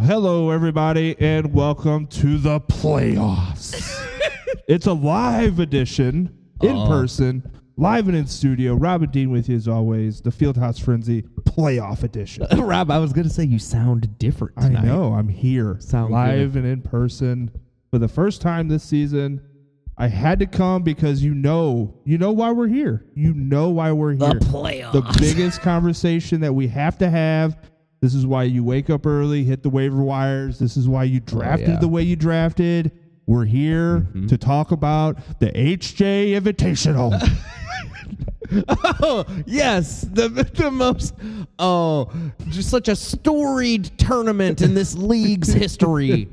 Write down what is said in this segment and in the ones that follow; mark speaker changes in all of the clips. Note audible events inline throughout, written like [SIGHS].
Speaker 1: Hello, everybody, and welcome to the
Speaker 2: [LAUGHS]
Speaker 1: playoffs. it's a live edition, in
Speaker 2: Oh.
Speaker 1: person, live and in studio. Robin Dean with you as always. The Fieldhouse Frenzy Playoff Edition.
Speaker 2: [LAUGHS] Rob, I was gonna say you sound different.
Speaker 1: I
Speaker 2: Tonight.
Speaker 1: know I'm here,
Speaker 2: Sound
Speaker 1: live and in person for the first time this season. I had to come because you know, you know why we're here. You know why we're here.
Speaker 2: playoffs.
Speaker 1: the biggest conversation that we have to have. This is why you wake up early, hit the waiver wires. This is why you drafted
Speaker 2: yeah.
Speaker 1: the way you drafted. We're here to talk about the HJ Invitational.
Speaker 2: Oh yes, the the most oh, just such a storied tournament in this
Speaker 1: [LAUGHS]
Speaker 2: league's history.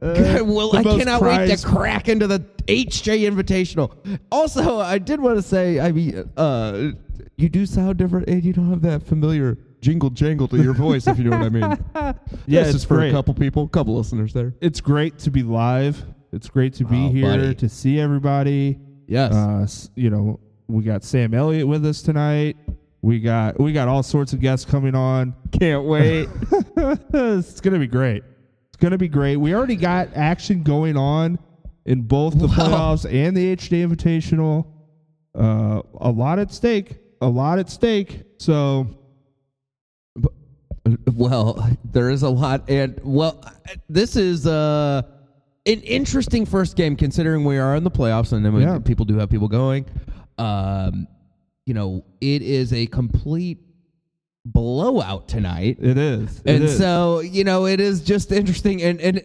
Speaker 2: well, I
Speaker 1: most
Speaker 2: cannot wait
Speaker 1: prized-
Speaker 2: to crack into the HJ Invitational. Also, I did want to say, I mean, uh, you do sound different, and you don't have that familiar jingle jangle to your voice, if you know what I mean.
Speaker 1: [LAUGHS] Yeah,
Speaker 2: this
Speaker 1: it's
Speaker 2: is for
Speaker 1: great.
Speaker 2: a couple people, a couple listeners there.
Speaker 1: it's great to be live. It's great to be
Speaker 2: Oh,
Speaker 1: here
Speaker 2: buddy.
Speaker 1: to see everybody.
Speaker 2: Yes.
Speaker 1: Uh, s- you know, we got Sam Elliott with us tonight. We got we got all sorts of guests coming on.
Speaker 2: Can't wait.
Speaker 1: [LAUGHS]
Speaker 2: [LAUGHS]
Speaker 1: it's gonna be great. It's gonna be great. We already got action going on in both the
Speaker 2: Wow.
Speaker 1: playoffs and the HD Invitational. Uh, a lot at stake. A lot at stake. So
Speaker 2: Well, there is a lot, and well, this is uh, an interesting first game considering we are in the playoffs, and then we,
Speaker 1: Yeah.
Speaker 2: people do have people going. Um, you know, it is a complete blowout tonight,
Speaker 1: it is. It
Speaker 2: and
Speaker 1: is.
Speaker 2: so you know it is just interesting, and and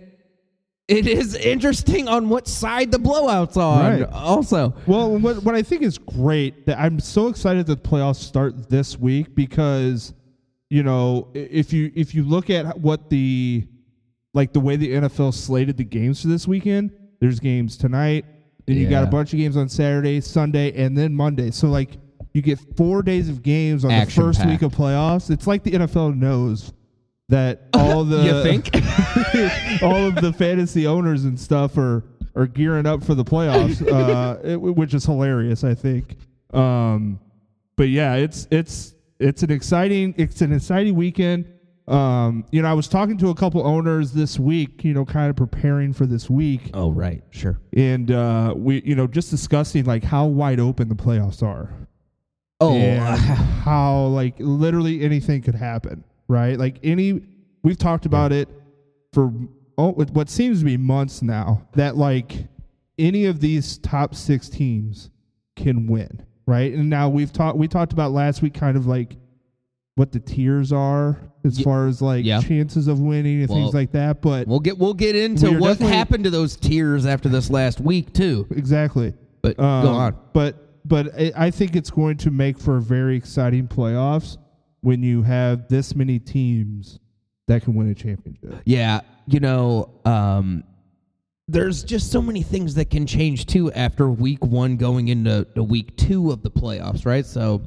Speaker 2: it is interesting on what side the blowouts on.
Speaker 1: Right.
Speaker 2: Also,
Speaker 1: Well, what, what I think is great that I'm so excited that the playoffs start this week because you know i- if you if you look at what the like the way the NFL slated the games for this weekend, there's games tonight, then you got a
Speaker 2: Yeah.
Speaker 1: bunch of games on Saturday, Sunday, and then Monday. So like you get four days of games on the first week
Speaker 2: Action-packed.
Speaker 1: of playoffs. It's like the NFL knows
Speaker 2: [LAUGHS]
Speaker 1: that all the
Speaker 2: you
Speaker 1: [LAUGHS]
Speaker 2: think?
Speaker 1: all of the fantasy owners and stuff are are gearing up for the playoffs, uh, it- which is hilarious, I think. Um, but yeah, it's it's it's an exciting it's an exciting weekend. Um, you know, I was talking to a couple owners this week, you know, kind of preparing for this week,
Speaker 2: oh, right, sure.
Speaker 1: and uh, we you know just discussing like how wide open the playoffs are
Speaker 2: Oh,
Speaker 1: and [LAUGHS]
Speaker 2: [LAUGHS]
Speaker 1: how like literally anything could happen, right? Like any we've talked about it for oh, what what seems to be months now that like any of these top 6 teams can win, right? And now we've talked we talked about last week kind of like what the tiers are as
Speaker 2: Ye-
Speaker 1: far as like
Speaker 2: yeah.
Speaker 1: chances of winning and
Speaker 2: Well-
Speaker 1: things like that, but
Speaker 2: We'll get we'll get into
Speaker 1: We are
Speaker 2: what
Speaker 1: definitely-
Speaker 2: happened to those tears after this last week too.
Speaker 1: exactly.
Speaker 2: But
Speaker 1: Um,
Speaker 2: go on.
Speaker 1: But but I I think it's going to make for very exciting playoffs when you have this many teams that can win a championship.
Speaker 2: Yeah, you know, um, there's just so many things that can change too after week one going into to week two of the playoffs, right? So,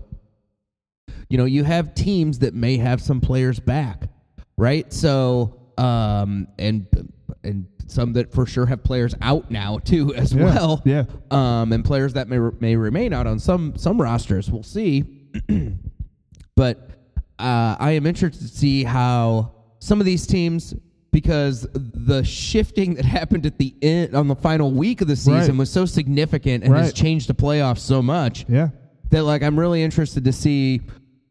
Speaker 2: you know, you have teams that may have some players back, right? So, um, and and some that for sure have players out now too as
Speaker 1: Yeah,
Speaker 2: well.
Speaker 1: yeah.
Speaker 2: Um, and players that may may remain out on some some rosters. We'll see. but uh, I am interested to see how some of these teams, because the shifting that [LAUGHS] happened at the end on the final week of the season
Speaker 1: Right.
Speaker 2: was so significant and has
Speaker 1: Right.
Speaker 2: changed the playoffs so much
Speaker 1: Yeah.
Speaker 2: that like I'm really interested to see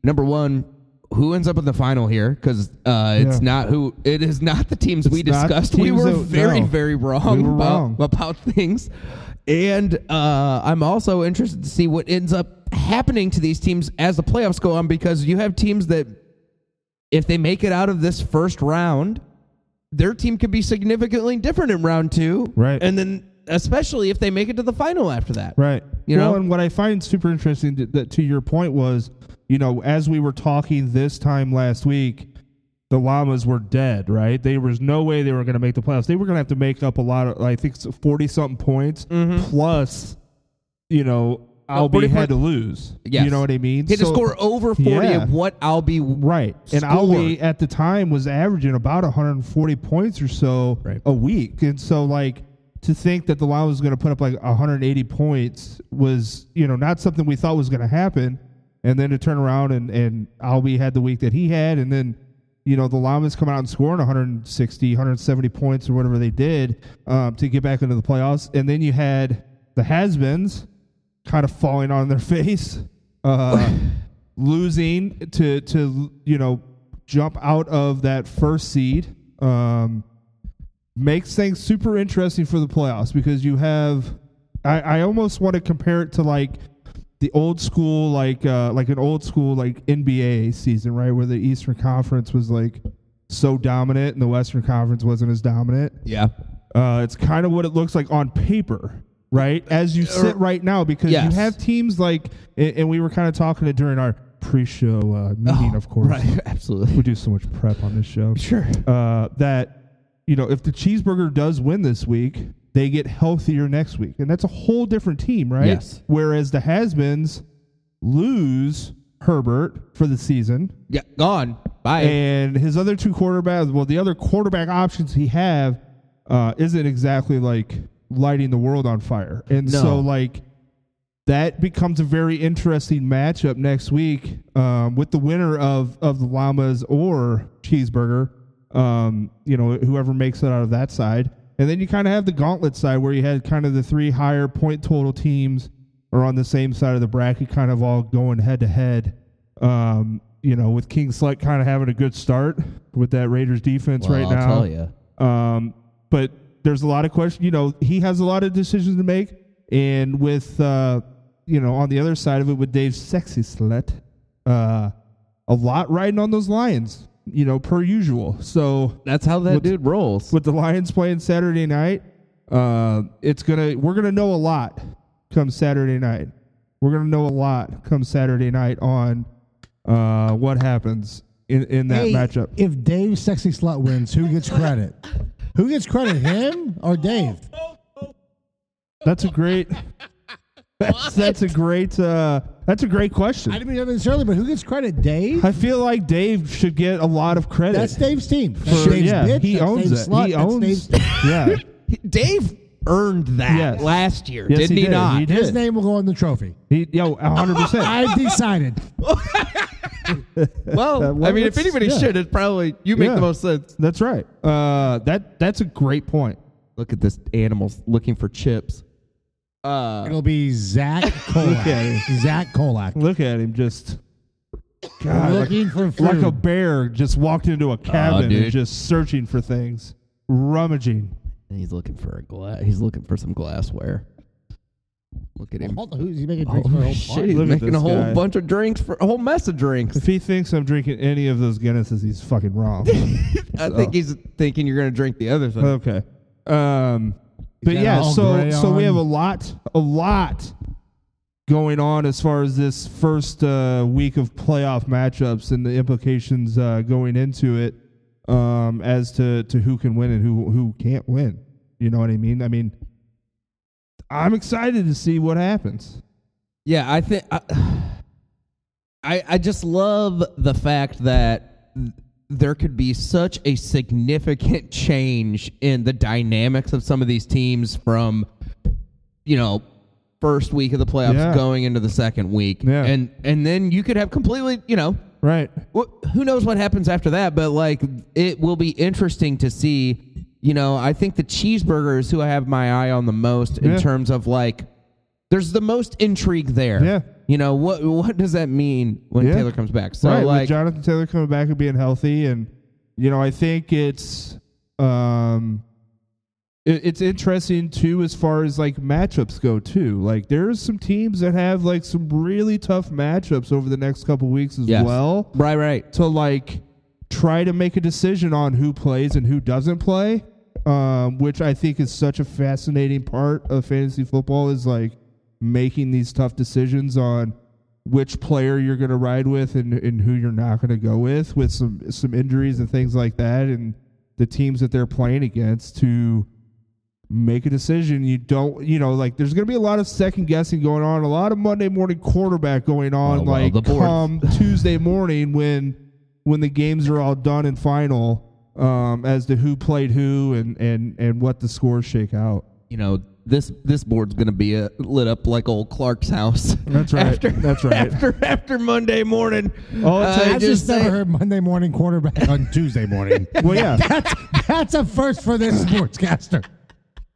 Speaker 2: number one who ends up in the final here because uh, it's
Speaker 1: Yeah.
Speaker 2: not who it is not the teams we
Speaker 1: It's not the
Speaker 2: discussed. we
Speaker 1: teams
Speaker 2: were
Speaker 1: that-
Speaker 2: very
Speaker 1: no.
Speaker 2: very [LAUGHS] wrong,
Speaker 1: We were
Speaker 2: about,
Speaker 1: wrong.
Speaker 2: about things, and uh, I'm also interested to see what ends up happening to these teams as the playoffs go on because you have teams that if they make it out of this first round, their team could be significantly different in round two,
Speaker 1: Right.
Speaker 2: And then especially if they make it to the final after that,
Speaker 1: Right.
Speaker 2: You
Speaker 1: well,
Speaker 2: know?
Speaker 1: and what I find super interesting to, that to your point was, you know, as we were talking this time last week, the llamas were dead, right? There was no way they were going to make the playoffs. They were going to have to make up a lot of, I think, forty something points plus, you know,
Speaker 2: Mm-hmm. Oh,
Speaker 1: Albie
Speaker 2: 40
Speaker 1: had
Speaker 2: point-
Speaker 1: to lose.
Speaker 2: Yes.
Speaker 1: You know what I mean?
Speaker 2: He had
Speaker 1: So-
Speaker 2: to score over 40
Speaker 1: Yeah.
Speaker 2: of what Albie
Speaker 1: Right. And
Speaker 2: scored.
Speaker 1: Alwi at the time was averaging about 140 points or so
Speaker 2: Right.
Speaker 1: a week. And so like to think that the Lions was going to put up like 180 points was, you know, not something we thought was going to happen. And then to turn around and and Albi had the week that he had and then you know the Llamas coming out and scoring 160, 170 points or whatever they did um, to get back into the playoffs, and then you had the has-beens kind of falling on their face, uh, losing to to you know jump out of that first seed. Um, makes things super interesting for the playoffs because you have. I, I almost want to compare it to like the old school like uh like an old school like NBA season, right? Where the Eastern Conference was like so dominant and the Western Conference wasn't as dominant.
Speaker 2: Yeah.
Speaker 1: Uh it's kind of what it looks like on paper, right? As you sit right now because
Speaker 2: Yes.
Speaker 1: you have teams like and, and we were kind of talking it during our pre-show uh, meeting,
Speaker 2: Oh,
Speaker 1: of course.
Speaker 2: Right. [LAUGHS]
Speaker 1: We
Speaker 2: Absolutely.
Speaker 1: do so much prep on this show
Speaker 2: Sure.
Speaker 1: uh, that you know if the cheeseburger does win this week they get healthier next week and that's a whole different team right
Speaker 2: Yes.
Speaker 1: whereas the has-beens lose herbert for the season
Speaker 2: Yeah. Gone. Bye.
Speaker 1: and his other two quarterbacks well the other quarterback options he have uh, isn't exactly like lighting the world on fire and
Speaker 2: No.
Speaker 1: so like that becomes a very interesting matchup next week um, with the winner of of the llamas or cheeseburger um, you know whoever makes it out of that side and then you kind of have the gauntlet side where you had kind of the three higher point total teams are on the same side of the bracket kind of all going head to head um, you know with king slut kind of having a good start with that raiders defense
Speaker 2: Well,
Speaker 1: right
Speaker 2: I'll
Speaker 1: now
Speaker 2: tell you.
Speaker 1: um, but there's a lot of questions. You know, he has a lot of decisions to make, and with uh, you know, on the other side of it, with Dave's sexy slut, uh, a lot riding on those Lions. You know, per usual. So
Speaker 2: That's how that
Speaker 1: What's-
Speaker 2: dude rolls.
Speaker 1: with the Lions playing Saturday night, uh, it's gonna we're gonna know a lot come Saturday night. We're gonna know a lot come Saturday night on uh, what happens in in that
Speaker 3: Hey,
Speaker 1: matchup.
Speaker 3: If Dave Sexy Slut wins, who gets credit? who gets credit, him or Dave?
Speaker 1: That's a
Speaker 3: [LAUGHS]
Speaker 1: great. That's, that's a great. Uh, that's a great
Speaker 3: I
Speaker 1: question.
Speaker 3: didn't mean to do this earlier, but who gets credit, Dave?
Speaker 1: I feel like Dave should get a lot of credit.
Speaker 3: That's Dave's team. That's
Speaker 1: for-
Speaker 3: Dave's
Speaker 1: yeah,
Speaker 3: bitch.
Speaker 1: he
Speaker 3: That's
Speaker 1: owns
Speaker 3: Dave's
Speaker 1: it.
Speaker 3: Slut.
Speaker 1: he
Speaker 3: That's Dave's-
Speaker 1: owns. [LAUGHS]
Speaker 3: [LAUGHS]
Speaker 1: yeah,
Speaker 2: Dave earned that
Speaker 1: Yes.
Speaker 2: last year,
Speaker 1: Yes,
Speaker 2: didn't
Speaker 1: he
Speaker 2: he,
Speaker 1: did.
Speaker 2: not?
Speaker 1: He did.
Speaker 3: His name will go on the trophy.
Speaker 1: he
Speaker 3: [LAUGHS]
Speaker 1: yo, hundred percent.
Speaker 3: I've decided.
Speaker 2: Well,
Speaker 1: well,
Speaker 2: Oh, I mean, if
Speaker 1: that's-
Speaker 2: anybody
Speaker 1: yeah.
Speaker 2: should, it probably you make
Speaker 1: Yeah.
Speaker 2: the most sense.
Speaker 1: That's right. Uh, that that's a great point.
Speaker 2: Look at this animal's looking for chips. Uh,
Speaker 3: It'll be Zach
Speaker 1: at
Speaker 3: Kolak. Zach Kolak.
Speaker 1: Look at him, just God, like-
Speaker 3: Looking for food.
Speaker 1: like a bear, just walked into a cabin and
Speaker 2: dude.
Speaker 1: just searching for things, rummaging.
Speaker 2: and he's looking for a glass. He's looking for some glassware. Look at him.
Speaker 3: Hold on, who's he making
Speaker 2: Oh,
Speaker 3: drinks for a whole
Speaker 2: [LAUGHS] shit,
Speaker 3: party?
Speaker 2: he's
Speaker 1: Look at
Speaker 2: making
Speaker 1: this
Speaker 2: a whole
Speaker 1: guy.
Speaker 2: bunch of drinks for a whole mess of drinks.
Speaker 1: If he thinks I'm drinking any of those Guinnesses, he's fucking wrong.
Speaker 2: [LAUGHS] I think he's thinking you're gonna drink the other thing.
Speaker 1: [LAUGHS] Okay. Um, but
Speaker 3: got
Speaker 1: yeah,
Speaker 3: all
Speaker 1: so
Speaker 3: gray
Speaker 1: so we
Speaker 3: on.
Speaker 1: have a lot, a lot going on as far as this first uh, week of playoff matchups and the implications uh, going into it um, as to to who can win and who who can't win. You know what I mean? I mean, I'm excited to see what happens.
Speaker 2: Yeah, I think I, [SIGHS] I I just love the fact that there could be such a significant [LAUGHS] change in the dynamics of some of these teams from you know first week of the playoffs
Speaker 1: Yeah.
Speaker 2: going into the second week
Speaker 1: Yeah.
Speaker 2: and and then you could have completely you know
Speaker 1: Right.
Speaker 2: wh- who knows what happens after that but like it will be interesting to see you know i think the cheeseburger is who i have my eye on the most in
Speaker 1: Yeah.
Speaker 2: terms of like there's the most intrigue there
Speaker 1: Yeah.
Speaker 2: you know what what does that mean when
Speaker 1: Yeah.
Speaker 2: taylor comes back so
Speaker 1: right, with
Speaker 2: like
Speaker 1: Jonathan Taylor coming back and being healthy, and you know, I think it's um, it, it's interesting too as far as like matchups go too. Like there's some teams that have like some really tough matchups over the next couple weeks as
Speaker 2: Yes.
Speaker 1: well
Speaker 2: right right
Speaker 1: to like try to make a decision on who plays and who doesn't play, um, which I think is such a fascinating part of fantasy football is like making these tough decisions on which player you're going to ride with and, and who you're not going to go with, with some some injuries and things like that, and the teams that they're playing against to make a decision. You don't, you know, like there's going to be a lot of second guessing going on, a lot of Monday morning quarterback going on,
Speaker 2: Well, well,
Speaker 1: like
Speaker 2: the board-
Speaker 1: come um, Tuesday morning when when the games are all done and final um, as to who played who and and and what the scores shake out.
Speaker 2: you know this this board's gonna be uh lit up like old Clark's house. [LAUGHS]
Speaker 1: That's right.
Speaker 2: After,
Speaker 1: That's right.
Speaker 2: After after Monday morning.
Speaker 1: All
Speaker 2: Uh,
Speaker 1: it takes-
Speaker 3: I just never heard Monday morning quarterback on Tuesday morning.
Speaker 1: [LAUGHS] Well,
Speaker 2: [LAUGHS]
Speaker 1: yeah,
Speaker 3: that's that's a first for this sportscaster.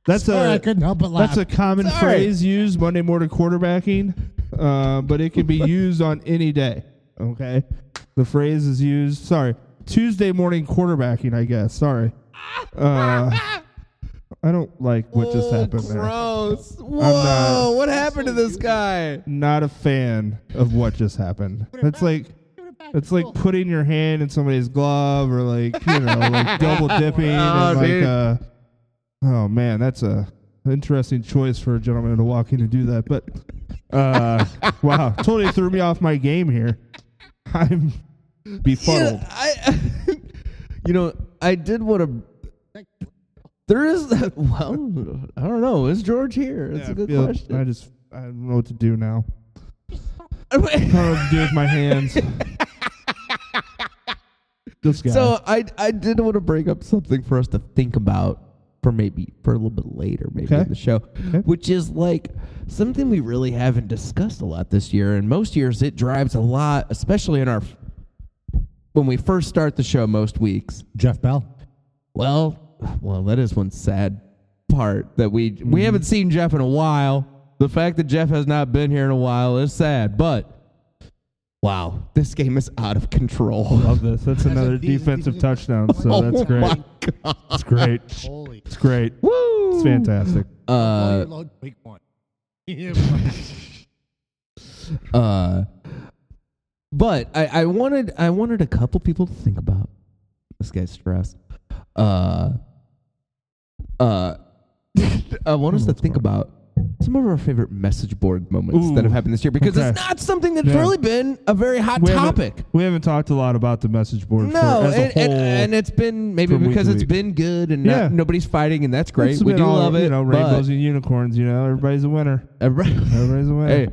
Speaker 1: that's
Speaker 3: Sorry,
Speaker 1: a
Speaker 3: I couldn't help but laugh.
Speaker 1: that's a common
Speaker 2: Sorry.
Speaker 1: phrase used Monday morning quarterbacking, uh, but
Speaker 3: [LAUGHS]
Speaker 1: it can be used on any day. Okay, the phrase is used. Sorry, Tuesday morning quarterbacking. I guess. Sorry. Uh,
Speaker 2: [LAUGHS]
Speaker 1: I don't like what just happened there.
Speaker 2: Gross. Whoa!
Speaker 1: not-
Speaker 2: What happened to this guy?
Speaker 1: Not a fan of what just happened. That's like. It's like putting your hand in somebody's glove, or like you know,
Speaker 2: [LAUGHS]
Speaker 1: like double dipping,
Speaker 2: Oh,
Speaker 1: and like
Speaker 2: dude.
Speaker 1: uh, oh man, that's a interesting choice for a gentleman to walk in and do that. But uh,
Speaker 2: [LAUGHS]
Speaker 1: wow, totally threw me off my game here. I'm befuddled.
Speaker 2: Yeah, I, you know, I did want to. There is [LAUGHS] well, I don't know. Is George here? That's
Speaker 1: Yeah,
Speaker 2: a good
Speaker 1: I feel- I
Speaker 2: question.
Speaker 1: just I don't know what to do now. I don't know
Speaker 2: [LAUGHS]
Speaker 1: what to do with my hands. this guy.
Speaker 2: so I I did want to bring up something for us to think about for maybe for a little bit later, maybe
Speaker 1: Okay.
Speaker 2: in the show, which is like something we really haven't discussed a lot this year. And most years it drives a lot, especially in our when we first start the show most weeks.
Speaker 3: Jeff Bell.
Speaker 2: Well, well, that is one sad part that we
Speaker 1: Mm-hmm.
Speaker 2: we haven't seen Jeff in a while. The fact that Jeff has not been here in a while is sad, but wow, this game is out of control.
Speaker 1: love this. That's another
Speaker 3: decent
Speaker 1: defensive
Speaker 3: defense.
Speaker 1: touchdown.
Speaker 2: [LAUGHS]
Speaker 1: So that's great.
Speaker 2: Oh my god!
Speaker 1: It's great.
Speaker 3: Holy.
Speaker 1: It's great.
Speaker 2: Woo!
Speaker 1: It's fantastic.
Speaker 2: Uh,
Speaker 3: week one. [LAUGHS]
Speaker 2: uh, but I, I wanted I wanted a couple people to think about this guy's stressed. Uh, uh, [LAUGHS] I want us to think about some of our favorite message board moments
Speaker 1: Ooh,
Speaker 2: that have happened this year because
Speaker 1: okay.
Speaker 2: it's not something that's
Speaker 1: Yeah.
Speaker 2: really been a very hot
Speaker 1: We haven't-
Speaker 2: topic.
Speaker 1: We haven't talked a lot about the message board.
Speaker 2: No,
Speaker 1: for, as
Speaker 2: and,
Speaker 1: a whole.
Speaker 2: and, and it's been maybe
Speaker 1: from week
Speaker 2: because
Speaker 1: to
Speaker 2: it's
Speaker 1: week.
Speaker 2: been good and
Speaker 1: Yeah.
Speaker 2: not, nobody's fighting and that's great.
Speaker 1: It's
Speaker 2: we
Speaker 1: been
Speaker 2: do
Speaker 1: all,
Speaker 2: love it.
Speaker 1: You know,
Speaker 2: but-
Speaker 1: rainbows and unicorns. You know, everybody's a winner.
Speaker 2: Everybody-
Speaker 1: Everybody's a winner.
Speaker 2: [LAUGHS] hey,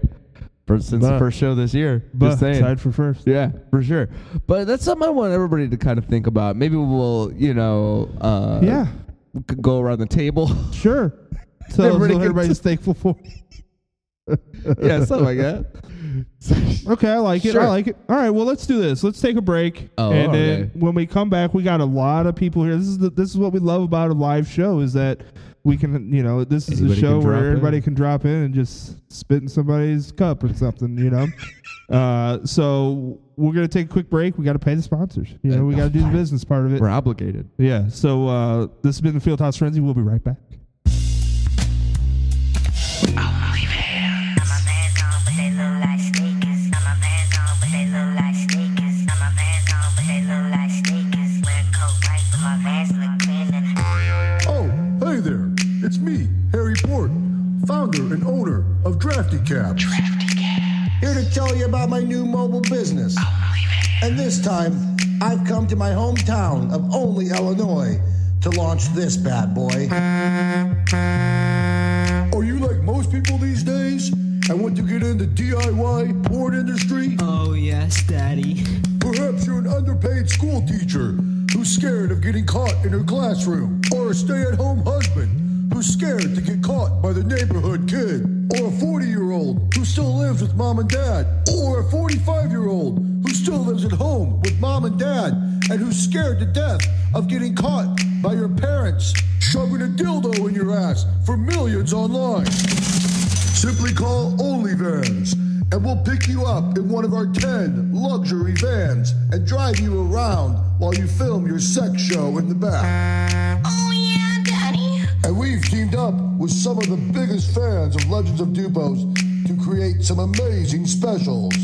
Speaker 2: for, since
Speaker 1: But-
Speaker 2: the first show this year,
Speaker 1: but
Speaker 2: just saying.
Speaker 1: tied for first.
Speaker 2: Yeah, for sure. But that's something I want everybody to kind of think about. Maybe we'll, you know, uh,
Speaker 1: Yeah.
Speaker 2: we could go around the table. [LAUGHS]
Speaker 1: Sure. Tell us what
Speaker 2: Everybody gets-
Speaker 1: everybody's thankful for.
Speaker 2: [LAUGHS]
Speaker 1: [LAUGHS]
Speaker 2: [LAUGHS] yeah, something like that.
Speaker 1: Okay, I like it. I
Speaker 2: Sure.
Speaker 1: like it. All right, well, let's do this. Let's take a break,
Speaker 2: Oh,
Speaker 1: and then
Speaker 2: okay.
Speaker 1: when we come back, we got a lot of people here. This is the, this is what we love about a live show is that we can, you know, this is a
Speaker 2: Anybody
Speaker 1: show
Speaker 2: can
Speaker 1: where
Speaker 2: drop
Speaker 1: everybody
Speaker 2: in.
Speaker 1: can drop in and just spit in somebody's cup or something, you
Speaker 2: [LAUGHS]
Speaker 1: know. uh, so we're gonna take a quick break. We got to pay the sponsors. You know, we got to do the business part of it.
Speaker 2: We're obligated.
Speaker 1: Yeah. So uh, this has been the Fieldhouse Frenzy. We'll be right back.
Speaker 4: Got my pants on, but they look like sneakers. Got my pants on, but they look like sneakers. Got my pants on, but they look like sneakers. Wear a coat white, but my vans look clean and
Speaker 5: Oh, hey there. It's me, Harry Port, founder and owner of Drafty Cabs. Drafty Here to tell you about my new mobile business. And this time, I've come to my hometown of Only, Illinois to launch this bad boy. Are you like most people these days and want to get into DIY porn industry?
Speaker 6: Oh, yes, Daddy.
Speaker 5: Perhaps you're an underpaid school teacher who's scared of getting caught in her classroom, or a stay at home husband who's scared to get caught by the neighborhood kid, or a 40 year old who still lives with mom and dad, or a 45 year old who still lives at home with mom and dad and who's scared to death of getting caught by your parents shoving a dildo in your ass for millions online. Simply call OnlyVans, and we'll pick you up in one of our 10 luxury vans and drive you around while you film your sex show in the back.
Speaker 4: Oh yeah, Daddy.
Speaker 5: And we've teamed up with some of the biggest fans of Legends of Dupos to create some amazing specials.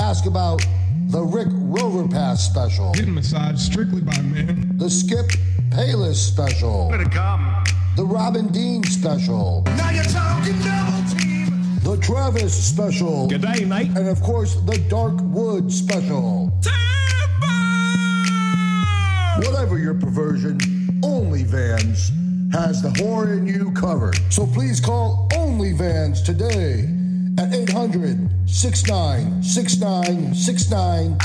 Speaker 5: Ask about the Rick Rover Pass special,
Speaker 7: Getting massaged strictly by men.
Speaker 5: the Skip Payless special, the Robin Dean special,
Speaker 7: Now you're talking double team.
Speaker 5: the Travis special,
Speaker 7: day, mate.
Speaker 5: and of course, the Dark Wood special. Whatever your perversion, OnlyVans has the horn in you covered. So please call OnlyVans today at 800 69 69 69.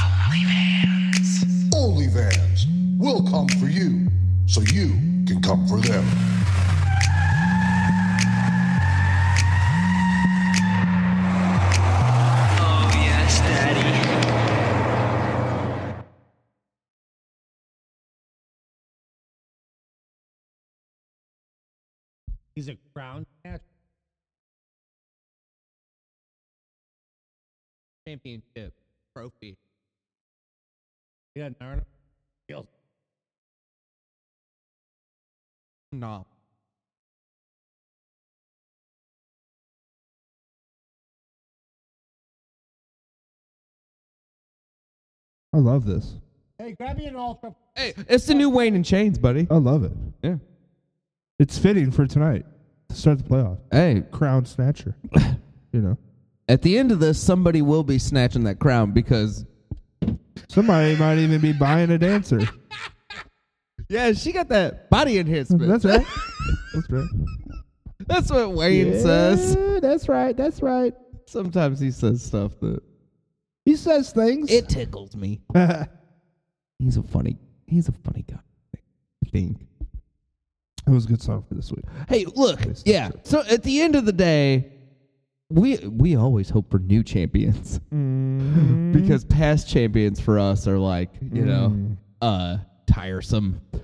Speaker 5: OnlyVans will come for you so you can come for them.
Speaker 6: He's a crown match
Speaker 2: Championship trophy.
Speaker 6: Yeah, Narno. Feels
Speaker 2: No.
Speaker 1: I love this.
Speaker 6: Hey, grab me an ultra.
Speaker 2: Hey, it's the new Wayne and Chains, buddy.
Speaker 1: I love it.
Speaker 2: Yeah.
Speaker 1: It's fitting for tonight to start the playoff.
Speaker 2: Hey,
Speaker 1: Crown
Speaker 2: [LAUGHS]
Speaker 1: snatcher. you know,
Speaker 2: at the end of this, somebody will be snatching that crown because
Speaker 1: somebody might even be buying a dancer.
Speaker 2: [LAUGHS] yeah, she got that body enhancement.
Speaker 1: That's
Speaker 2: [LAUGHS]
Speaker 1: right. That's right.
Speaker 2: [LAUGHS] That's what Wayne says.
Speaker 1: Yeah, that's right. That's right.
Speaker 2: Sometimes he says stuff that
Speaker 1: He says things.
Speaker 2: it tickles me.
Speaker 1: [LAUGHS] it
Speaker 2: He's a funny. He's a funny guy. I think.
Speaker 1: was a good song for this week.
Speaker 2: Hey, look. Yeah. So at the end of the day, we we always hope for new champions [LAUGHS]
Speaker 1: Mm-hmm.
Speaker 2: because past champions for us are like you
Speaker 1: Mm.
Speaker 2: know uh tiresome. oh,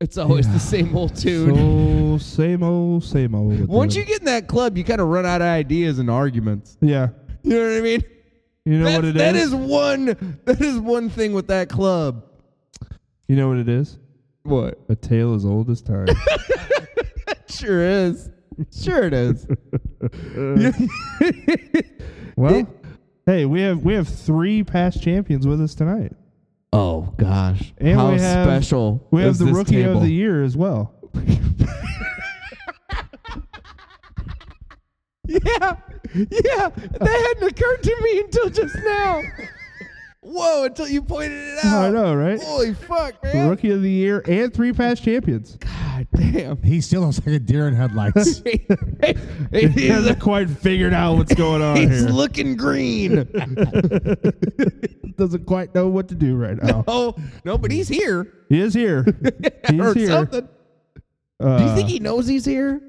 Speaker 2: It's always the same old tune.
Speaker 1: So same old, same old. with
Speaker 2: Once
Speaker 1: them.
Speaker 2: you get in that club, you kind of run out of ideas and arguments.
Speaker 1: yeah,
Speaker 2: You know what I mean?
Speaker 1: you know
Speaker 2: That's-
Speaker 1: what it is.
Speaker 2: that is one. That is one thing with that club.
Speaker 1: You know what it is.
Speaker 2: What?
Speaker 1: A tale as old as time.
Speaker 2: [LAUGHS] Sure is. Sure it is.
Speaker 1: [LAUGHS] well, hey, we have we have three past champions with us tonight.
Speaker 2: Oh gosh!
Speaker 1: And
Speaker 2: How
Speaker 1: we have-
Speaker 2: special!
Speaker 1: We have
Speaker 2: is
Speaker 1: the
Speaker 2: this
Speaker 1: rookie
Speaker 2: table?
Speaker 1: of the year as well.
Speaker 2: Yeah, yeah. That hadn't occurred to me until just now. Whoa! Until you pointed it out.
Speaker 1: Oh, I know, right?
Speaker 2: Holy fuck,
Speaker 1: The
Speaker 2: man!
Speaker 1: rookie of the year and three past champions.
Speaker 2: God damn.
Speaker 3: He still looks like a deer in headlights.
Speaker 2: [LAUGHS] He- he-
Speaker 1: He
Speaker 2: he's,
Speaker 1: hasn't quite figured out what's going on
Speaker 2: he's
Speaker 1: here.
Speaker 2: looking green.
Speaker 1: [LAUGHS] Doesn't quite know what to do right now.
Speaker 2: oh no, but he's here. [LAUGHS]
Speaker 1: He is here. He
Speaker 2: or
Speaker 1: is here. Uh,
Speaker 2: something. Do you think he knows he's here?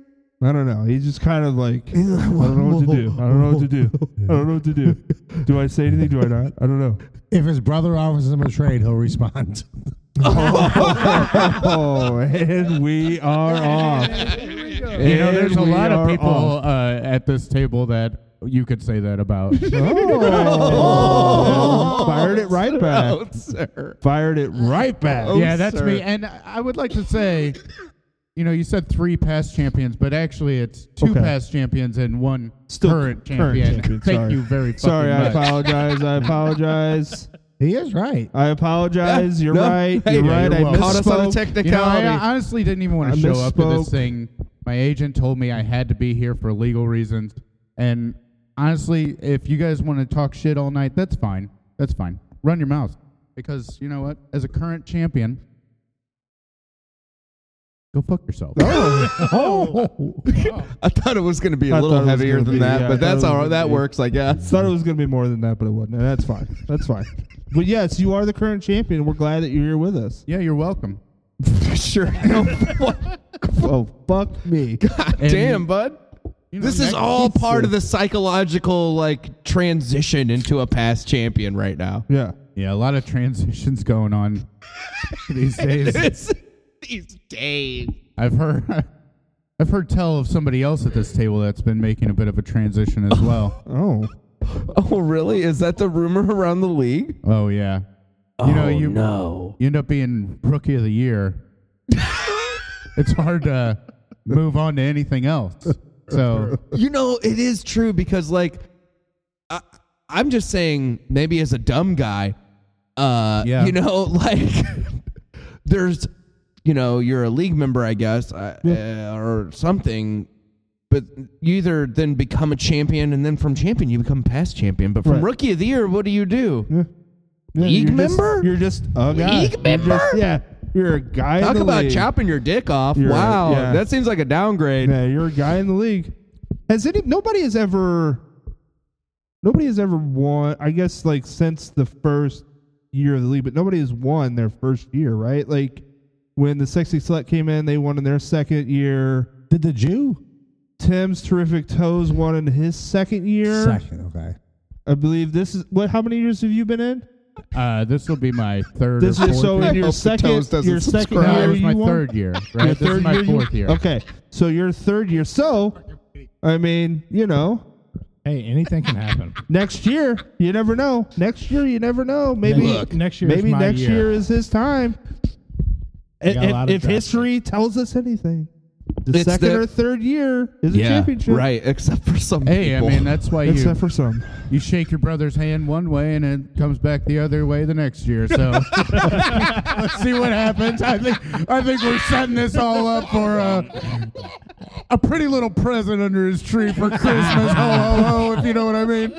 Speaker 1: I don't know. He's just kind of like, I don't know what to do. I don't know what to do. I don't know what to do.
Speaker 2: [LAUGHS]
Speaker 1: Do I say anything? Do I not? I don't know.
Speaker 3: if his brother offers him a trade, he'll respond.
Speaker 1: Oh, and we are off.
Speaker 8: [LAUGHS] You know, there's a
Speaker 1: And we
Speaker 8: lot of
Speaker 1: are
Speaker 8: people
Speaker 1: off.
Speaker 8: uh, at this table that you could say that about.
Speaker 1: Oh. Fired it right back.
Speaker 2: Oh, sir.
Speaker 1: Fired it right back.
Speaker 8: yeah, that's
Speaker 2: sir.
Speaker 8: me. And I would like to say, you know, you said three past champions, but actually it's two
Speaker 1: Okay.
Speaker 8: past champions and one
Speaker 1: Still
Speaker 8: current
Speaker 1: current
Speaker 8: champion.
Speaker 1: champion,
Speaker 8: Thank
Speaker 1: sorry.
Speaker 8: you very fucking
Speaker 1: Sorry, I
Speaker 8: much.
Speaker 1: apologize.
Speaker 8: [LAUGHS]
Speaker 1: I apologize.
Speaker 3: he is right.
Speaker 1: I apologize. You're
Speaker 2: No,
Speaker 1: right.
Speaker 2: hey,
Speaker 1: You're
Speaker 8: yeah,
Speaker 1: right.
Speaker 8: you're
Speaker 1: I
Speaker 8: welcome.
Speaker 2: Caught us
Speaker 1: misspoke.
Speaker 2: on a
Speaker 8: You know, I
Speaker 2: technicality.
Speaker 8: honestly didn't even want
Speaker 1: I
Speaker 8: to show up to
Speaker 1: misspoke.
Speaker 8: [LAUGHS] this thing. My agent told me I had to be here for legal reasons. And honestly, if you guys want to talk shit all night, that's fine. That's fine. Run your mouth. Because you know what? As a current champion, go fuck
Speaker 1: [LAUGHS]
Speaker 8: yourself.
Speaker 1: Oh.
Speaker 2: I thought it was going to be a
Speaker 1: I thought
Speaker 2: little
Speaker 1: it was
Speaker 2: heavier
Speaker 1: gonna
Speaker 2: than
Speaker 1: be-
Speaker 2: that,
Speaker 1: yeah, I
Speaker 2: but
Speaker 1: thought it
Speaker 2: that's
Speaker 1: was
Speaker 2: all right.
Speaker 1: gonna
Speaker 2: That
Speaker 1: be-
Speaker 2: works, I guess.
Speaker 1: Thought it was gonna be more than that, but it wasn't. And That's fine. That's fine. But yes, you are the current champion. We're glad that you're here with us.
Speaker 8: yeah,
Speaker 1: [LAUGHS]
Speaker 8: you're welcome.
Speaker 2: sure. [LAUGHS] No,
Speaker 1: Oh fuck
Speaker 2: [LAUGHS]
Speaker 1: me.
Speaker 2: damn, bud.
Speaker 8: You know,
Speaker 2: This is
Speaker 8: that-
Speaker 2: all part of the psychological like transition into a past champion right now.
Speaker 1: Yeah.
Speaker 8: [LAUGHS] Yeah, a lot of transitions going on [LAUGHS] these
Speaker 2: [LAUGHS]
Speaker 1: [LAUGHS]
Speaker 8: days.
Speaker 2: It's these days.
Speaker 8: I've heard [LAUGHS] I've heard tell of somebody else at this table that's been making a bit of a transition as well.
Speaker 1: Oh.
Speaker 8: [LAUGHS]
Speaker 2: Oh, really? Is that the rumor around the league?
Speaker 8: Oh yeah. You
Speaker 2: Oh,
Speaker 8: know, you you end up being rookie of the year. it's hard to move on to anything else. So
Speaker 2: You know, it is true because like I I'm just saying maybe as a dumb guy, uh
Speaker 8: Yeah.
Speaker 2: you know, [LAUGHS] like there's you know, you're a league member, I guess, uh, uh, or something, but you either then become a champion and then from champion you become past champion, but from
Speaker 1: Right.
Speaker 2: rookie of the year, what do you do?
Speaker 1: Yeah,
Speaker 2: League
Speaker 1: you're just-
Speaker 2: member?
Speaker 1: you're just a guy.
Speaker 2: League
Speaker 1: You're
Speaker 2: member?
Speaker 1: just- yeah. You're a guy.
Speaker 2: Talk
Speaker 1: in the
Speaker 2: about
Speaker 1: league.
Speaker 2: chopping your dick off.
Speaker 1: You're-
Speaker 2: wow.
Speaker 1: yeah.
Speaker 2: That seems like a downgrade.
Speaker 1: Yeah, you're a guy in the league. Has any? Nobody has ever. Nobody has ever won. I guess like since the first year of the league, but nobody has won their first year, right? Like when the sexy slut came in, they won in their second year.
Speaker 3: Did the Jew?
Speaker 1: Tim's terrific toes won in his second year.
Speaker 3: Second, okay.
Speaker 1: I believe this is what. How many years have you been in?
Speaker 8: Uh, this will be my third.
Speaker 1: This
Speaker 8: or
Speaker 1: is
Speaker 8: fourth
Speaker 1: so
Speaker 8: year.
Speaker 1: in your
Speaker 9: Hope the
Speaker 1: second,
Speaker 9: Toes doesn't
Speaker 1: your second
Speaker 9: subscribe.
Speaker 8: No,
Speaker 1: year.
Speaker 8: it was my
Speaker 1: you won?
Speaker 8: third year, right?
Speaker 1: Your
Speaker 8: this is
Speaker 1: third
Speaker 8: my
Speaker 1: year you-
Speaker 8: fourth year.
Speaker 1: Okay, so your third year. So, I mean, you know,
Speaker 10: Hey, anything can happen.
Speaker 1: next year you never know. Next year you never know. Maybe
Speaker 10: Look, next year is
Speaker 1: Maybe
Speaker 10: my
Speaker 1: next year.
Speaker 10: year.
Speaker 1: is his time.
Speaker 10: We got a lot
Speaker 1: If,
Speaker 10: of
Speaker 1: if
Speaker 10: drafts.
Speaker 1: history tells us anything, the
Speaker 2: It's
Speaker 1: second
Speaker 2: the-
Speaker 1: or third year is a championship.
Speaker 2: right. Except for some
Speaker 8: Hey, I
Speaker 2: people.
Speaker 8: mean that's why you
Speaker 1: Except for some.
Speaker 8: you shake your brother's hand one way and it comes back the other way the next year. So
Speaker 10: [LAUGHS]
Speaker 8: let's see what happens. I think I think we're setting this all up for
Speaker 10: uh,
Speaker 8: a a pretty little present under his tree for Christmas. ho ho ho! If you know what I mean.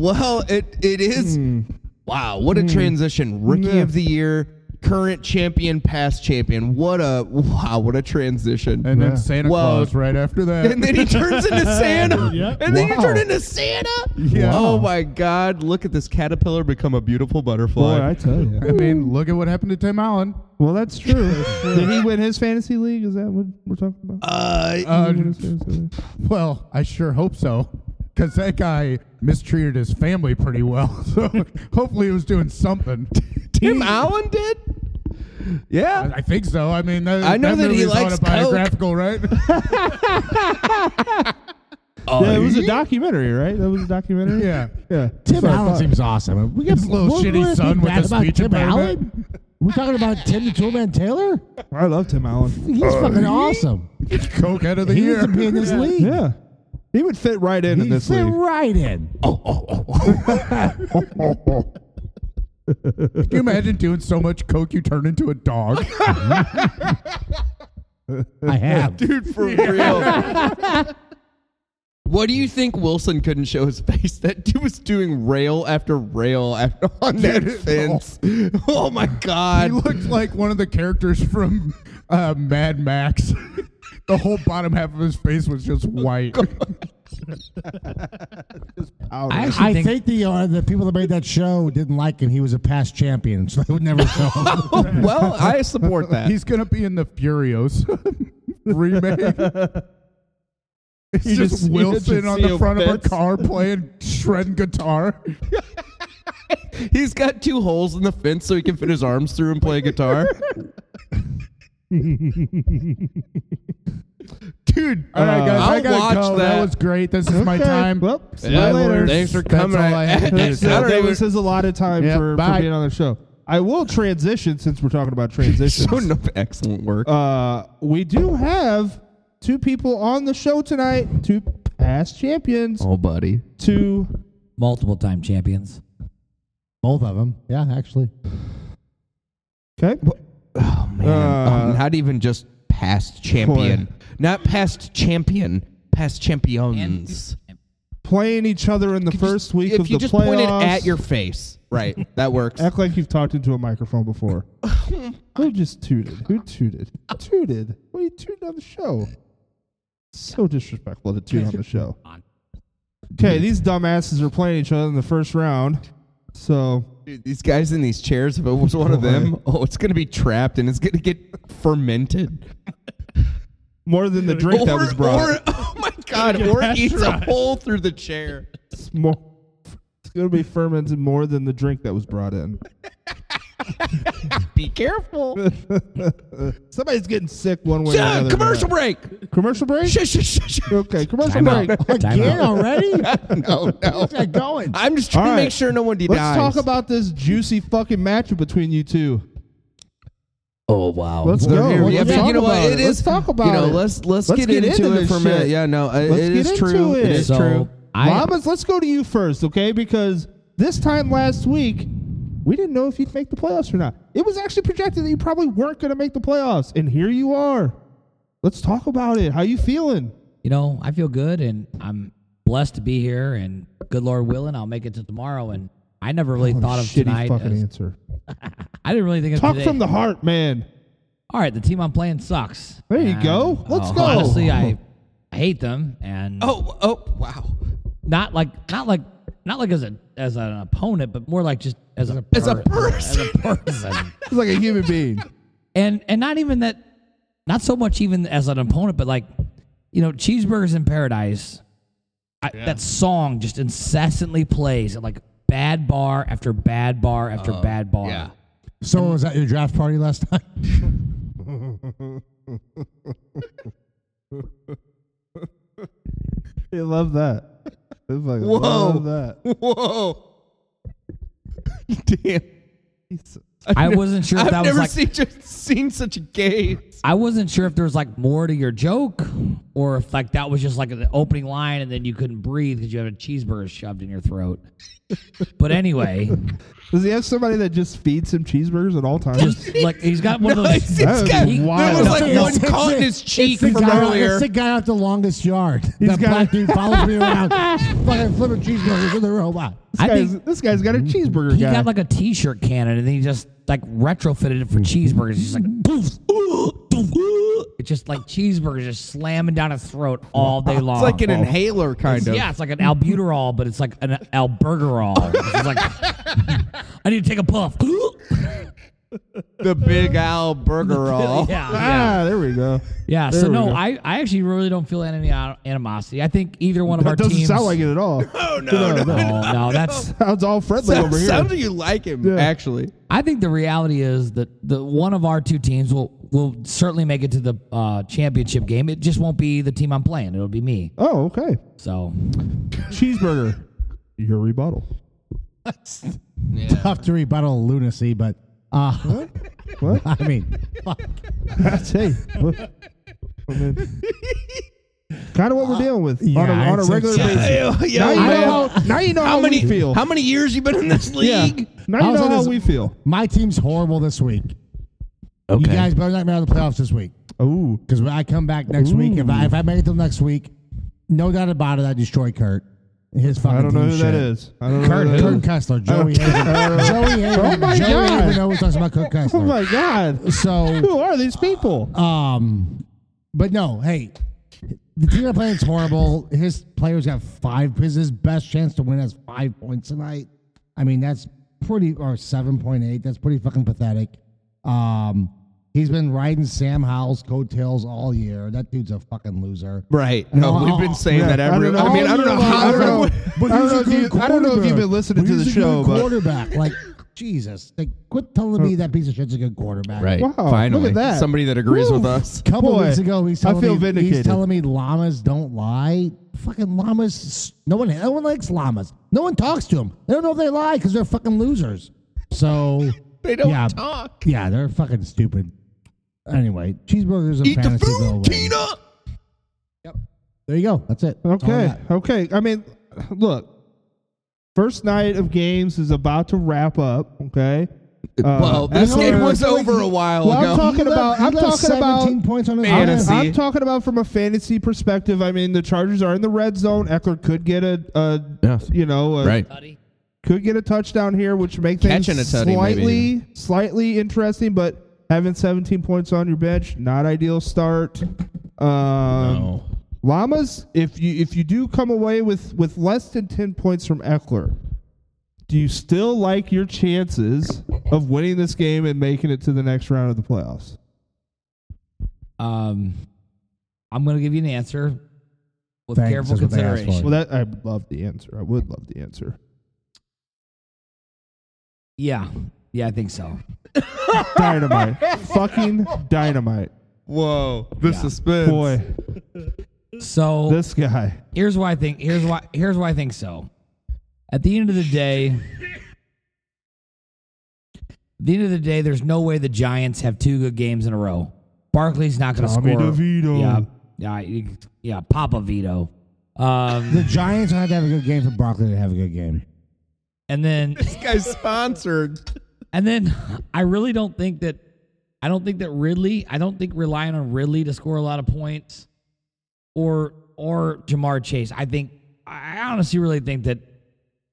Speaker 2: Well, it it is.
Speaker 8: Hmm.
Speaker 2: Wow, what a transition! Rookie of the year, current champion, past champion. What a wow! What a transition!
Speaker 8: And
Speaker 1: Yeah.
Speaker 8: then Santa
Speaker 2: Well-
Speaker 8: Claus right after that.
Speaker 2: And then he turns
Speaker 8: [LAUGHS]
Speaker 2: into Santa.
Speaker 10: [LAUGHS] Yep.
Speaker 2: And then you
Speaker 1: Wow.
Speaker 2: turn into Santa.
Speaker 8: Yeah.
Speaker 2: Oh my God! Look at this caterpillar become a beautiful butterfly.
Speaker 1: Boy, I tell you.
Speaker 8: I mean, look at what happened to Tim Allen.
Speaker 1: Well, that's
Speaker 8: [LAUGHS]
Speaker 1: true. Did he win his fantasy league? Is that what we're talking about?
Speaker 2: uh,
Speaker 1: Did
Speaker 8: Uh,
Speaker 1: he win his fantasy league?
Speaker 8: well, I sure hope so, because that guy mistreated his family pretty well. [LAUGHS] So hopefully, he was doing something.
Speaker 2: Tim Allen did. Yeah.
Speaker 8: I think so. I mean, that,
Speaker 2: I know that he
Speaker 8: movie's
Speaker 2: likes Coke.
Speaker 8: autobiographical, right? [LAUGHS]
Speaker 10: Oh,
Speaker 1: yeah, it was a documentary, right? That was a documentary.
Speaker 8: yeah.
Speaker 1: yeah.
Speaker 10: Tim
Speaker 1: So I
Speaker 10: Allen
Speaker 1: thought-
Speaker 10: seems awesome. We got
Speaker 8: His little
Speaker 10: we're-
Speaker 8: shitty
Speaker 10: we're gonna
Speaker 8: son
Speaker 10: be
Speaker 8: with
Speaker 10: mad
Speaker 8: a
Speaker 10: about
Speaker 8: speech
Speaker 10: Tim
Speaker 8: impediment.
Speaker 10: Allen. We're talking about Tim the Toolman Taylor.
Speaker 1: I love Tim Allen. Uh,
Speaker 10: He's fucking awesome.
Speaker 8: Coke out of the
Speaker 10: He
Speaker 8: year.
Speaker 10: needs to be in this league.
Speaker 1: Yeah, he would fit right in in
Speaker 10: He
Speaker 1: this
Speaker 10: fit
Speaker 1: league.
Speaker 10: right in.
Speaker 8: Can you imagine doing so much Coke you turn into
Speaker 2: [LAUGHS]
Speaker 8: a dog?
Speaker 10: I
Speaker 8: [LAUGHS]
Speaker 10: have.
Speaker 2: dude, for real. What do you think Wilson couldn't show his [LAUGHS] face? That dude was doing rail after rail after [LAUGHS] on that
Speaker 8: Dude,
Speaker 2: fence. [LAUGHS] Oh my
Speaker 8: he
Speaker 2: god!
Speaker 8: looked like one of the characters from uh, Mad Max. [LAUGHS] the whole bottom half of his face was just white. [LAUGHS]
Speaker 10: I,
Speaker 1: Outright.
Speaker 10: actually think, the uh, the people that made that show didn't like him. He was a past champion, so they would never show.
Speaker 2: [LAUGHS]
Speaker 10: him.
Speaker 2: Oh, well, I support that.
Speaker 8: He's gonna be in the Furios [LAUGHS]
Speaker 1: [LAUGHS]
Speaker 8: remake. It's
Speaker 1: You
Speaker 8: just
Speaker 1: just see- you
Speaker 8: Wilson
Speaker 1: just
Speaker 8: on
Speaker 1: see
Speaker 8: the
Speaker 1: a
Speaker 8: front of a
Speaker 1: fence.
Speaker 8: car playing shredding guitar.
Speaker 2: He's got two holes in the fence so he can fit his arms through and [LAUGHS] play guitar.
Speaker 1: [LAUGHS]
Speaker 10: [LAUGHS]
Speaker 8: Dude, all right, guys, I
Speaker 2: Uh, I'll
Speaker 8: gotta
Speaker 2: watch
Speaker 8: go.
Speaker 2: that.
Speaker 8: was great. This is my
Speaker 1: Okay,
Speaker 8: time.
Speaker 1: Well, see
Speaker 2: Yeah,
Speaker 1: you later.
Speaker 2: Thanks for
Speaker 8: That's
Speaker 2: coming.
Speaker 8: all I had to
Speaker 2: That's-
Speaker 8: say.
Speaker 2: I don't
Speaker 1: That
Speaker 2: even-
Speaker 1: was his allotted time
Speaker 8: Yeah,
Speaker 1: for, for
Speaker 8: bye.
Speaker 1: being on the show. I will transition since we're talking about
Speaker 2: [LAUGHS]
Speaker 1: transitions.
Speaker 2: so no, excellent work.
Speaker 1: uh, we do have two people on the show tonight, two past champions,
Speaker 2: oh, buddy.
Speaker 1: two
Speaker 11: Multiple time champions.
Speaker 10: Both of them, yeah, actually.
Speaker 1: okay,
Speaker 2: Oh man,
Speaker 1: Uh,
Speaker 2: Oh, not even just past champion, not past champion, past champions.
Speaker 1: playing each other in the first
Speaker 2: Just-
Speaker 1: week
Speaker 2: if
Speaker 1: of
Speaker 2: you
Speaker 1: the
Speaker 2: just
Speaker 1: playoffs.
Speaker 2: pointed at your face, right? That works.
Speaker 1: act like you've talked into a microphone
Speaker 2: [LAUGHS]
Speaker 1: before.
Speaker 2: Oh
Speaker 1: Who just tooted? Who tooted? Tooted? What are you tooting on the show? So disrespectful to toot on the show. Okay, these dumbasses are playing each other in the first round. So
Speaker 2: Dude, these guys in these chairs, if it was one of them, oh, it's going to be trapped and it's going to get fermented.
Speaker 1: more than the drink that was brought.
Speaker 2: or- [LAUGHS] oh my God, or eats a hole through the chair.
Speaker 1: It's more. It's gonna be fermented more than the drink that was brought
Speaker 2: [LAUGHS]
Speaker 1: in. [LAUGHS]
Speaker 2: Be careful.
Speaker 1: Somebody's getting sick one way or
Speaker 2: John,
Speaker 1: another.
Speaker 2: commercial break.
Speaker 1: Commercial break.
Speaker 2: Shh, shh, shh, shh.
Speaker 1: Okay, commercial
Speaker 11: Time
Speaker 1: break.
Speaker 11: out. Time
Speaker 10: Again
Speaker 11: out.
Speaker 10: already?
Speaker 2: [LAUGHS] No, no.
Speaker 10: Where's that going?
Speaker 2: I'm just trying
Speaker 1: All
Speaker 2: to make
Speaker 1: right.
Speaker 2: sure no one dies.
Speaker 1: Let's talk about this juicy fucking matchup between you two.
Speaker 11: Oh wow.
Speaker 1: Let's go.
Speaker 2: Here,
Speaker 1: Let's
Speaker 2: yeah, but
Speaker 1: talk
Speaker 2: you know what?
Speaker 1: about
Speaker 2: It is,
Speaker 1: Let's talk about
Speaker 2: you know,
Speaker 1: it.
Speaker 2: Let's let's,
Speaker 1: Let's
Speaker 2: get,
Speaker 1: get
Speaker 2: into,
Speaker 1: into
Speaker 2: it
Speaker 1: this
Speaker 2: for a minute.
Speaker 1: shit.
Speaker 2: Yeah, no, uh,
Speaker 1: Let's
Speaker 2: it
Speaker 1: get
Speaker 2: is
Speaker 1: into
Speaker 2: true.
Speaker 1: it.
Speaker 2: it is
Speaker 11: so
Speaker 2: true.
Speaker 11: I
Speaker 1: Llamas, let's go to you first, okay? Because this time last week, we didn't know if you'd make the playoffs or not. It was actually projected that you probably weren't going to make the playoffs, and here you are. Let's talk about it. How you feeling?
Speaker 11: you know, I feel good and I'm blessed to be here and good Lord willing I'll make it to tomorrow and I never really thought of
Speaker 1: Oh, Shitty
Speaker 11: tonight.
Speaker 1: fucking
Speaker 11: as-
Speaker 2: [LAUGHS]
Speaker 1: answer.
Speaker 11: I didn't really think of
Speaker 1: Talk
Speaker 11: today.
Speaker 1: from the heart, man.
Speaker 11: All right, the team I'm playing sucks. uh,
Speaker 1: There you go. Let's go.
Speaker 11: Honestly, I hate them and
Speaker 2: Oh, oh, wow.
Speaker 11: not like not like not like as a as an opponent, but more like just as a
Speaker 2: As a
Speaker 11: person. As a person.
Speaker 1: It's like a human being.
Speaker 11: and and not even that not so much even as an opponent but like you know cheeseburgers in paradise I, that song just incessantly plays at like bad bar after bad bar after
Speaker 1: Uh,
Speaker 2: Oh,
Speaker 11: bad bar.
Speaker 2: yeah.
Speaker 10: So was that your draft party last night?
Speaker 1: I love that. I fucking
Speaker 2: Whoa.
Speaker 1: love that. [LAUGHS]
Speaker 2: Whoa. Damn.
Speaker 11: I wasn't sure if
Speaker 2: [LAUGHS] I've
Speaker 11: that was
Speaker 2: never
Speaker 11: like
Speaker 2: seen, just seen such a gay.
Speaker 11: I wasn't sure if there was like more to your joke or if like that was just like the opening line and then you couldn't breathe because you had a cheeseburger shoved in your throat. but anyway,
Speaker 1: Does he have somebody that just feeds him cheeseburgers at all times?
Speaker 11: just like he's got one of
Speaker 1: [LAUGHS]
Speaker 2: No,
Speaker 11: those.
Speaker 2: [LAUGHS] it's-
Speaker 1: That
Speaker 2: it's
Speaker 1: is
Speaker 2: got-
Speaker 1: wild.
Speaker 2: There was like
Speaker 10: No,
Speaker 2: one
Speaker 10: it's-
Speaker 2: caught in
Speaker 10: it's-
Speaker 2: his cheek
Speaker 10: the
Speaker 2: from
Speaker 10: guy,
Speaker 2: earlier.
Speaker 10: It's the guy out the longest yard.
Speaker 1: got-
Speaker 10: that
Speaker 1: [LAUGHS]
Speaker 10: black dude follows me around, fucking flipping cheeseburgers in the robot.
Speaker 1: This,
Speaker 11: I
Speaker 1: guy's,
Speaker 11: think
Speaker 1: this guy's got a cheeseburger
Speaker 11: he
Speaker 1: guy.
Speaker 11: got like a T-shirt cannon and then he just like retrofitted it for
Speaker 1: Mm-hmm.
Speaker 11: cheeseburgers. He's like poof, ooh, poof, ooh. it's just like cheeseburgers just slamming down his throat all day long.
Speaker 2: It's like an inhaler, kind of.
Speaker 11: Yeah, it's like an albuterol, but it's like an albergerol. It's like [LAUGHS] I need to take a puff.
Speaker 2: The Big Al Burger Roll.
Speaker 11: [LAUGHS] yeah, yeah.
Speaker 1: ah, there we go.
Speaker 11: Yeah,
Speaker 1: There
Speaker 11: so
Speaker 1: we
Speaker 11: no,
Speaker 1: go.
Speaker 11: I, I actually really don't feel any ani- animosity. I think either one of our
Speaker 1: That doesn't
Speaker 11: teams.
Speaker 1: sound like it at all.
Speaker 2: [LAUGHS] Oh, no, no.
Speaker 11: No,
Speaker 1: [LAUGHS]
Speaker 11: no, that's.
Speaker 1: Sounds
Speaker 11: [LAUGHS]
Speaker 1: all friendly
Speaker 2: Sounds,
Speaker 1: over here.
Speaker 2: sounds like you like him,
Speaker 1: Yeah.
Speaker 2: actually.
Speaker 11: I think the reality is that the one of our two teams will will certainly make it to the uh, championship game. It just won't be the team I'm playing. It'll be me.
Speaker 1: oh, okay.
Speaker 11: So
Speaker 1: Cheeseburger. Your rebuttal.
Speaker 10: Tough to rebuttal lunacy, but uh, [LAUGHS]
Speaker 1: What?
Speaker 10: I mean, fuck.
Speaker 1: That's hey.
Speaker 2: [LAUGHS]
Speaker 1: kind of what we're dealing with on a,
Speaker 10: yeah,
Speaker 1: on a
Speaker 10: it's-
Speaker 1: regular
Speaker 10: it's-
Speaker 1: basis.
Speaker 2: Yo, yo,
Speaker 1: Now you,
Speaker 2: man.
Speaker 1: know how, now you know how,
Speaker 2: how many
Speaker 1: we feel.
Speaker 2: How many years you been in this
Speaker 1: yeah.
Speaker 2: league?
Speaker 1: Now
Speaker 10: I
Speaker 1: you
Speaker 10: was
Speaker 1: know
Speaker 10: on
Speaker 1: how
Speaker 10: this-
Speaker 1: we feel.
Speaker 10: my team's horrible this week. You guys better not make it out of the playoffs this week
Speaker 1: Ooh.
Speaker 10: because when I come back next week, if I, if I make it till next week, no doubt about it, I destroy Kurt. His fucking
Speaker 1: I don't know
Speaker 10: team's
Speaker 1: who that
Speaker 10: shit.
Speaker 1: is. I don't
Speaker 10: Kurt,
Speaker 1: know who that
Speaker 10: Kurt
Speaker 1: is. [LAUGHS]
Speaker 10: Kessler, Joey Haven. Joey Haven.
Speaker 1: Oh my
Speaker 10: Joey
Speaker 1: God.
Speaker 10: Haven always talks about Kurt
Speaker 1: [LAUGHS]
Speaker 10: Kessler.
Speaker 1: Oh my god.
Speaker 10: So,
Speaker 1: [LAUGHS] Who are these people?
Speaker 10: um, but no, hey, the team I'm playing is horrible. His players got five. His his best chance to win has five points tonight. I mean, that's pretty, or 7.8. That's pretty fucking pathetic. Um, he's been riding Sam Howell's coattails all year. That dude's a fucking loser.
Speaker 2: Right. No,
Speaker 10: No,
Speaker 2: we've been saying
Speaker 1: yeah,
Speaker 2: that every.
Speaker 1: I
Speaker 2: I,
Speaker 1: don't know.
Speaker 2: mean, I don't know how.
Speaker 1: I don't know.
Speaker 10: But
Speaker 1: I don't
Speaker 10: he's
Speaker 1: know
Speaker 10: a
Speaker 1: if you-
Speaker 10: good
Speaker 1: I don't know if you've
Speaker 10: quarterback.
Speaker 1: been listening
Speaker 10: But
Speaker 1: to the
Speaker 10: he's a good
Speaker 1: show, but-
Speaker 10: quarterback, like Jesus, like quit telling me that piece of shit's a good quarterback.
Speaker 2: Right.
Speaker 1: Wow, look at
Speaker 2: Finally,
Speaker 1: that.
Speaker 2: somebody that agrees with
Speaker 1: Woo.
Speaker 2: us.
Speaker 10: couple
Speaker 1: Boy,
Speaker 10: weeks ago, he's
Speaker 1: I
Speaker 10: telling
Speaker 1: feel
Speaker 10: me
Speaker 1: vindicated.
Speaker 10: he's telling me llamas don't lie. Fucking llamas. No one, no one likes llamas. No one talks to them. They don't know if they lie because they're fucking losers. So
Speaker 2: [LAUGHS] They don't
Speaker 10: yeah,
Speaker 2: talk.
Speaker 10: Yeah, they're fucking stupid. Anyway, cheeseburgers and
Speaker 2: Eat the
Speaker 10: fantasy
Speaker 2: food,
Speaker 10: go away.
Speaker 2: Tina.
Speaker 10: There you go. That's it. That's all I
Speaker 1: Okay.
Speaker 10: got.
Speaker 1: Okay. I mean, look. First night of games is about to wrap up. Okay. Uh,
Speaker 2: well, this
Speaker 1: as
Speaker 2: game
Speaker 1: far-
Speaker 2: was over a while
Speaker 1: Well, I'm
Speaker 2: ago.
Speaker 1: talking
Speaker 10: He left-
Speaker 1: about-
Speaker 10: he
Speaker 1: I'm
Speaker 10: left
Speaker 1: talking about
Speaker 10: 17 points on his
Speaker 2: fantasy.
Speaker 10: on his-
Speaker 1: I'm talking about from a fantasy perspective. I mean, the Chargers are in the red zone. Eckler could get a, a
Speaker 2: Yes.
Speaker 1: you know, a,
Speaker 2: right.
Speaker 1: could get a touchdown here, which would make things
Speaker 2: Catching a tutty,
Speaker 1: slightly,
Speaker 2: maybe.
Speaker 1: slightly interesting. But having 17 points on your bench, not ideal start. Um,
Speaker 2: No.
Speaker 1: Llamas, if you if you do come away with with less than 10 points from Eckler, do you still like your chances of winning this game and making it to the next round of the playoffs?
Speaker 11: um, I'm going to give you an answer with
Speaker 10: Thanks,
Speaker 11: careful
Speaker 10: that's what they asked
Speaker 11: consideration.
Speaker 10: for.
Speaker 1: Well, that I would love the answer. I would love the answer.
Speaker 11: Yeah, yeah, I think so.
Speaker 1: Dynamite, fucking dynamite,
Speaker 2: Whoa. The suspense.
Speaker 1: boy.
Speaker 11: So
Speaker 1: This guy.
Speaker 11: here's why I think here's why here's why I think so. At the end of the day, at the end of the day, there's no way the Giants have two good games in a row. Barkley's not going to
Speaker 1: Tommy
Speaker 11: score.
Speaker 1: DeVito.
Speaker 11: Yeah, yeah, you- yeah. Papa Vito. Um,
Speaker 10: The Giants don't have to have a good game for Barkley to have a good game.
Speaker 11: and then
Speaker 2: [LAUGHS] This guy's sponsored.
Speaker 11: and then I really don't think that I don't think that Ridley. I don't think relying on Ridley to score a lot of points or or Jamar Chase. I think I honestly really think that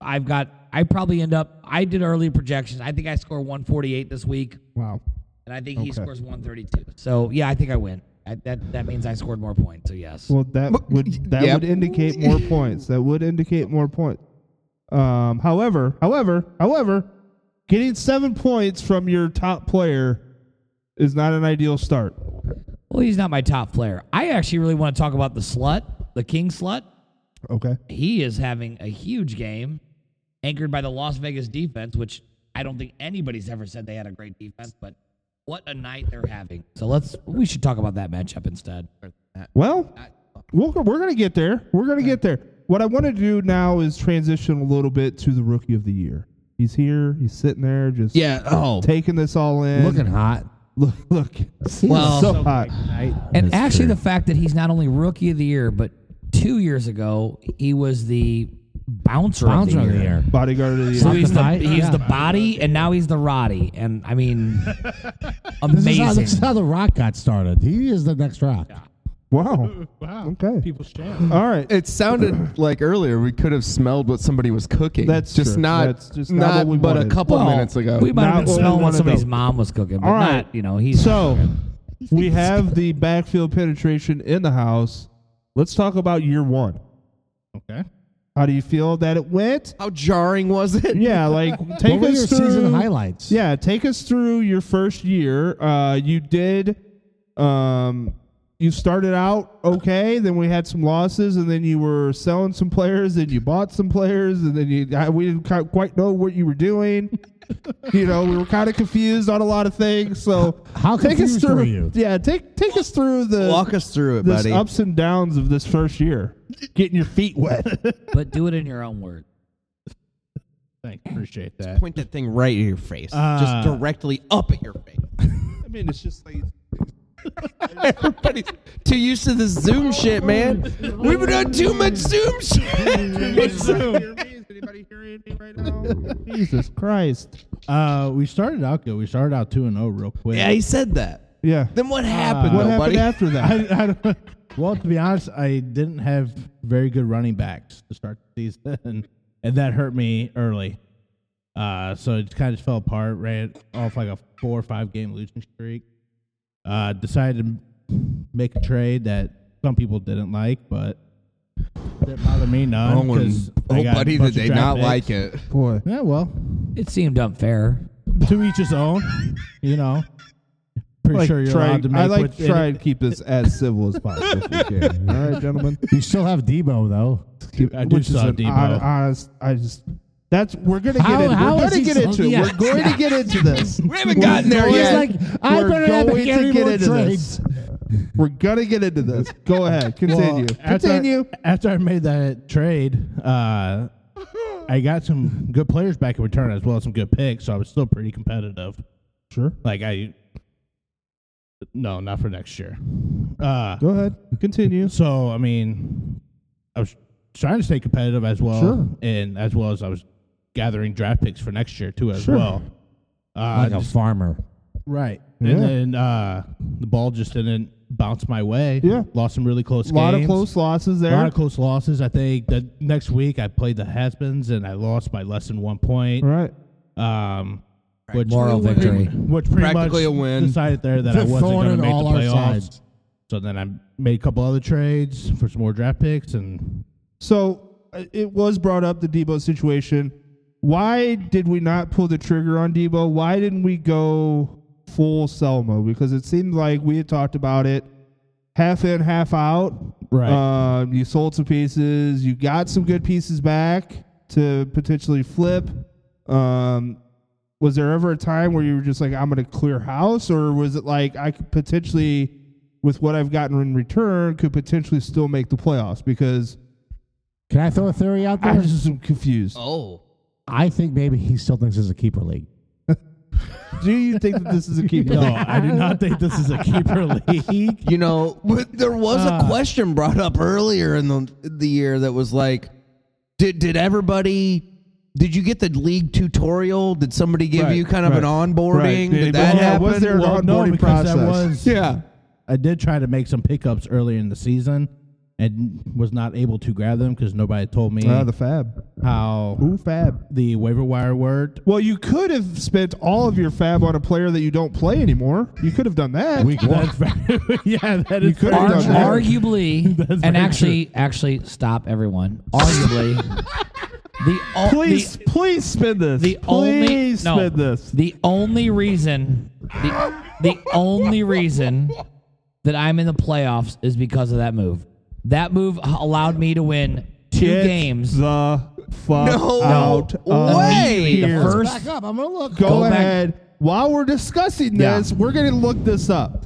Speaker 11: I've got. I probably end up. I did early projections. I think I score 148 this week,
Speaker 1: Wow.
Speaker 11: and I think he scores 132. So yeah, I think I win. I, that that means I scored more points. So yes.
Speaker 1: Well, that would that
Speaker 2: yep.
Speaker 1: would indicate more points. That would indicate more points. Um, however, however, however, getting seven points from your top player is not an ideal start.
Speaker 11: Well, he's not my top player. I actually really want to talk about the slut, the king slut.
Speaker 1: Okay.
Speaker 11: He is having a huge game, anchored by the Las Vegas defense, which I don't think anybody's ever said they had a great defense, but what a night they're having. So let's we should talk about that matchup instead.
Speaker 1: Well, we'll we're going to get there. We're going to get there. What I want to do now is transition a little bit to the rookie of the year. He's here. He's sitting there, just
Speaker 2: Yeah, oh.
Speaker 1: taking this all in,
Speaker 10: Looking hot.
Speaker 1: Look, look, he's
Speaker 11: Well-
Speaker 1: so
Speaker 11: So
Speaker 1: hot.
Speaker 11: And
Speaker 10: That's
Speaker 11: actually,
Speaker 10: true.
Speaker 11: the fact that he's not only rookie of the year, but two years ago he was the bouncer,
Speaker 10: Bouncer
Speaker 11: of the year.
Speaker 1: Bodyguard of the
Speaker 11: So
Speaker 1: year.
Speaker 11: he's the,
Speaker 10: Right?
Speaker 11: he's
Speaker 10: Yeah.
Speaker 11: the body, and now he's the Roddy. And I
Speaker 10: [LAUGHS]
Speaker 11: mean, amazing.
Speaker 10: This is, how, this is how the rock got started. He is the next rock.
Speaker 1: Wow.
Speaker 12: Wow.
Speaker 1: Okay.
Speaker 12: People
Speaker 11: Mm-hmm.
Speaker 12: stand.
Speaker 1: [LAUGHS] All right.
Speaker 13: It
Speaker 1: [LAUGHS]
Speaker 13: sounded like earlier we could have smelled what somebody was cooking.
Speaker 1: That's
Speaker 13: just
Speaker 1: true.
Speaker 13: not
Speaker 1: That's just not
Speaker 13: not,
Speaker 1: what we
Speaker 13: but
Speaker 1: wanted.
Speaker 13: a couple
Speaker 11: Well,
Speaker 13: minutes ago.
Speaker 11: We might
Speaker 1: Not
Speaker 11: have been
Speaker 1: what we
Speaker 11: smelling what
Speaker 1: wanted,
Speaker 11: somebody's
Speaker 1: though.
Speaker 11: mom was cooking, but
Speaker 1: All
Speaker 11: not,
Speaker 1: right.
Speaker 11: you know, he's
Speaker 1: so we have the backfield penetration in the house. Let's talk about year one.
Speaker 14: Okay.
Speaker 1: How do you feel that it went?
Speaker 13: How jarring was it?
Speaker 1: Yeah, like
Speaker 10: What
Speaker 1: take
Speaker 10: were
Speaker 1: us
Speaker 10: your
Speaker 1: through
Speaker 10: season highlights?
Speaker 1: Yeah, take us through your first year. Uh, you did. Um, you started out okay. Then we had some losses, and then you were selling some players, and you bought some players, and then you I, we didn't ki- quite know what you were
Speaker 14: [LAUGHS]
Speaker 1: doing. you know, we were kind of confused on a lot of things. So
Speaker 10: How
Speaker 1: take us
Speaker 10: confused
Speaker 1: through.
Speaker 10: were you?
Speaker 1: Yeah, take take us through the
Speaker 13: Walk us through it,
Speaker 1: this
Speaker 13: buddy.
Speaker 1: ups and downs of this first year. Getting your
Speaker 14: [LAUGHS]
Speaker 1: feet wet.
Speaker 11: [LAUGHS] but do it in your own words.
Speaker 14: Thanks. Appreciate that.
Speaker 2: Point that thing right at your face,
Speaker 14: Uh,
Speaker 2: just directly up at your
Speaker 13: [LAUGHS]
Speaker 2: face.
Speaker 1: I mean, it's just like
Speaker 2: Everybody's too used to this Zoom shit, man. We've done too much Zoom shit.
Speaker 1: Is anybody hearing me right now? Jesus Christ.
Speaker 14: Uh, we started out good. We started out two and zero real quick.
Speaker 2: yeah, he said that.
Speaker 1: Yeah.
Speaker 2: Then what happened,
Speaker 1: Uh, what happened
Speaker 2: though, buddy?
Speaker 1: after that?
Speaker 14: I, [LAUGHS] I don't, well, to be honest, I didn't have very good running backs to start the season, [LAUGHS] and that hurt me early. Uh, so it kind of fell apart. Ran off like a four or five game losing streak. Uh, decided to make a trade that some people didn't like, but didn't bother me none.
Speaker 13: Oh, and,
Speaker 14: 'cause I
Speaker 13: oh
Speaker 14: got a
Speaker 13: buddy,
Speaker 14: bunch
Speaker 13: did
Speaker 14: of
Speaker 13: they
Speaker 14: draft
Speaker 13: not
Speaker 14: picks.
Speaker 13: like it?
Speaker 1: Boy.
Speaker 14: Yeah, well,
Speaker 11: It seemed unfair.
Speaker 14: to each his own. You know, pretty
Speaker 1: Like,
Speaker 14: sure you're
Speaker 1: try-
Speaker 14: allowed to make.
Speaker 1: I like
Speaker 14: what-
Speaker 1: to try and keep this as civil as possible if we
Speaker 2: [LAUGHS]
Speaker 1: can. All right, gentlemen.
Speaker 10: You still have Debo though.
Speaker 1: Keep-
Speaker 14: I do
Speaker 1: which is
Speaker 14: saw
Speaker 1: an
Speaker 14: Debo.
Speaker 1: hon- honest, I just that's we're gonna get
Speaker 10: How-
Speaker 1: into
Speaker 10: how
Speaker 1: we're
Speaker 10: is
Speaker 1: gonna
Speaker 10: he
Speaker 1: get
Speaker 10: so-
Speaker 1: into it.
Speaker 10: yeah.
Speaker 1: We're going to get into this.
Speaker 2: We haven't gotten there
Speaker 1: We're
Speaker 2: yet.
Speaker 1: going-
Speaker 10: He's like, I
Speaker 1: we're
Speaker 10: better not
Speaker 1: going
Speaker 10: make any
Speaker 1: to get
Speaker 10: more
Speaker 1: into this. We're gonna get into this. Go ahead. Continue.
Speaker 14: after-
Speaker 1: Continue.
Speaker 14: After I made that trade, uh, I got some good players back in return as well as some good picks, so I was still pretty competitive.
Speaker 1: Sure.
Speaker 14: Like I, no, not for next year. Uh,
Speaker 1: Go ahead. Continue.
Speaker 14: [LAUGHS] so I mean, I was trying to stay competitive as well,
Speaker 1: Sure.
Speaker 14: and as well as I was gathering draft picks for next year too, as
Speaker 1: Sure.
Speaker 14: well. Uh,
Speaker 10: Like a farmer.
Speaker 14: right,
Speaker 1: Yeah.
Speaker 14: and then uh, the ball just didn't bounce my way.
Speaker 1: Yeah.
Speaker 14: lost some really close.
Speaker 1: A lot of
Speaker 14: games.
Speaker 1: close losses
Speaker 14: A lot
Speaker 1: there.
Speaker 14: of close losses. I think the next week I played the Haspins and I lost by less than one point.
Speaker 1: All right.
Speaker 14: Um, which
Speaker 11: Moral
Speaker 14: which-
Speaker 11: victory.
Speaker 14: which pretty
Speaker 13: Practically
Speaker 14: much
Speaker 13: a win.
Speaker 14: decided
Speaker 1: [LAUGHS]
Speaker 14: there that I wasn't going
Speaker 10: Thorn
Speaker 14: to
Speaker 10: in
Speaker 14: make the
Speaker 10: all our
Speaker 14: playoffs.
Speaker 10: sides.
Speaker 14: So then I made a couple other trades for some more draft picks, and
Speaker 1: So uh, it was brought up the Debo situation. Why did we not pull the trigger on Debo? Why didn't we go full Selma? Because it seemed like we had talked about it half in, half out.
Speaker 14: Right.
Speaker 1: Um, you sold some pieces. You got some good pieces back to potentially flip. Um, was there ever a time where you were just like, I'm going to clear house? Or was it like, I could potentially, with what I've gotten in return, could potentially still make the playoffs? Because
Speaker 10: Can I throw a theory out
Speaker 1: I
Speaker 10: there?
Speaker 1: just am confused.
Speaker 2: Oh,
Speaker 10: I think maybe he still thinks it's a keeper league.
Speaker 1: Do you think that this is a keeper?
Speaker 14: no, I do not think this is a keeper league. Uh.
Speaker 2: you know, but there was a question brought up earlier in the the year that was like, did did everybody? Did you get the league tutorial? Did somebody give
Speaker 1: Right,
Speaker 2: you kind of
Speaker 1: right,
Speaker 2: an onboarding?
Speaker 1: right. Did
Speaker 2: Did that
Speaker 1: anybody-
Speaker 2: happen?
Speaker 1: was there an
Speaker 14: Well, no,
Speaker 1: onboarding
Speaker 14: because that
Speaker 1: process?
Speaker 14: was
Speaker 2: yeah.
Speaker 14: I did try to make some pickups earlier in the season and was not able to grab them because nobody told me
Speaker 1: Ah, the fab.
Speaker 14: how
Speaker 1: Ooh, fab.
Speaker 14: the waiver wire worked.
Speaker 1: Well, you could have spent all of your fab on a player that you don't play anymore. You could have done that.
Speaker 14: That's
Speaker 1: [LAUGHS]
Speaker 14: very, yeah, that is
Speaker 1: could
Speaker 14: very
Speaker 1: have
Speaker 11: Arg-
Speaker 1: done that.
Speaker 14: true.
Speaker 1: [LAUGHS]
Speaker 11: arguably, and
Speaker 14: very
Speaker 11: actually, actually, stop everyone.
Speaker 1: [LAUGHS]
Speaker 11: Arguably, the o-
Speaker 1: please,
Speaker 11: the,
Speaker 1: please spin this.
Speaker 11: the only
Speaker 1: please
Speaker 11: no,
Speaker 1: spin this.
Speaker 11: the only reason the the only reason that I'm in the playoffs is because of that move. That move h- allowed me to win two two
Speaker 1: Get
Speaker 11: games.
Speaker 1: The fuck
Speaker 11: No
Speaker 1: out of
Speaker 11: way. The
Speaker 1: here.
Speaker 11: first-
Speaker 10: Back up. I'm gonna look.
Speaker 1: Go,
Speaker 11: Go back-
Speaker 1: ahead. While we're discussing
Speaker 11: Yeah.
Speaker 1: this, we're gonna look this up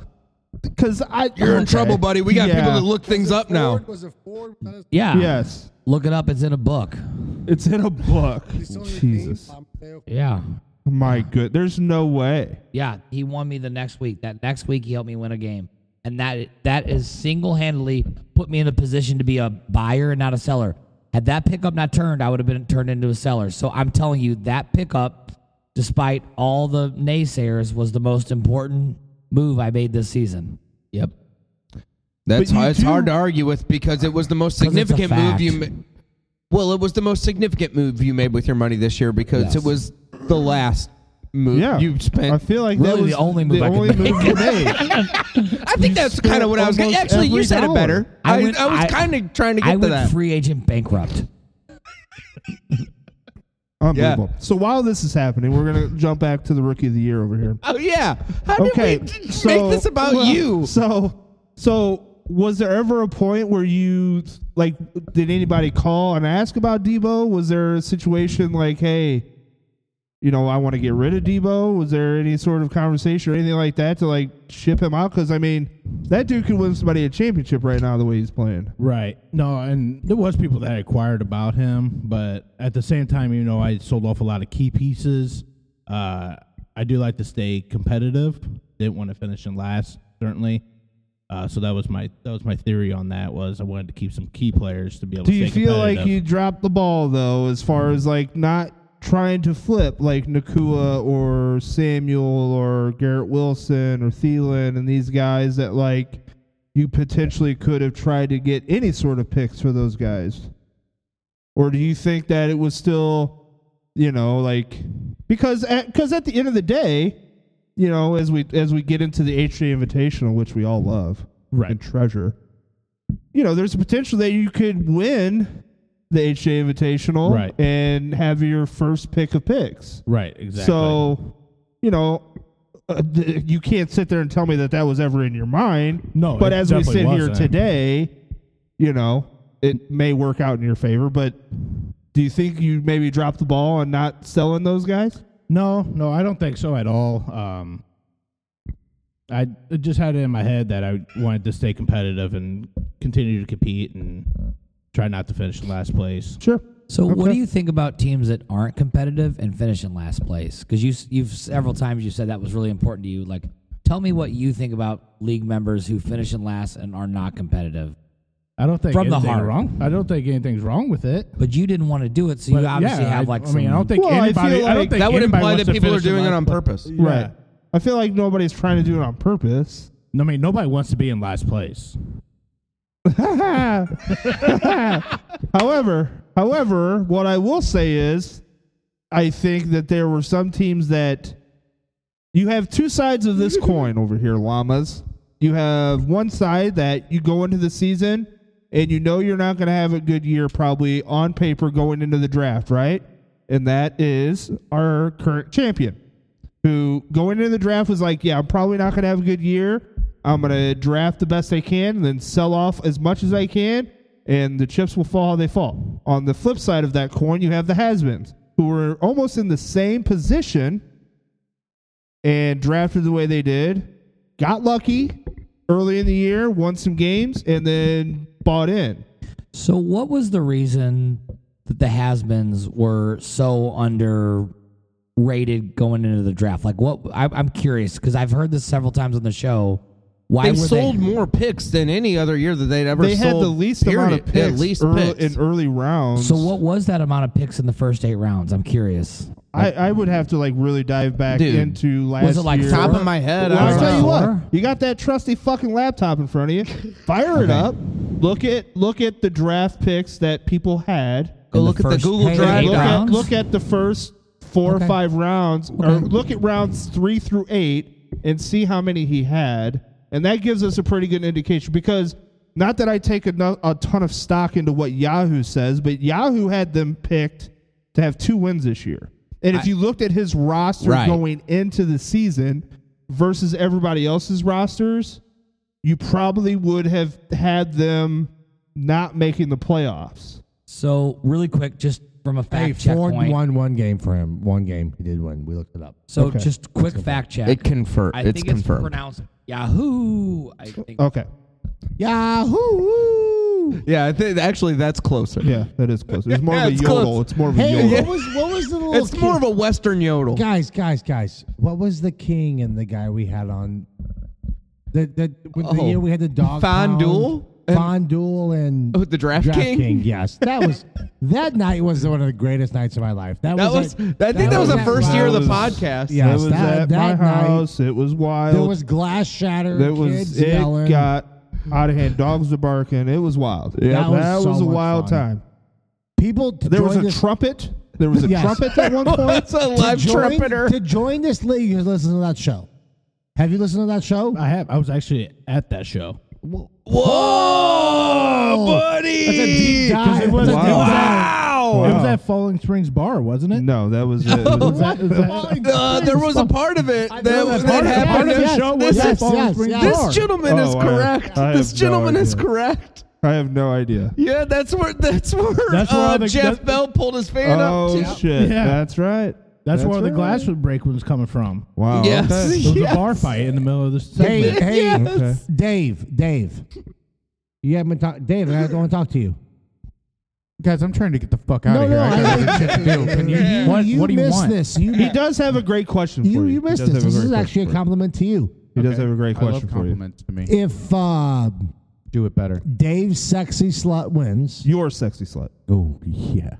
Speaker 1: because I
Speaker 2: You're in
Speaker 1: okay.
Speaker 2: trouble, buddy. We got people
Speaker 1: Yeah.
Speaker 2: that look things up now.
Speaker 10: Was it Ford?
Speaker 11: Yeah.
Speaker 1: Yes,
Speaker 11: Look it up. It's in a book.
Speaker 1: it's in a book. Jesus,
Speaker 11: Yeah.
Speaker 1: my good. There's no way.
Speaker 11: Yeah. He won me the next week. That next week he helped me win a game. And that that is single handedly put me in a position to be a buyer and not a seller. Had that pickup not turned, I would have been turned into a seller. So I'm telling you, that pickup, despite all the naysayers, was the most important move I made this season.
Speaker 2: Yep. That's
Speaker 1: But you
Speaker 2: hard, it's
Speaker 1: do-
Speaker 2: hard to argue with because it was the most
Speaker 11: 'Cause it's a
Speaker 2: significant move
Speaker 11: fact.
Speaker 2: you. Ma- well, it was the most significant move you made with your money this year because
Speaker 11: Yes.
Speaker 2: it was the last move
Speaker 1: Yeah,
Speaker 2: you
Speaker 1: I
Speaker 2: spent.
Speaker 1: feel like that
Speaker 11: Really
Speaker 1: was
Speaker 11: the only move I could
Speaker 1: only
Speaker 11: make.
Speaker 1: move
Speaker 2: [LAUGHS]
Speaker 1: you made.
Speaker 2: I think that's kind of what I was. Gonna,
Speaker 1: almost
Speaker 2: actually, you
Speaker 1: every
Speaker 2: said it
Speaker 1: dollar.
Speaker 2: better. I,
Speaker 11: went-
Speaker 2: I, was kind of trying to get
Speaker 11: I
Speaker 2: to
Speaker 11: went
Speaker 2: that.
Speaker 11: free agent bankrupt.
Speaker 1: [LAUGHS] Unbelievable. So while this is happening, we're gonna jump back to the rookie of the year over here.
Speaker 2: oh yeah. How did
Speaker 1: okay,
Speaker 2: we d-
Speaker 1: so,
Speaker 2: make this about
Speaker 1: well,
Speaker 2: you?
Speaker 1: So, so was there ever a point where you like? Did anybody call and ask about Debo? Was there a situation like, hey, you know, I want to get rid of Debo? Was there any sort of conversation or anything like that to like ship him out? Because I mean, that dude could win somebody a championship right now the way he's playing.
Speaker 14: Right. No, and there was people that inquired about him, but at the same time, you know, I sold off a lot of key pieces. Uh, I do like to stay competitive. Didn't want to finish in last, certainly. Uh, so that was my that was my theory on that was I wanted to keep some key players to be able.
Speaker 1: Do
Speaker 14: to
Speaker 1: you
Speaker 14: stay
Speaker 1: feel like
Speaker 14: competitive.
Speaker 1: you dropped the ball though, as far as like not trying to flip like Nakua or Samuel or Garrett Wilson or Thielen and these guys that like you potentially could have tried to get any sort of picks for those guys? Or do you think that it was still, you know, like because at, cause at the end of the day, you know, as we as we get into the HJ Invitational, which we all love
Speaker 14: Right.
Speaker 1: and treasure, you know, there's a potential that you could win the HJ Invitational
Speaker 14: Right.
Speaker 1: and have your first pick of picks.
Speaker 14: right exactly
Speaker 1: So, you know, uh, th- you can't sit there and tell me that that was ever in your mind.
Speaker 14: No,
Speaker 1: but
Speaker 14: it
Speaker 1: as we
Speaker 14: definitely
Speaker 1: sit here
Speaker 14: wasn't.
Speaker 1: today, you know, it may work out in your favor. But do you think you maybe dropped the ball on not selling those guys?
Speaker 14: No, no, I don't think so at all. Um, I I just had it in my head that I wanted to stay competitive and continue to compete and try not to finish in last place.
Speaker 1: Sure.
Speaker 11: So, what
Speaker 1: Okay.
Speaker 11: do you think about teams that aren't competitive and finish in last place? Because you s- you've several times you said that was really important to you. Like, tell me what you think about league members who finish in last and are not competitive.
Speaker 14: I don't think
Speaker 11: From the
Speaker 14: anything
Speaker 11: heart.
Speaker 14: wrong. I don't think anything's wrong with it.
Speaker 11: But you didn't want to do it, so
Speaker 14: But
Speaker 11: you obviously
Speaker 14: yeah,
Speaker 11: have
Speaker 14: I-
Speaker 11: like
Speaker 14: I,
Speaker 11: some.
Speaker 14: mean, I don't think
Speaker 1: Well, I
Speaker 14: anybody.
Speaker 1: feel
Speaker 14: I don't
Speaker 1: like-
Speaker 14: think
Speaker 2: That would
Speaker 14: anybody
Speaker 2: imply
Speaker 14: wants
Speaker 2: that
Speaker 14: to
Speaker 2: people are
Speaker 14: finish in
Speaker 2: doing it
Speaker 14: last
Speaker 2: on
Speaker 14: place.
Speaker 2: purpose.
Speaker 14: Yeah.
Speaker 1: Right. I feel like nobody's trying to do it on purpose.
Speaker 14: No, I mean, nobody wants to be in last place.
Speaker 1: [LAUGHS] However, however, what I will say is, I think that there were some teams that you have two sides of this coin over here, llamas. You have one side that you go into the season and you know you're not going to have a good year, probably on paper going into the draft, right? And that is our current champion, who going into the draft was like, yeah, I'm probably not going to have a good year. I'm going to draft the best I can and then sell off as much as I can, and the chips will fall how they fall. On the flip side of that coin, you have the has-beens, who were almost in the same position and drafted the way they did, got lucky early in the year, won some games, and then bought in.
Speaker 11: So, what was the reason that the Hasmans were so underrated going into the draft? Like, what? I, I'm curious because I've heard this several times on the show. Why
Speaker 2: They've
Speaker 11: were
Speaker 2: sold
Speaker 11: they,
Speaker 2: more picks than any other year that they'd ever
Speaker 1: they had
Speaker 2: sold.
Speaker 1: the least amount of
Speaker 2: period. They had
Speaker 1: picks,
Speaker 2: least
Speaker 1: early,
Speaker 2: picks.
Speaker 1: in early rounds.
Speaker 11: So, what was that amount of picks in the first eight rounds? I'm curious.
Speaker 1: I, I would have to like really dive back
Speaker 2: Dude.
Speaker 1: into last
Speaker 11: Was it like
Speaker 1: year.
Speaker 2: Top of my head,
Speaker 1: Well,
Speaker 2: I
Speaker 1: I'll
Speaker 2: don't
Speaker 1: tell
Speaker 2: know.
Speaker 1: you
Speaker 11: Four?
Speaker 1: what. You got that trusty fucking laptop in front of you. Fire it up. Look at look at the draft picks that people had.
Speaker 2: Go
Speaker 11: in the
Speaker 2: look at the
Speaker 11: first
Speaker 2: Google
Speaker 11: eight
Speaker 2: Drive.
Speaker 11: rounds?
Speaker 1: Look at,
Speaker 11: rounds?
Speaker 1: look at the first four
Speaker 11: Okay.
Speaker 1: or five rounds, or
Speaker 11: Okay.
Speaker 1: look at rounds three through eight, and see how many he had, and that gives us a pretty good indication. Because not that I take a, no- a ton of stock into what Yahoo says, but Yahoo had them picked to have two wins this year, and if you looked at his roster
Speaker 2: Right.
Speaker 1: going into the season versus everybody else's rosters, you probably would have had them not making the playoffs.
Speaker 11: So really quick, just from a
Speaker 10: Hey,
Speaker 11: fact check
Speaker 10: Ford
Speaker 11: point.
Speaker 10: won one game for him. One game he did win. We looked it up.
Speaker 11: So just quick fact check.
Speaker 10: It confer-
Speaker 11: I
Speaker 10: it's
Speaker 11: think
Speaker 10: confirmed.
Speaker 11: It's pronounced Yahoo. I think.
Speaker 1: Okay.
Speaker 10: Yahoo!
Speaker 2: Yeah, I think actually that's closer.
Speaker 1: Yeah, that is closer. It's more of a
Speaker 2: [LAUGHS] it's
Speaker 1: yodel.
Speaker 2: close.
Speaker 1: It's more of a
Speaker 10: Hey,
Speaker 1: yodel.
Speaker 10: what was what was the little?
Speaker 2: It's more of a Western yodel.
Speaker 10: Guys, guys, guys. What was the king and the guy we had on? The the, when the
Speaker 2: Oh.
Speaker 10: year we had the dog.
Speaker 2: Fondue and-
Speaker 10: Fond Duel and
Speaker 2: Oh, the Draft King?
Speaker 10: Yes, that was [LAUGHS] that night was one of the greatest nights of my life. That,
Speaker 2: That
Speaker 10: was.
Speaker 2: was- I think that was the
Speaker 10: at
Speaker 2: first year of the
Speaker 10: Lowe's.
Speaker 2: podcast.
Speaker 10: Yes,
Speaker 1: it was
Speaker 10: that,
Speaker 1: at
Speaker 10: that
Speaker 1: my
Speaker 10: night,
Speaker 1: house. It was wild.
Speaker 10: There was glass shattered.
Speaker 1: There was
Speaker 10: kids
Speaker 1: it
Speaker 10: yelling.
Speaker 1: got out of hand. Dogs were barking. It was wild.
Speaker 10: Yeah. That was so
Speaker 1: a
Speaker 10: much
Speaker 1: wild
Speaker 10: fun.
Speaker 1: time.
Speaker 10: People. to
Speaker 1: There was
Speaker 10: join
Speaker 1: a
Speaker 10: this-
Speaker 1: trumpet. There was a
Speaker 10: Yes.
Speaker 1: trumpet at
Speaker 14: [LAUGHS]
Speaker 10: [LAUGHS]
Speaker 1: one point.
Speaker 2: That's a
Speaker 10: To
Speaker 2: live
Speaker 10: join-
Speaker 2: trumpeter.
Speaker 10: To join this league, you listen to that show. Have you listened to that show?
Speaker 14: I have. I was actually at that show.
Speaker 10: Oh,
Speaker 1: Oh,
Speaker 14: Oh,
Speaker 2: Whoa, Oh, buddy!
Speaker 10: That's a deep
Speaker 14: Because
Speaker 10: dive.
Speaker 14: it was,
Speaker 1: Wow.
Speaker 14: it was
Speaker 2: Wow.
Speaker 14: At, it was at Falling Springs Bar, wasn't it?
Speaker 1: No, that was it. It
Speaker 14: Was
Speaker 1: was-
Speaker 14: that- was that-
Speaker 2: Uh, there was a part of it that,
Speaker 10: know that
Speaker 2: that,
Speaker 10: part of-
Speaker 2: happened.
Speaker 10: part of the show was
Speaker 2: this,
Speaker 10: at Falling
Speaker 2: this
Speaker 10: Springs Bar.
Speaker 2: gentleman is
Speaker 1: Oh, I-
Speaker 2: correct.
Speaker 1: I
Speaker 2: this
Speaker 1: have no
Speaker 2: gentleman is
Speaker 1: idea.
Speaker 2: correct.
Speaker 1: I have no idea.
Speaker 2: Yeah, that's where that's where,
Speaker 14: That's where
Speaker 2: uh,
Speaker 14: all the-
Speaker 2: Jeff
Speaker 14: that-
Speaker 2: Bell pulled his fan
Speaker 1: Oh
Speaker 2: up. To.
Speaker 1: shit!
Speaker 14: Yeah.
Speaker 1: That's right.
Speaker 14: that's, where the
Speaker 1: right.
Speaker 14: glass would break was coming from.
Speaker 1: Wow.
Speaker 2: Yes.
Speaker 1: okay.
Speaker 14: It was
Speaker 2: Yes.
Speaker 14: a bar fight in the middle of the
Speaker 10: Hey,
Speaker 14: segment.
Speaker 10: hey,
Speaker 1: Okay.
Speaker 10: Dave, Dave. You haven't talked, Dave. I don't want to talk to you.
Speaker 8: Guys, I'm trying to get the fuck out
Speaker 10: No,
Speaker 8: of
Speaker 10: no,
Speaker 8: here. I
Speaker 10: I-
Speaker 8: got other shit to do. Can you,
Speaker 10: You,
Speaker 8: what,
Speaker 10: you
Speaker 8: what do you
Speaker 10: missed
Speaker 8: want?
Speaker 10: this. You,
Speaker 1: He does have a great question for you.
Speaker 10: you,
Speaker 1: He
Speaker 10: you missed
Speaker 1: does
Speaker 10: this.
Speaker 1: have
Speaker 10: This
Speaker 1: great
Speaker 10: is
Speaker 1: question
Speaker 10: actually a
Speaker 1: for you.
Speaker 10: compliment to you.
Speaker 1: [LAUGHS] He does have a great
Speaker 8: I love
Speaker 1: question for you.
Speaker 8: compliments to me.
Speaker 10: If uh,
Speaker 8: do it better.
Speaker 10: Dave's sexy slut wins,
Speaker 1: You're a sexy slut.
Speaker 10: oh yeah,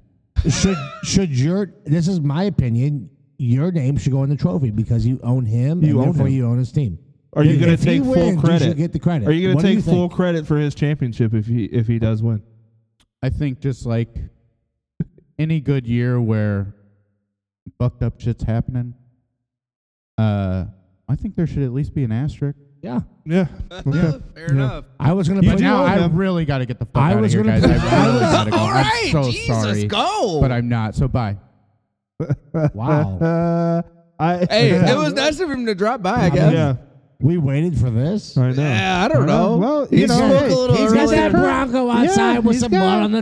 Speaker 10: should should your this is my opinion. Your name should go in the trophy because you own him,
Speaker 1: You
Speaker 10: and
Speaker 1: own
Speaker 10: therefore
Speaker 1: him.
Speaker 10: you own his team.
Speaker 1: Are you
Speaker 10: If-
Speaker 1: going
Speaker 10: if
Speaker 1: to
Speaker 10: he
Speaker 1: take full
Speaker 10: wins, you should
Speaker 1: credit?
Speaker 10: get the credit.
Speaker 1: Are you
Speaker 10: What
Speaker 1: going
Speaker 10: do
Speaker 1: to
Speaker 10: you
Speaker 1: take full
Speaker 10: think?
Speaker 1: credit for his championship if he if he does win?
Speaker 8: I think just like any good year where fucked up shit's happening, uh, I think there should at least be an asterisk.
Speaker 10: Yeah,
Speaker 1: Yeah. Okay.
Speaker 2: Fair enough.
Speaker 10: I was gonna
Speaker 8: But
Speaker 10: put
Speaker 8: now
Speaker 10: you on
Speaker 8: I
Speaker 10: him.
Speaker 8: really got to get the fuck
Speaker 10: I
Speaker 8: out of
Speaker 10: was
Speaker 8: here,
Speaker 10: gonna
Speaker 8: guys.
Speaker 10: put-
Speaker 8: [LAUGHS] I really got to go.
Speaker 2: All right,
Speaker 8: I'm so
Speaker 2: Jesus,
Speaker 8: sorry,
Speaker 2: go.
Speaker 8: but I'm not.
Speaker 1: [LAUGHS]
Speaker 8: So bye.
Speaker 10: Wow.
Speaker 1: Uh, I
Speaker 2: hey,
Speaker 1: [LAUGHS]
Speaker 2: it was nice of him to drop by. I guess.
Speaker 1: yeah.
Speaker 10: we waited for this.
Speaker 1: I know.
Speaker 2: Yeah, I don't
Speaker 1: I know.
Speaker 2: know.
Speaker 1: Well,
Speaker 2: he
Speaker 1: you know,
Speaker 2: spoke a little
Speaker 10: He's got that
Speaker 2: earlier.
Speaker 10: Bronco outside
Speaker 1: Yeah,
Speaker 10: with
Speaker 1: he's
Speaker 10: some
Speaker 1: got-
Speaker 10: blood on the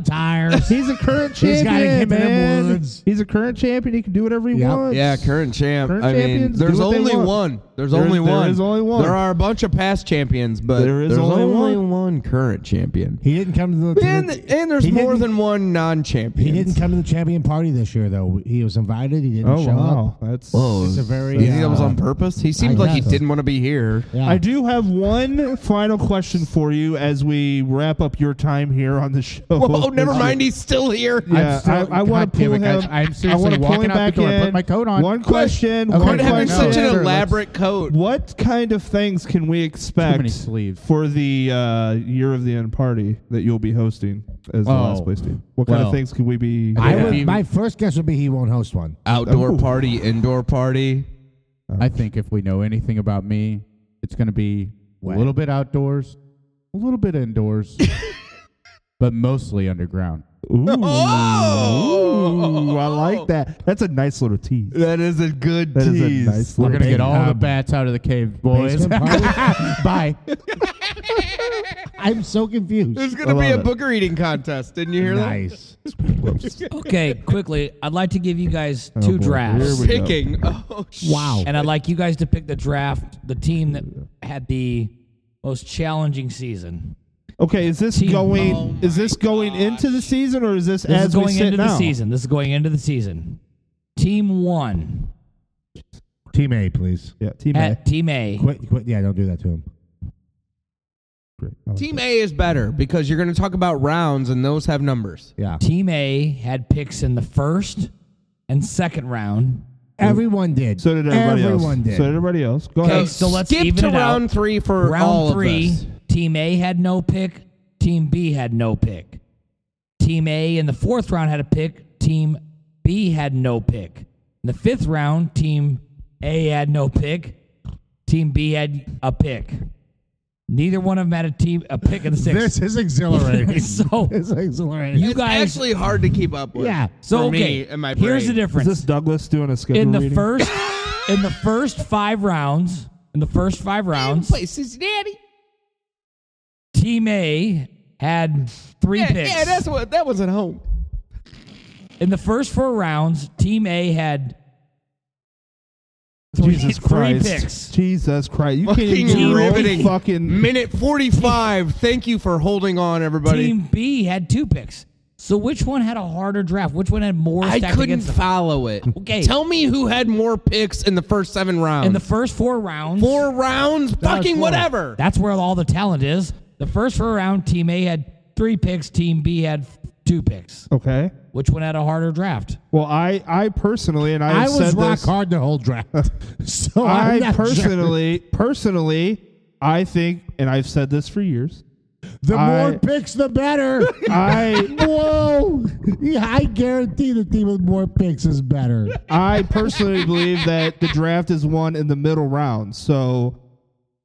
Speaker 1: [LAUGHS]
Speaker 10: tires.
Speaker 1: He's a current
Speaker 10: He's gotta
Speaker 1: champion,
Speaker 10: get in them
Speaker 1: man.
Speaker 10: woods.
Speaker 1: He's a current champion. He can do whatever he
Speaker 10: Yep.
Speaker 1: wants.
Speaker 2: Yeah, current champ.
Speaker 1: Current
Speaker 2: I mean,
Speaker 1: champions do
Speaker 2: there's
Speaker 1: what they
Speaker 2: only
Speaker 1: want.
Speaker 2: one. There's
Speaker 1: There-
Speaker 2: only
Speaker 1: there
Speaker 2: one.
Speaker 1: is only one.
Speaker 2: There are a bunch of past champions, but
Speaker 1: There is
Speaker 2: there's
Speaker 1: only
Speaker 2: only
Speaker 1: one.
Speaker 2: one. current champion.
Speaker 10: He didn't come to the.
Speaker 2: And, and there's
Speaker 10: He
Speaker 2: more
Speaker 10: didn't-
Speaker 2: than one non-champion.
Speaker 10: He didn't come to the champion party this year, though. He was invited. He didn't
Speaker 1: Oh
Speaker 10: show up.
Speaker 1: wow, that's
Speaker 2: Whoa!
Speaker 10: It's a very,
Speaker 2: you think that was
Speaker 10: uh,
Speaker 2: on purpose? He seemed like he
Speaker 10: guess.
Speaker 2: didn't want to be here.
Speaker 10: Yeah.
Speaker 1: I do have one final question for you as we wrap up your time here on the show.
Speaker 2: Whoa! Never mind. He's still here.
Speaker 1: Yeah,
Speaker 8: I'm still-
Speaker 1: I, I want
Speaker 8: God
Speaker 1: to pull
Speaker 8: damn it,
Speaker 1: him.
Speaker 8: guys. I'm
Speaker 1: I wanna
Speaker 8: seriously
Speaker 1: pull
Speaker 8: walking
Speaker 1: him
Speaker 8: out the
Speaker 1: back
Speaker 8: door. I put
Speaker 1: in.
Speaker 8: my coat on.
Speaker 1: One
Speaker 8: Quick.
Speaker 1: question.
Speaker 8: Okay,
Speaker 1: one
Speaker 2: Quit
Speaker 8: no,
Speaker 2: having
Speaker 1: question.
Speaker 8: no.
Speaker 2: such an
Speaker 8: Let's-
Speaker 2: elaborate coat.
Speaker 1: What kind of things can we expect
Speaker 8: sleeves.
Speaker 1: for the uh, year of the end party that you'll be hosting as the
Speaker 8: Oh.
Speaker 1: last place team? What kind
Speaker 8: Well,
Speaker 1: of things can we be?
Speaker 10: I
Speaker 8: Yeah.
Speaker 10: would, my first guess would be he won't host one. Uh,
Speaker 2: Outdoor party, indoor party.
Speaker 1: Uh-huh.
Speaker 8: I think if we know anything about me, it's going to be a little bit outdoors, a little
Speaker 1: [LAUGHS]
Speaker 8: bit indoors, but mostly underground.
Speaker 1: Ooh,
Speaker 2: Oh!
Speaker 1: Ooh, I like that. That's a nice little tease.
Speaker 2: That is a good
Speaker 1: That is
Speaker 2: tease.
Speaker 1: a nice
Speaker 8: We're
Speaker 1: little.
Speaker 8: going to
Speaker 1: tease.
Speaker 8: get all the
Speaker 1: Um,
Speaker 8: bats out of the cave, boys.
Speaker 10: Basement party?
Speaker 1: [LAUGHS]
Speaker 8: [LAUGHS] Bye.
Speaker 10: I'm so confused.
Speaker 2: There's gonna
Speaker 1: I
Speaker 2: be a
Speaker 1: love it.
Speaker 2: booger eating contest. Didn't you hear
Speaker 10: Nice.
Speaker 11: Okay, quickly, I'd like to give you guys
Speaker 1: Oh,
Speaker 11: two
Speaker 1: boy. Here
Speaker 11: drafts.
Speaker 2: that?
Speaker 1: we go.
Speaker 2: Picking. Oh shit.
Speaker 10: Wow.
Speaker 11: and I'd like you guys to pick the draft, the team that had the most challenging season.
Speaker 1: Okay, is this
Speaker 11: Team.
Speaker 1: going?
Speaker 11: Oh
Speaker 1: is this going into the season or is this,
Speaker 11: This
Speaker 1: as
Speaker 11: is
Speaker 1: we
Speaker 11: going
Speaker 1: sit
Speaker 11: into
Speaker 1: now?
Speaker 11: the season. This is going into the season. Team one
Speaker 10: Team A, please.
Speaker 1: Yeah, team A.
Speaker 11: at Team A.
Speaker 10: Quit, quit. Yeah, don't do that to him.
Speaker 1: Great. I like
Speaker 2: Team A is better because you're gonna talk about rounds and those have numbers.
Speaker 10: Yeah.
Speaker 11: Team A had picks in the first and second round.
Speaker 10: Everyone did.
Speaker 1: So did everybody
Speaker 10: Everyone
Speaker 1: else.
Speaker 10: did.
Speaker 1: So did everybody else. Go
Speaker 11: Okay,
Speaker 1: ahead.
Speaker 11: so let's
Speaker 2: skip
Speaker 11: even
Speaker 2: to
Speaker 11: it
Speaker 2: round
Speaker 11: out.
Speaker 2: three for
Speaker 11: round
Speaker 2: all
Speaker 11: three.
Speaker 2: of us.
Speaker 11: Team A had no pick. Team B had no pick. Team A in the fourth round had a pick. Team B had no pick. In the fifth round, Team A had no pick. Team B had a pick. Neither one of them had a team a pick in the
Speaker 10: this
Speaker 11: sixth. [LAUGHS]
Speaker 10: is exhilarating. [LAUGHS]
Speaker 11: so
Speaker 10: this is exhilarating.
Speaker 11: you
Speaker 2: It's
Speaker 11: guys,
Speaker 2: actually hard to keep up with.
Speaker 10: Yeah.
Speaker 11: so
Speaker 2: for
Speaker 11: okay.
Speaker 2: me and my
Speaker 11: here's the
Speaker 2: brain.
Speaker 1: Is
Speaker 11: difference
Speaker 1: this Douglas doing a schedule
Speaker 11: in the
Speaker 1: reading? [LAUGHS]
Speaker 11: first in the first five rounds in the first five rounds
Speaker 2: Play Cincinnati.
Speaker 11: team a had three
Speaker 2: Yeah,
Speaker 11: picks
Speaker 2: yeah, that's what that was at home.
Speaker 11: In the first four rounds, Team A had
Speaker 1: Jesus
Speaker 11: three
Speaker 1: Christ.
Speaker 11: picks.
Speaker 1: Jesus Christ. You can't
Speaker 2: Fucking
Speaker 1: even
Speaker 2: riveting.
Speaker 1: fucking
Speaker 2: Minute 45. Thank you for holding on, everybody.
Speaker 11: Team B had two picks. So which one had a harder draft? Which one had more?
Speaker 2: I
Speaker 11: stacked
Speaker 2: couldn't
Speaker 11: against them?
Speaker 2: follow it.
Speaker 11: Okay.
Speaker 2: Tell me who had more picks in the first seven rounds.
Speaker 11: In the first four rounds.
Speaker 2: Four rounds? fucking
Speaker 11: four.
Speaker 2: whatever.
Speaker 11: That's where all the talent is. The first four round, Team A had three picks. Team B had two picks.
Speaker 1: Okay.
Speaker 11: Which one had a harder draft?
Speaker 1: Well, I, I personally, and I,
Speaker 11: I
Speaker 1: have
Speaker 11: was
Speaker 1: said
Speaker 11: rock
Speaker 1: this,
Speaker 10: hard the
Speaker 1: [LAUGHS]
Speaker 10: whole draft. so I'm
Speaker 1: I
Speaker 10: not sure.
Speaker 1: personally, personally, I think, and I've said this for years.
Speaker 10: The
Speaker 1: I-
Speaker 10: more picks, the better.
Speaker 1: I-
Speaker 10: whoa! Yeah, I guarantee the team with more picks is better.
Speaker 1: I personally believe that the draft is won in the middle round. So,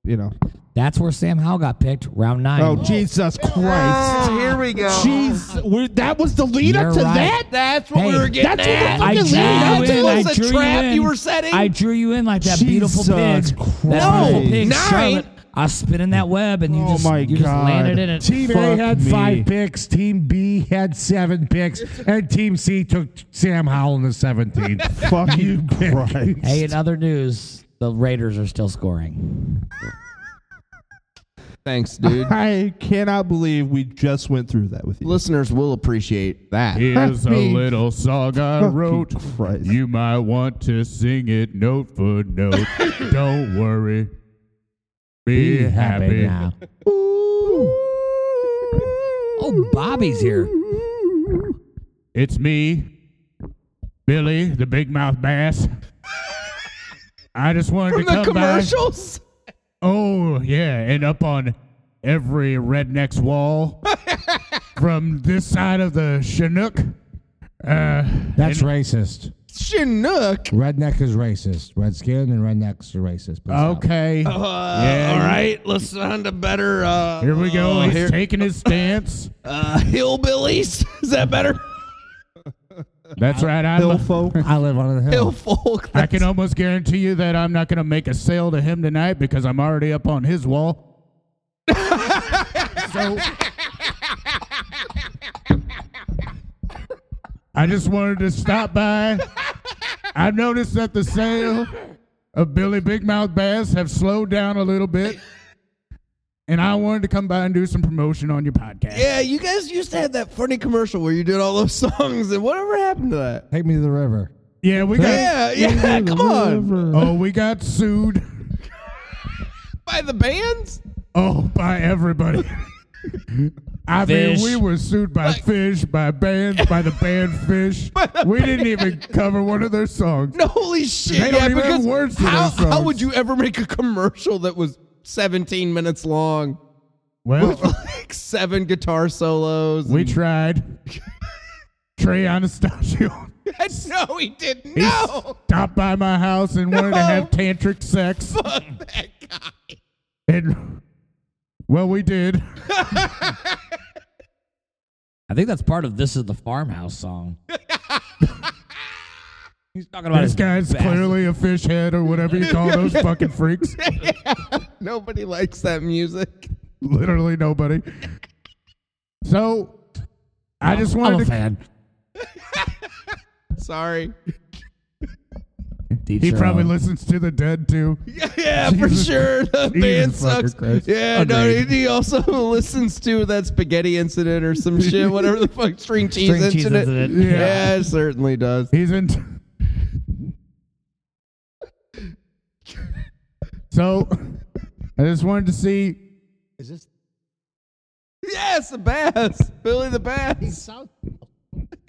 Speaker 1: you know.
Speaker 11: That's where Sam Howell got picked, round nine.
Speaker 1: Oh, Jesus Christ.
Speaker 2: here we go.
Speaker 1: Jeez, we- that was the lead
Speaker 11: You're
Speaker 1: up to
Speaker 11: right.
Speaker 1: that?
Speaker 2: That's what we
Speaker 11: Hey,
Speaker 2: were getting
Speaker 1: that's what the
Speaker 2: at.
Speaker 1: fuck
Speaker 11: I
Speaker 1: is
Speaker 11: drew
Speaker 1: that?
Speaker 11: you in.
Speaker 1: That
Speaker 11: I
Speaker 2: was a
Speaker 11: drew
Speaker 2: trap
Speaker 11: in.
Speaker 2: you were setting?
Speaker 11: I drew you in like that beautiful
Speaker 1: Jesus
Speaker 11: pig. That
Speaker 1: Christ.
Speaker 11: beautiful pig,
Speaker 2: Nine.
Speaker 11: Charlotte. I was spinning that web, and you
Speaker 1: Oh
Speaker 11: just
Speaker 1: my
Speaker 11: you just
Speaker 1: God.
Speaker 11: landed in it.
Speaker 10: Team A
Speaker 1: Fuck
Speaker 10: had
Speaker 1: me.
Speaker 10: five picks. Team B had seven picks, and Team C took Sam Howell in the seventeenth.
Speaker 1: Fuck you,
Speaker 10: pick.
Speaker 1: Christ.
Speaker 11: Hey, in other news, the Raiders are still scoring.
Speaker 2: Thanks, dude.
Speaker 1: I cannot believe we just went through that with you.
Speaker 2: Listeners will appreciate that.
Speaker 8: Here's a
Speaker 1: Me.
Speaker 8: little song I
Speaker 1: Fucking
Speaker 8: wrote.
Speaker 1: Christ.
Speaker 8: You might want to sing it note
Speaker 1: [LAUGHS]
Speaker 8: for note. Don't worry. Be, happy.
Speaker 10: now.
Speaker 11: Oh, Bobby's here.
Speaker 8: It's me, Billy, the big mouth bass. I just wanted
Speaker 2: From
Speaker 8: to come
Speaker 2: the commercials?
Speaker 8: by. Oh yeah, and up on every
Speaker 2: [LAUGHS]
Speaker 8: redneck's wall from this side of the Chinook. Uh,
Speaker 10: That's
Speaker 8: and-
Speaker 10: racist.
Speaker 2: Chinook.
Speaker 10: Redneck is racist. Redskin and rednecks are racist. Please
Speaker 11: Oh,
Speaker 10: stop.
Speaker 8: Okay.
Speaker 2: Uh,
Speaker 8: Yeah.
Speaker 2: All right, let's on to better. Uh,
Speaker 8: Here we go.
Speaker 2: uh,
Speaker 8: He's
Speaker 2: here-
Speaker 8: taking his stance.
Speaker 2: [LAUGHS] uh, hillbillies. [LAUGHS] Is that better?
Speaker 8: That's right. I,
Speaker 1: Hill
Speaker 8: lo-
Speaker 1: folk.
Speaker 11: [LAUGHS]
Speaker 10: I live on a hill.
Speaker 2: Hill folk.
Speaker 8: I can almost guarantee you that I'm not going to make a sale to him tonight because I'm already up on his wall. so I just wanted to stop by. I noticed that the sale of Billy Big Mouth Bass have slowed down a little bit. And I wanted to come by and do some promotion on your podcast.
Speaker 2: Yeah, you guys used to have that funny commercial where you did all those songs, and whatever happened to that?
Speaker 10: Take me to the river.
Speaker 8: Yeah, we got
Speaker 2: Yeah, yeah, [LAUGHS] come on.
Speaker 8: Oh, we got sued.
Speaker 2: By the bands?
Speaker 8: Oh, by everybody. I
Speaker 11: Fish.
Speaker 8: mean, we were sued by Fish, by bands, by the band
Speaker 2: [LAUGHS]
Speaker 8: Fish. we didn't even cover one of their songs.
Speaker 2: No,
Speaker 8: [LAUGHS]
Speaker 2: holy shit.
Speaker 8: They don't
Speaker 2: yeah,
Speaker 8: even have
Speaker 2: because
Speaker 8: words to
Speaker 2: how,
Speaker 8: those songs.
Speaker 2: how would you ever make a commercial that was 17 minutes long with
Speaker 8: Well,
Speaker 2: like seven guitar solos?
Speaker 8: we
Speaker 2: and-
Speaker 8: tried.
Speaker 2: [LAUGHS]
Speaker 8: Trey Anastasio.
Speaker 2: no, he didn't.
Speaker 8: He
Speaker 2: No.
Speaker 8: stopped by my house and wanted to
Speaker 2: No.
Speaker 8: have tantric sex.
Speaker 2: Fuck that guy.
Speaker 8: And, well, we did.
Speaker 11: [LAUGHS] I think that's part of "This Is the Farmhouse" song. He's talking about
Speaker 8: This
Speaker 11: his
Speaker 8: guy's
Speaker 11: bastard.
Speaker 8: clearly a fish head or whatever you call
Speaker 2: [LAUGHS]
Speaker 8: those fucking freaks.
Speaker 2: Nobody likes that music.
Speaker 8: Literally nobody. So I just wanted
Speaker 11: I'm a
Speaker 8: to
Speaker 11: fan.
Speaker 2: Sorry.
Speaker 8: He probably listens to the dead
Speaker 2: um,
Speaker 8: too.
Speaker 2: Yeah, yeah, for
Speaker 8: Jesus
Speaker 2: sure. The
Speaker 8: Jesus
Speaker 2: band
Speaker 8: fucking
Speaker 2: sucks.
Speaker 8: Christ.
Speaker 2: Yeah, no,
Speaker 8: Agreed.
Speaker 2: he also [LAUGHS] listens to that spaghetti incident or some shit, whatever the fuck, string cheese
Speaker 11: String cheese
Speaker 2: incident.
Speaker 11: incident.
Speaker 2: Yeah.
Speaker 8: Yeah.
Speaker 2: it certainly does.
Speaker 8: He's in. so I just wanted to see.
Speaker 2: [LAUGHS]
Speaker 10: Is this
Speaker 2: Yes, the bass. Billy the bass.
Speaker 10: South?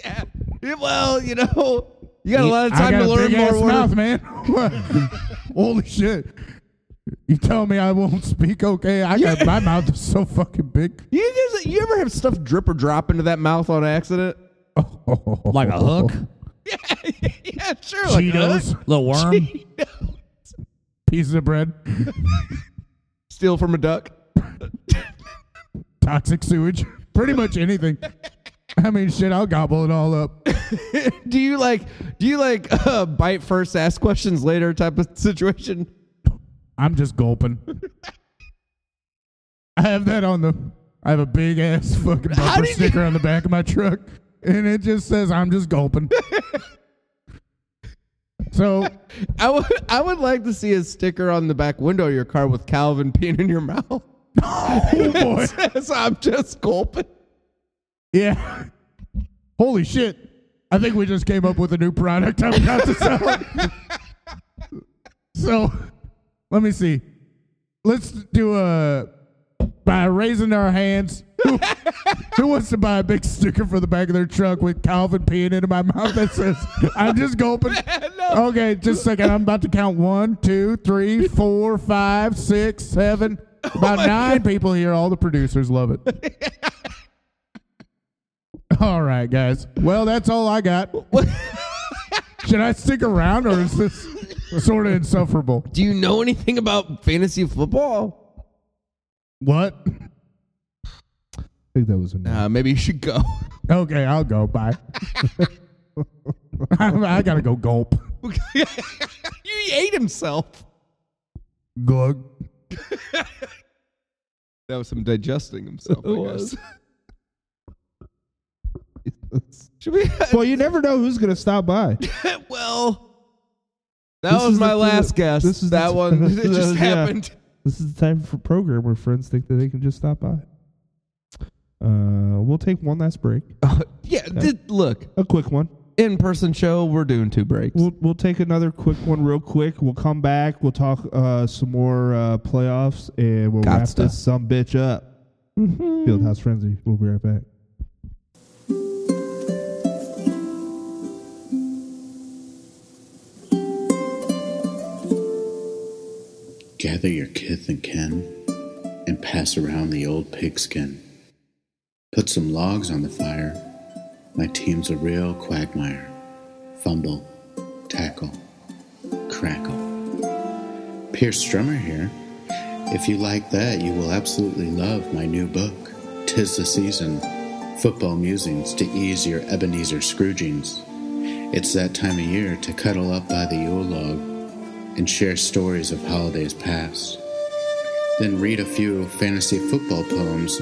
Speaker 2: Yeah. Yeah, Well, you know, you got a lot of
Speaker 8: I
Speaker 2: time
Speaker 8: got
Speaker 2: to
Speaker 8: a
Speaker 2: learn
Speaker 8: big
Speaker 2: more
Speaker 8: ass
Speaker 2: words. [LAUGHS]
Speaker 8: mouth, man. What? [LAUGHS] Holy shit! You tell me I won't speak okay? I got my mouth is so fucking big.
Speaker 2: You, guys- you ever have stuff drip or drop into that mouth on accident?
Speaker 8: [LAUGHS]
Speaker 11: like a hook,
Speaker 2: Yeah, [LAUGHS] yeah, sure. like a
Speaker 8: Cheetos,
Speaker 11: little worm.
Speaker 2: hook.
Speaker 8: pieces of bread,
Speaker 2: [LAUGHS] Steal from a duck.
Speaker 8: [LAUGHS] toxic sewage, pretty much anything. I mean, [LAUGHS] shit, I'll gobble it all up.
Speaker 2: [LAUGHS] do you like do you like uh, bite first ask questions later type of situation
Speaker 8: I'm just gulping. I have that on the. I have a big ass fucking
Speaker 2: How
Speaker 8: bumper
Speaker 2: did you-
Speaker 8: sticker on the back of my truck. and it just says, "I'm
Speaker 2: [LAUGHS]
Speaker 8: just gulping." so,
Speaker 9: [LAUGHS] I would I would like to see a sticker on the back window of your car with Calvin peeing in your
Speaker 1: [LAUGHS]
Speaker 9: mouth. [LAUGHS] Oh boy! says, I'm just gulping.
Speaker 8: Yeah. Holy shit! I think we just came up with a new product. I'm about to
Speaker 2: [LAUGHS]
Speaker 8: sell. so, let me see. Let's do a by raising our hands. Who, who wants to buy a big sticker for the back of their truck with Calvin peeing into my mouth that says, "I'm just gulping"? Okay, just a second. I'm about to count one, two, three, four, five, six, seven. About nine people here. All the producers love it. All right, guys. Well, that's all I got. Should I stick around or is this sort of insufferable?
Speaker 2: Do you know anything about fantasy football?
Speaker 8: What?
Speaker 1: I think that was a
Speaker 2: Uh, maybe you
Speaker 9: [LAUGHS]
Speaker 2: should go.
Speaker 8: Okay, I'll go. Bye. [LAUGHS] I gotta go gulp.
Speaker 2: he ate himself.
Speaker 1: [LAUGHS]
Speaker 8: Glug.
Speaker 9: That was him digesting himself. I guess.
Speaker 1: Should we? well, you never know who's gonna stop [LAUGHS] by.
Speaker 9: [LAUGHS]
Speaker 2: well,
Speaker 9: that
Speaker 1: This
Speaker 9: was
Speaker 1: is
Speaker 9: my
Speaker 1: the-
Speaker 9: last guess.
Speaker 1: This is the-
Speaker 9: that
Speaker 1: [LAUGHS]
Speaker 9: one. It just
Speaker 1: yeah.
Speaker 9: happened.
Speaker 1: This is the time for programmer friends think that they can just stop by. Uh, we'll take one last [LAUGHS] break.
Speaker 2: Yeah, th- look.
Speaker 1: A quick one.
Speaker 2: In person show, we're doing two breaks.
Speaker 1: We'll we'll take another quick one real quick. We'll come back. We'll talk uh, some more uh, playoffs, and we'll wrap
Speaker 2: Gotcha.
Speaker 1: this some bitch up. Fieldhouse frenzy. We'll be right back.
Speaker 15: Gather your kith and kin and pass around the old pigskin. Put some logs on the fire. My team's a real quagmire. Fumble, tackle, crackle. Pierce Strummer here. If you like that, you will absolutely love my new book, Tis the Season Football Musings to Ease Your Ebenezer Scroogings. It's that time of year to cuddle up by the Yule log and share stories of holidays past. Then read a few fantasy football poems,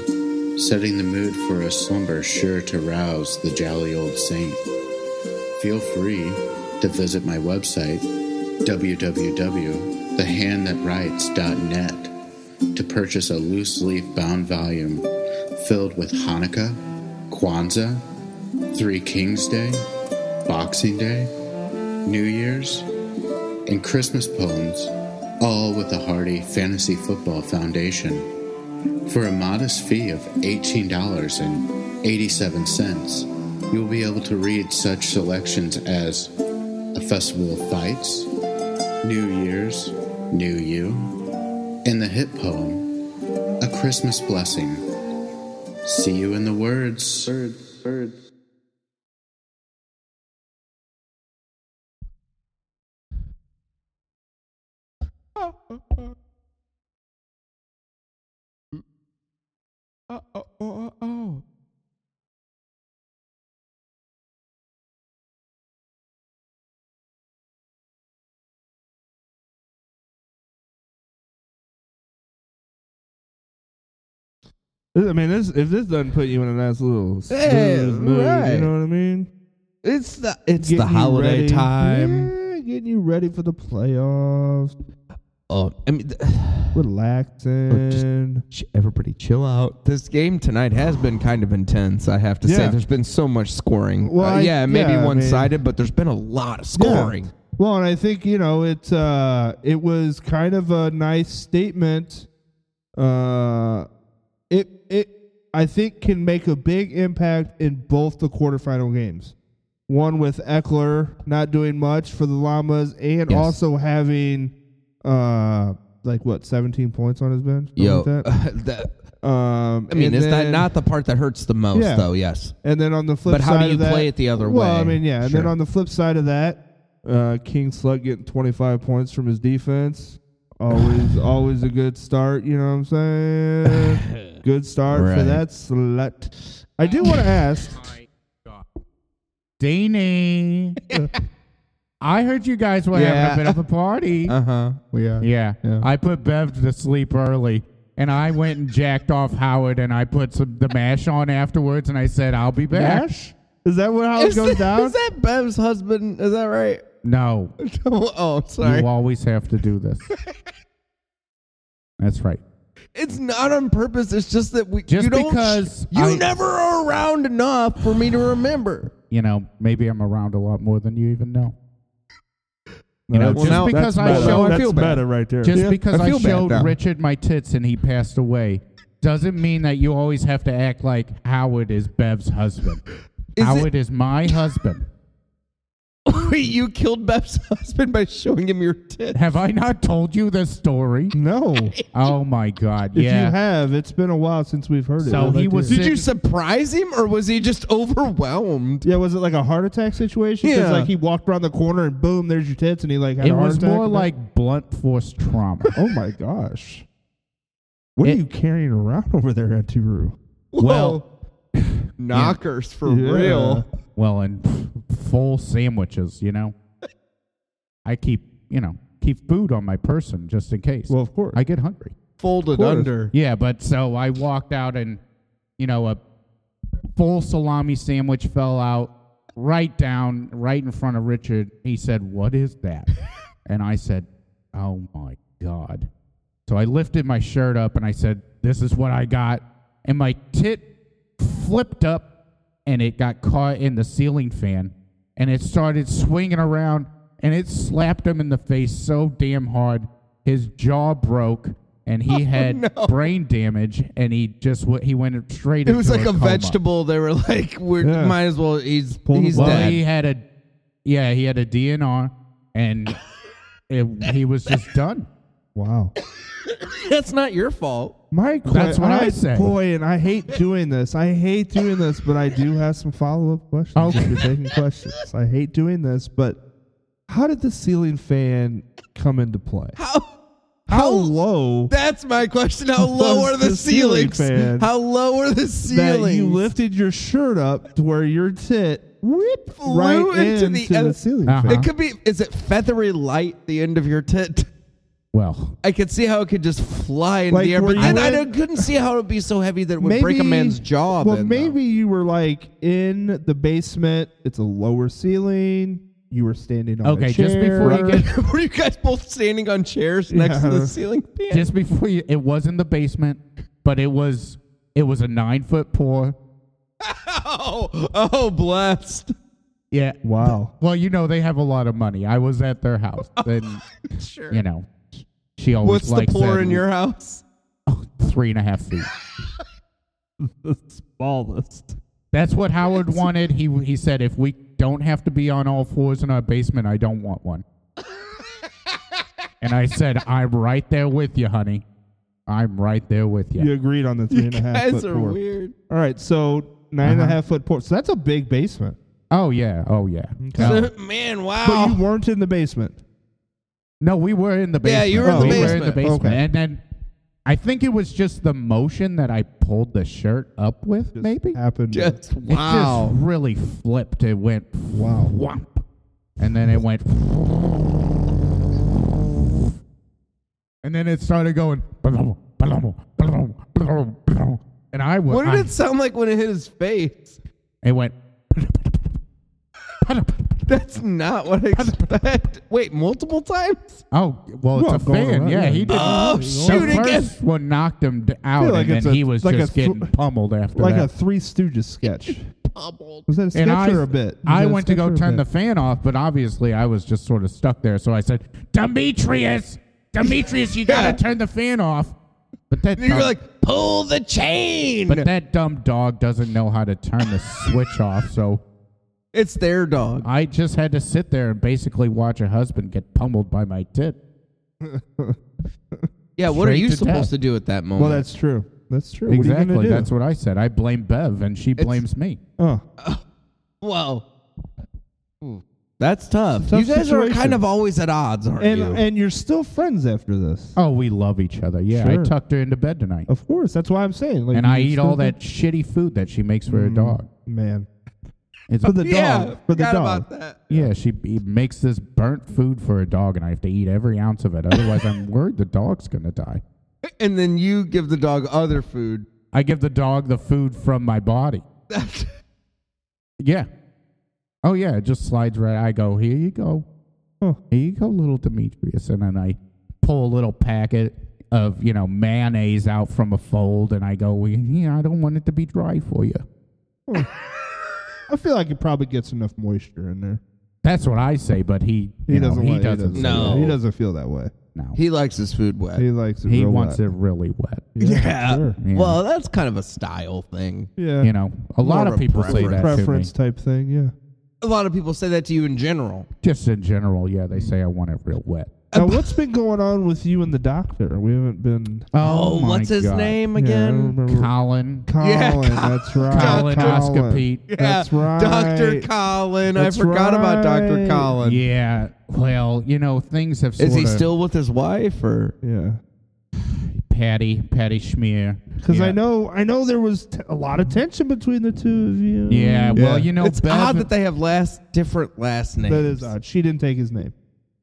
Speaker 15: setting the mood for a slumber sure to rouse the jolly old saint. Feel free to visit my website, www.thehandthatwrites.net, to purchase a loose leaf bound volume filled with Hanukkah, Kwanzaa, Three Kings Day, Boxing Day, New Year's, and Christmas poems, all with the hearty Fantasy Football Foundation. For a modest fee of $18.87, you will be able to read such selections as A Festival of Fights, New Year's, New You, and the hit poem, A Christmas Blessing. See you in the words. Birds, birds.
Speaker 9: Oh, oh, oh, oh.
Speaker 1: I mean, this if this doesn't put you in a nice little
Speaker 2: Yeah,
Speaker 1: smooth mood,
Speaker 2: right.
Speaker 1: you know what I mean?
Speaker 2: It's the it's
Speaker 1: Getting
Speaker 2: the
Speaker 1: you
Speaker 2: holiday
Speaker 1: ready.
Speaker 2: time.
Speaker 1: Yeah, getting you ready for the playoffs.
Speaker 2: Oh, I mean, th- [SIGHS] oh,
Speaker 1: relaxing.
Speaker 2: ch- everybody, chill out. This game tonight has been kind of intense. I have to say,
Speaker 1: Yeah.
Speaker 2: there's been so much scoring.
Speaker 1: Well,
Speaker 2: Uh,
Speaker 1: I-
Speaker 2: yeah, maybe
Speaker 1: yeah, I mean-
Speaker 2: one-sided, but there's been a lot of scoring.
Speaker 1: Well, and I think you know it's uh, it was kind of a nice statement. Uh, it it I think can make a big impact in both the quarterfinal games. One with Eckler not doing much for the Llamas, and
Speaker 2: Yes.
Speaker 1: also having uh, like what seventeen points on his bench. Something
Speaker 2: Yo,
Speaker 1: like that.
Speaker 2: [LAUGHS] that-
Speaker 1: Um,
Speaker 2: I mean,
Speaker 1: and
Speaker 2: is that
Speaker 1: then-
Speaker 2: not the part that hurts the most,
Speaker 1: Yeah.
Speaker 2: though? Yes.
Speaker 1: And then on the flip
Speaker 2: But
Speaker 1: side
Speaker 2: how do you
Speaker 1: of that,
Speaker 2: play it the other
Speaker 1: Well, I
Speaker 2: way?
Speaker 1: mean, yeah. And then
Speaker 2: Sure.
Speaker 1: on the flip side of that, uh, King Slug getting 25 points from his defense.
Speaker 2: [SIGHS]
Speaker 1: Always, always a good start. You know what
Speaker 2: [LAUGHS]
Speaker 1: I'm saying? Good start for
Speaker 8: Right.
Speaker 1: that slut. I do want to
Speaker 8: [LAUGHS]
Speaker 1: ask.
Speaker 8: Danny. I heard you guys were having
Speaker 1: Yeah.
Speaker 8: a bit of a party.
Speaker 2: Uh huh.
Speaker 1: We are.
Speaker 8: Yeah.
Speaker 1: Yeah.
Speaker 8: I put Bev to sleep early, and I went and jacked off Howard, and I put some the mash on afterwards, and I said, "I'll be back."
Speaker 1: Mash? Is that what how it
Speaker 2: Is
Speaker 1: goes
Speaker 2: that-
Speaker 1: down?
Speaker 2: Is that Bev's husband? Is that right? [LAUGHS]
Speaker 8: No.
Speaker 2: oh, I'm sorry.
Speaker 8: You always have to do this. That's right.
Speaker 2: It's not on purpose. It's just that we.
Speaker 8: Just
Speaker 2: you don't,
Speaker 8: because
Speaker 2: you
Speaker 8: I-
Speaker 2: never are around enough for me to remember.
Speaker 8: You know, maybe I'm around a lot more than you even know. You know,
Speaker 2: Well,
Speaker 8: just
Speaker 2: now-
Speaker 8: because
Speaker 2: that's
Speaker 8: I
Speaker 2: better.
Speaker 8: showed
Speaker 2: That's better
Speaker 1: right there.
Speaker 8: Just
Speaker 1: Yeah.
Speaker 8: because
Speaker 1: I
Speaker 8: I,
Speaker 1: feel bad
Speaker 8: showed
Speaker 1: now.
Speaker 8: Richard my tits and he passed away doesn't mean that you always have to act like Howard is Bev's husband. Howard is my husband.
Speaker 2: Wait, you killed Bev's husband by showing him your tits.
Speaker 8: Have I not told you this story?
Speaker 1: No.
Speaker 8: oh my God!
Speaker 1: If
Speaker 8: yeah.
Speaker 1: you have, it's been a while since we've heard it.
Speaker 8: So he was
Speaker 2: Did you
Speaker 8: sitting-
Speaker 2: surprise him, or was he just overwhelmed?
Speaker 1: Yeah, was it like a heart attack situation? 'Cause,
Speaker 2: Yeah.
Speaker 1: like he walked around the corner and boom, there's your tits, and he like had
Speaker 8: it
Speaker 1: a heart
Speaker 8: was
Speaker 1: attack
Speaker 8: more
Speaker 1: and that-
Speaker 8: like blunt force trauma.
Speaker 1: [LAUGHS] oh my gosh. What are you carrying around over there, Antiru?
Speaker 2: Well, [LAUGHS] knockers for real.
Speaker 8: Well, and f- full sandwiches, you know. I keep, you know, keep food on my person just in case. Well,
Speaker 1: of course.
Speaker 8: I get hungry.
Speaker 2: Folded
Speaker 8: Of course.
Speaker 2: under.
Speaker 8: Yeah, but so I walked out and, you know, a full salami sandwich fell out right down, right in front of Richard. He said, What is that? and I said, Oh my God. So I lifted my shirt up and I said, This is what I got. And my tit flipped up and it got caught in the ceiling fan and it started swinging around and it slapped him in the face so damn hard. His jaw broke and
Speaker 2: [LAUGHS]
Speaker 8: he had brain damage and he just w- he went straight
Speaker 2: It was
Speaker 8: into
Speaker 2: like a,
Speaker 8: coma.
Speaker 2: vegetable. They were like, "We're
Speaker 8: Yeah.
Speaker 2: might as well." He's he's
Speaker 8: well,
Speaker 2: dead.
Speaker 8: he had a yeah, he had a DNR and it, he was just done.
Speaker 1: Wow.
Speaker 2: [LAUGHS] That's not your fault.
Speaker 1: My que-
Speaker 8: That's what I say.
Speaker 1: Boy, and I hate doing this. I hate doing this, but I do have some follow up questions. If you're taking questions, I hate doing this, but how did the ceiling fan come into play? How how, low?
Speaker 2: That's my question.
Speaker 1: [LAUGHS]
Speaker 2: How low
Speaker 1: was
Speaker 2: are the,
Speaker 1: the ceiling
Speaker 2: ceilings?
Speaker 1: fan
Speaker 2: How low are the
Speaker 1: That
Speaker 2: ceilings?
Speaker 1: you lifted your shirt up to where your tit whip
Speaker 2: Flew
Speaker 1: right
Speaker 2: into the,
Speaker 1: into the,
Speaker 2: other-
Speaker 1: ceiling
Speaker 2: It
Speaker 8: Uh-huh.
Speaker 1: fan.
Speaker 2: could be. Is it feathery light? The end of your tit.
Speaker 8: Well,
Speaker 2: I could see how it could just fly into
Speaker 1: Like,
Speaker 2: the air,
Speaker 1: were
Speaker 2: but
Speaker 1: you
Speaker 2: then I
Speaker 1: in-
Speaker 2: don't- couldn't see how it would be so heavy that it would break a man's jaw.
Speaker 1: Well,
Speaker 2: then, though.
Speaker 1: maybe you were like in the basement. It's a lower ceiling. You were standing on
Speaker 8: Okay,
Speaker 1: A
Speaker 8: just before you
Speaker 2: [LAUGHS]
Speaker 1: chair.
Speaker 8: get
Speaker 2: were you guys both standing on chairs next to
Speaker 8: Yeah.
Speaker 2: the [LAUGHS] ceiling fan?
Speaker 8: Just before you, it was in the basement, but it was it was a nine foot pour.
Speaker 2: [LAUGHS] oh, oh, blessed.
Speaker 8: Yeah.
Speaker 1: Wow.
Speaker 8: Well, you know they have a lot of money. I was at
Speaker 2: [LAUGHS]
Speaker 8: their house. Then,
Speaker 2: Sure.
Speaker 8: you know, she always
Speaker 2: What's the
Speaker 8: likes
Speaker 2: pour
Speaker 8: that
Speaker 2: in your house?
Speaker 8: [LAUGHS] three and a half feet.
Speaker 1: [LAUGHS] the smallest.
Speaker 8: That's what Howard wanted. He he said if we don't have to be on all fours in our basement, I don't want
Speaker 1: [LAUGHS]
Speaker 8: one. and I said I'm right there with you, honey. I'm right there with you.
Speaker 1: You agreed on the three and a half.
Speaker 2: guys
Speaker 1: foot
Speaker 2: are
Speaker 1: pour.
Speaker 2: weird.
Speaker 1: All right, so nine and a half
Speaker 8: Uh-huh.
Speaker 1: foot port. So that's a big basement.
Speaker 8: Oh yeah. Oh yeah. No.
Speaker 2: [LAUGHS] Man,
Speaker 1: But
Speaker 2: wow.
Speaker 1: you weren't in the basement.
Speaker 8: No, we were in the basement.
Speaker 2: Yeah, you were in the
Speaker 8: we were in the
Speaker 2: basement.
Speaker 8: basement.
Speaker 1: Okay.
Speaker 8: And then I think it was just the motion that I pulled the shirt up with, maybe.
Speaker 1: Happened.
Speaker 2: Just
Speaker 8: It
Speaker 2: wow.
Speaker 8: just really flipped. It went
Speaker 1: Wow.
Speaker 8: whomp. And then it went and then it started going and I went
Speaker 2: what did
Speaker 8: I-
Speaker 2: it sound like when it hit his face?
Speaker 8: it went
Speaker 2: That's not
Speaker 8: [LAUGHS]
Speaker 2: what I expect. Wait, multiple times?
Speaker 8: Oh well,
Speaker 2: Well,
Speaker 8: it's a
Speaker 2: going
Speaker 8: fan.
Speaker 2: around,
Speaker 8: Yeah,
Speaker 2: yeah.
Speaker 8: he did.
Speaker 2: Oh,
Speaker 8: the
Speaker 2: shoot, it
Speaker 8: first one knocked him d- out,
Speaker 1: Feel like
Speaker 8: and
Speaker 1: it's
Speaker 8: then
Speaker 1: a-
Speaker 8: he was
Speaker 1: like a
Speaker 8: just
Speaker 1: thr-
Speaker 8: getting pummeled after
Speaker 1: Like a
Speaker 8: that.
Speaker 1: Three Stooges sketch. Was that a sketch or a bit? Was
Speaker 8: I
Speaker 1: that a
Speaker 8: went to
Speaker 1: sketch or
Speaker 8: go
Speaker 1: a
Speaker 8: turn
Speaker 1: bit?
Speaker 8: the fan off, but obviously I was just sort of stuck there. So I said, "Demetrius, Demetrius, you gotta turn the fan off." But that
Speaker 2: And you were
Speaker 8: dumb-
Speaker 2: like, pull the chain.
Speaker 8: but that dumb dog doesn't know how to turn the switch off. So
Speaker 2: it's their dog.
Speaker 8: I just had to sit there and basically watch a husband get pummeled by my tit.
Speaker 2: [LAUGHS] Yeah, what are
Speaker 8: Straight
Speaker 2: you
Speaker 8: to
Speaker 2: supposed
Speaker 8: death.
Speaker 2: to do at that moment?
Speaker 1: Well, that's true. That's true. What are you gonna
Speaker 8: Exactly.
Speaker 1: do?
Speaker 8: That's what I said. I blame Bev, and she blames me.
Speaker 1: Oh,
Speaker 2: Whoa. That's tough.
Speaker 1: Tough
Speaker 2: you guys are
Speaker 1: situation.
Speaker 2: kind of always at odds, aren't
Speaker 1: and
Speaker 2: you?
Speaker 1: and you're still friends after this.
Speaker 8: Oh, we love each other. Yeah, I
Speaker 1: Sure.
Speaker 8: tucked her into bed tonight,
Speaker 1: Of course, that's why I'm saying. Like,
Speaker 8: and I
Speaker 1: you
Speaker 8: eat
Speaker 1: still
Speaker 8: all
Speaker 1: do-
Speaker 8: that shitty food that she makes for her dog.
Speaker 1: man.
Speaker 8: It's
Speaker 1: For the
Speaker 2: Yeah,
Speaker 1: dog. For the
Speaker 2: forgot
Speaker 1: dog.
Speaker 2: about that.
Speaker 8: yeah, she b- makes this burnt food for her dog, and I have to eat every ounce of it.
Speaker 2: [LAUGHS]
Speaker 8: Otherwise, I'm worried the dog's gonna die.
Speaker 2: And then you give the dog other food. [LAUGHS]
Speaker 8: I give the dog the food from my body. Yeah. Oh yeah, it just slides right. I go, here you go. Here you go, little Demetrius. And then I pull a little packet of, you know, mayonnaise out from a fold and I go, "We- yeah, I don't want it to be dry for you.
Speaker 1: I feel like it probably gets enough moisture in there.
Speaker 8: That's what I say, but he
Speaker 1: He
Speaker 8: you know,
Speaker 1: doesn't
Speaker 8: he
Speaker 1: want- he
Speaker 8: doesn't
Speaker 1: doesn't No. say that. He doesn't feel that way.
Speaker 8: No.
Speaker 9: He likes his food wet.
Speaker 1: He likes it
Speaker 8: He
Speaker 1: real
Speaker 8: wants
Speaker 1: wet.
Speaker 8: it really wet.
Speaker 9: Yeah.
Speaker 8: [LAUGHS]
Speaker 2: [LAUGHS]
Speaker 8: Yeah.
Speaker 9: Well, that's kind of a style thing.
Speaker 1: Yeah.
Speaker 8: You know, a lot
Speaker 9: More
Speaker 8: of people say
Speaker 9: preference.
Speaker 8: that to me.
Speaker 1: Preference type thing, yeah.
Speaker 9: A lot of people say that to you in general.
Speaker 8: Just in general, yeah, they say I want it real wet.
Speaker 1: Now, what's been going on with you and the doctor? We haven't been.
Speaker 8: Oh, my God. Colin.
Speaker 1: Colin,
Speaker 9: Yeah,
Speaker 1: that's right.
Speaker 8: Colin Oscopete.
Speaker 1: That's right.
Speaker 9: Dr. Colin. I
Speaker 1: That's
Speaker 9: forgot about Dr.
Speaker 1: right.
Speaker 9: Colin.
Speaker 8: Yeah. Well, you know, things have.
Speaker 9: Is he
Speaker 8: sorta-
Speaker 9: still with his wife or?
Speaker 1: Yeah.
Speaker 8: [SIGHS] Patty, Patty Schmear.
Speaker 1: Because
Speaker 8: yeah.
Speaker 1: I know, I know there was t- a lot of tension between the two of you.
Speaker 8: Yeah, well, you know,
Speaker 9: it's
Speaker 8: Bev-
Speaker 9: odd that they have last different last names.
Speaker 1: that is odd. She didn't take his name.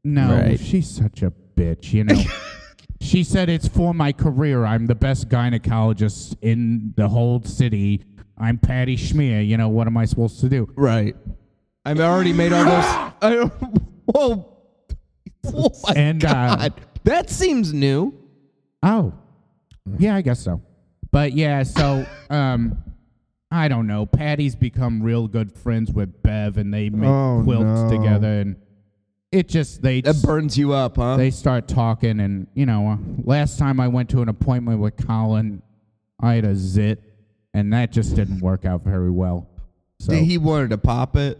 Speaker 8: No,
Speaker 1: Right.
Speaker 8: Oh, she's such a bitch. You know, she said it's for my career. I'm the best gynecologist in the whole city. I'm Patty Schmear. You know, what am I supposed to do?
Speaker 9: Right. I've already made all those. [LAUGHS] I, whoa. Oh my
Speaker 8: And, uh,
Speaker 9: God. that seems new.
Speaker 8: Oh, yeah, I guess so. But yeah, so um, I don't know. Patty's become real good friends with Bev, and they make
Speaker 1: Oh,
Speaker 8: quilts
Speaker 1: no.
Speaker 8: together, and it just they that
Speaker 9: burns you up, huh?
Speaker 8: They start talking, and you know, uh, last time I went to an appointment with Colin, I had a zit, and that just didn't work out very well. So
Speaker 9: He [LAUGHS] wanted to pop it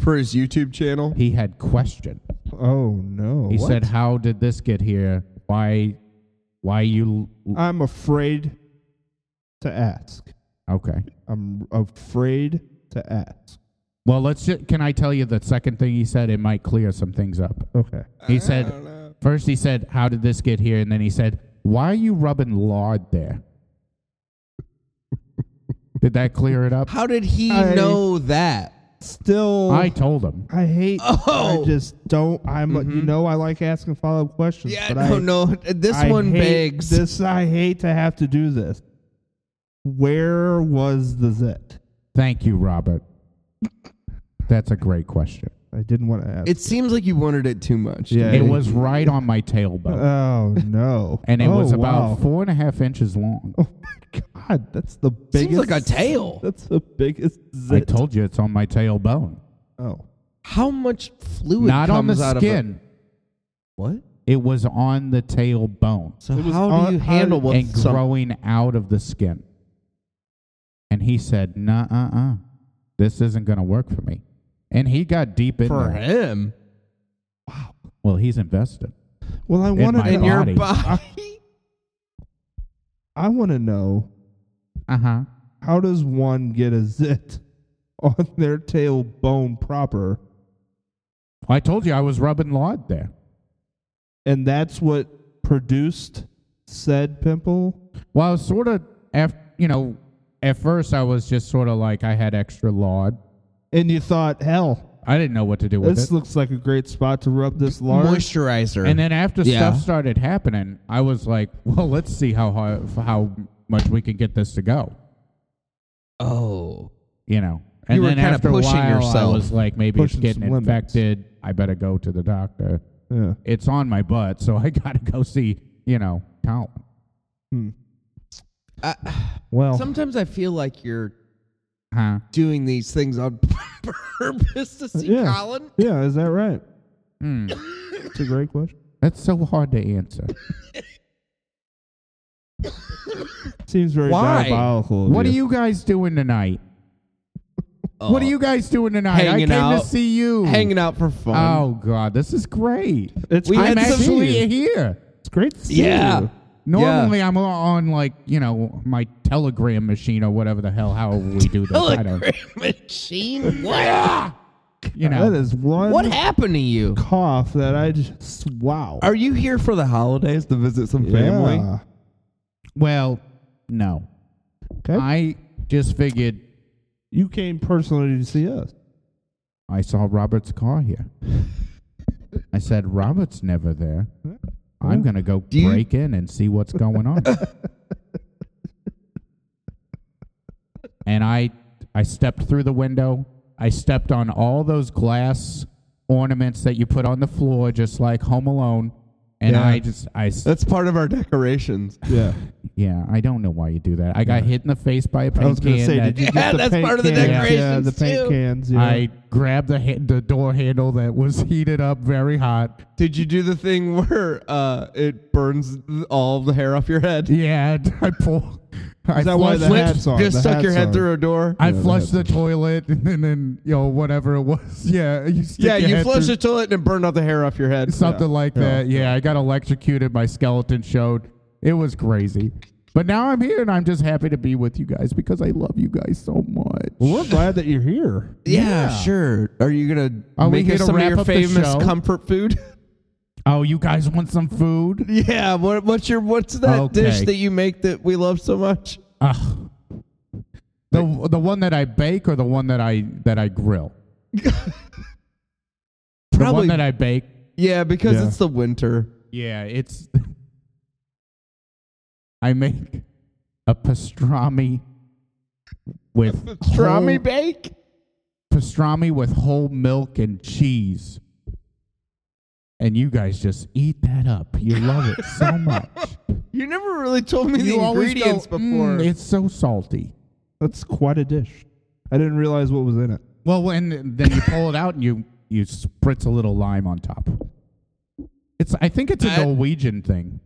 Speaker 9: for his YouTube channel.
Speaker 8: He had question.
Speaker 1: Oh no!
Speaker 8: he
Speaker 1: What?
Speaker 8: said, "How did this get here? Why, why you?"
Speaker 1: I'm afraid to ask.
Speaker 8: Okay.
Speaker 1: I'm afraid to ask.
Speaker 8: Well, let's. Ju- can I tell you the second thing he said? It might clear some things up.
Speaker 1: Okay.
Speaker 8: He said first he said, "How did this get here?" And then he said, "Why are you rubbing lard
Speaker 1: [LAUGHS]
Speaker 8: there?" did that clear it up?
Speaker 9: How did he
Speaker 1: I-
Speaker 9: know that?
Speaker 1: Still,
Speaker 8: I told him. Mm-hmm.
Speaker 1: I hate.
Speaker 9: Oh.
Speaker 1: I just don't. I'm. a- You know, I like asking follow up questions.
Speaker 9: Yeah,
Speaker 1: but
Speaker 9: no,
Speaker 1: I,
Speaker 9: no, this
Speaker 1: I
Speaker 9: one
Speaker 1: hate
Speaker 9: begs.
Speaker 1: This I hate to have to do this. Where was the zit?
Speaker 8: Thank you, Robert. That's a great question.
Speaker 1: I didn't want to ask.
Speaker 9: It seems like you wanted it too much.
Speaker 1: Yeah,
Speaker 8: it was right on my tailbone.
Speaker 1: Oh no!
Speaker 8: and it
Speaker 1: Oh,
Speaker 8: was about
Speaker 1: wow. Oh,
Speaker 8: four and a half inches long.
Speaker 1: God, that's the biggest.
Speaker 9: like a tail.
Speaker 1: That's the biggest
Speaker 8: I
Speaker 1: zit.
Speaker 8: told you it's on my tailbone.
Speaker 1: oh,
Speaker 9: How much fluid
Speaker 8: Not on the
Speaker 9: comes out of it?
Speaker 8: skin.
Speaker 9: What?
Speaker 8: It was on the tailbone.
Speaker 9: So It was how do on- you handle with
Speaker 8: and
Speaker 9: some-
Speaker 8: growing out of the skin? And he said, "Nah, uh, uh, this isn't gonna work for me." And he got deep in
Speaker 9: For
Speaker 8: there.
Speaker 9: him.
Speaker 8: Well, he's invested.
Speaker 1: Well, I
Speaker 8: In
Speaker 1: wanted
Speaker 8: my
Speaker 1: to-
Speaker 8: In your body.
Speaker 9: body.
Speaker 1: [LAUGHS] I, want to know.
Speaker 8: Uh huh.
Speaker 1: How does one get a zit [LAUGHS] on their tailbone proper?
Speaker 8: I told you I was rubbing lard there.
Speaker 1: And that's what produced said pimple.
Speaker 8: Well, I was sort of, af- you know, at first I was just sort of like I had extra lard.
Speaker 1: And you thought, hell,
Speaker 8: I didn't know what to do with
Speaker 1: this
Speaker 8: it.
Speaker 1: looks like a great spot to rub this large.
Speaker 9: Moisturizer.
Speaker 8: And then after
Speaker 9: Yeah.
Speaker 8: stuff started happening, I was like, "Well, let's see how hard, how much we can get this to go."
Speaker 9: Oh.
Speaker 8: you know. And
Speaker 9: You were
Speaker 8: then
Speaker 9: kinda
Speaker 8: after
Speaker 9: pushing
Speaker 8: a while,
Speaker 9: yourself.
Speaker 8: I was like, maybe
Speaker 1: Pushing
Speaker 8: it's getting
Speaker 1: some limits.
Speaker 8: infected. I better go to the doctor.
Speaker 1: Yeah.
Speaker 8: It's on my butt, so [LAUGHS] I got to go see, you know, Colin.
Speaker 1: Hmm.
Speaker 9: I,
Speaker 1: Well,
Speaker 9: sometimes I feel like you're
Speaker 8: Huh?
Speaker 9: doing these things on [LAUGHS] purpose
Speaker 2: [LAUGHS]
Speaker 9: to see
Speaker 1: yeah.
Speaker 9: Colin.
Speaker 1: Yeah, is that right?
Speaker 8: Hmm.
Speaker 1: It's a great question.
Speaker 8: That's so hard to
Speaker 1: [LAUGHS]
Speaker 8: answer.
Speaker 1: Seems very
Speaker 8: Why?
Speaker 1: diabolical. of
Speaker 8: what are you guys
Speaker 9: [LAUGHS]
Speaker 8: doing tonight? what are you guys doing tonight? I
Speaker 9: Hanging
Speaker 8: came
Speaker 9: out.
Speaker 8: to see you.
Speaker 9: Hanging out for fun.
Speaker 8: Oh God, this is great.
Speaker 1: It's
Speaker 9: We
Speaker 8: I'm
Speaker 9: had some-
Speaker 8: actually here.
Speaker 1: It's great to see
Speaker 9: Yeah.
Speaker 1: you.
Speaker 8: Normally, I'm on like you know my Telegram machine or whatever the hell. How we do this? I don't.
Speaker 9: Machine? What?
Speaker 1: [LAUGHS]
Speaker 8: You know,
Speaker 1: that is one
Speaker 9: What happened to you?
Speaker 1: cough that I just wow.
Speaker 9: Are you here for the holidays to visit some family?
Speaker 1: Yeah.
Speaker 8: Well, no. I just figured
Speaker 1: You came personally to see us.
Speaker 8: I saw Robert's car here. I said, Robert's never there. I'm going to go
Speaker 9: you-
Speaker 8: break in and see what's going on. and I. I stepped through the window. I stepped on all those glass ornaments that you put on the floor, just like Home Alone. And
Speaker 2: Yeah.
Speaker 8: I just, I. That's part of our decorations.
Speaker 1: Yeah.
Speaker 8: yeah, I don't know why you do that. I got
Speaker 2: Yeah.
Speaker 8: hit in the face by a paint
Speaker 2: was gonna
Speaker 8: can.
Speaker 2: say,
Speaker 8: that- [LAUGHS]
Speaker 2: did you get Yeah, the that's paint part of the cans? decorations, Yeah, the paint too. cans, yeah.
Speaker 8: I grabbed the ha- the door handle that was heated up very hot.
Speaker 2: Did you do the thing [LAUGHS] where uh, it burns th- all the hair off your head?
Speaker 8: Yeah, [LAUGHS] I pull. I flushed-
Speaker 2: Just stuck your head through a door.
Speaker 8: I flushed the toilet [LAUGHS] and then you know whatever it was. Yeah, you stick
Speaker 2: Yeah,
Speaker 8: your
Speaker 2: you
Speaker 8: head
Speaker 2: flush the
Speaker 8: through-
Speaker 2: toilet and it burned out the hair off your head.
Speaker 8: something like that. Yeah, I got electrocuted. My skeleton showed. It was crazy. But now I'm here and I'm just happy to be with you guys because I love you guys so much.
Speaker 1: Well, we're glad that you're here.
Speaker 2: Yeah, sure. Are you gonna
Speaker 8: Are we
Speaker 2: make us
Speaker 8: gonna
Speaker 2: some of
Speaker 8: wrap
Speaker 2: your
Speaker 8: up the
Speaker 2: famous
Speaker 8: show?
Speaker 2: comfort food? [LAUGHS]
Speaker 8: Oh, you guys want some food?
Speaker 2: Yeah. What, what's your what's that dish
Speaker 8: Okay.
Speaker 2: that you make that we love so much?
Speaker 8: Ugh. the the one that I bake or the one that I that
Speaker 2: [LAUGHS]
Speaker 8: I grill. the one
Speaker 2: Probably-
Speaker 8: that I bake.
Speaker 2: Yeah, because
Speaker 8: Yeah.
Speaker 2: it's the winter.
Speaker 8: Yeah, it's. I make a pastrami with
Speaker 2: Pastrami
Speaker 8: whole-
Speaker 2: bake?
Speaker 8: pastrami with whole milk and cheese. And you guys just eat that up. You love it
Speaker 2: [LAUGHS]
Speaker 8: so much.
Speaker 2: You never really told me
Speaker 8: You
Speaker 2: the
Speaker 8: always go,
Speaker 2: ingredients before.
Speaker 8: "Mm, it's so salty.
Speaker 1: That's quite a dish. I didn't realize what was in it.
Speaker 8: Well, and then you pull it out and you you spritz a little lime on top. It's I think it's a Norwegian thing.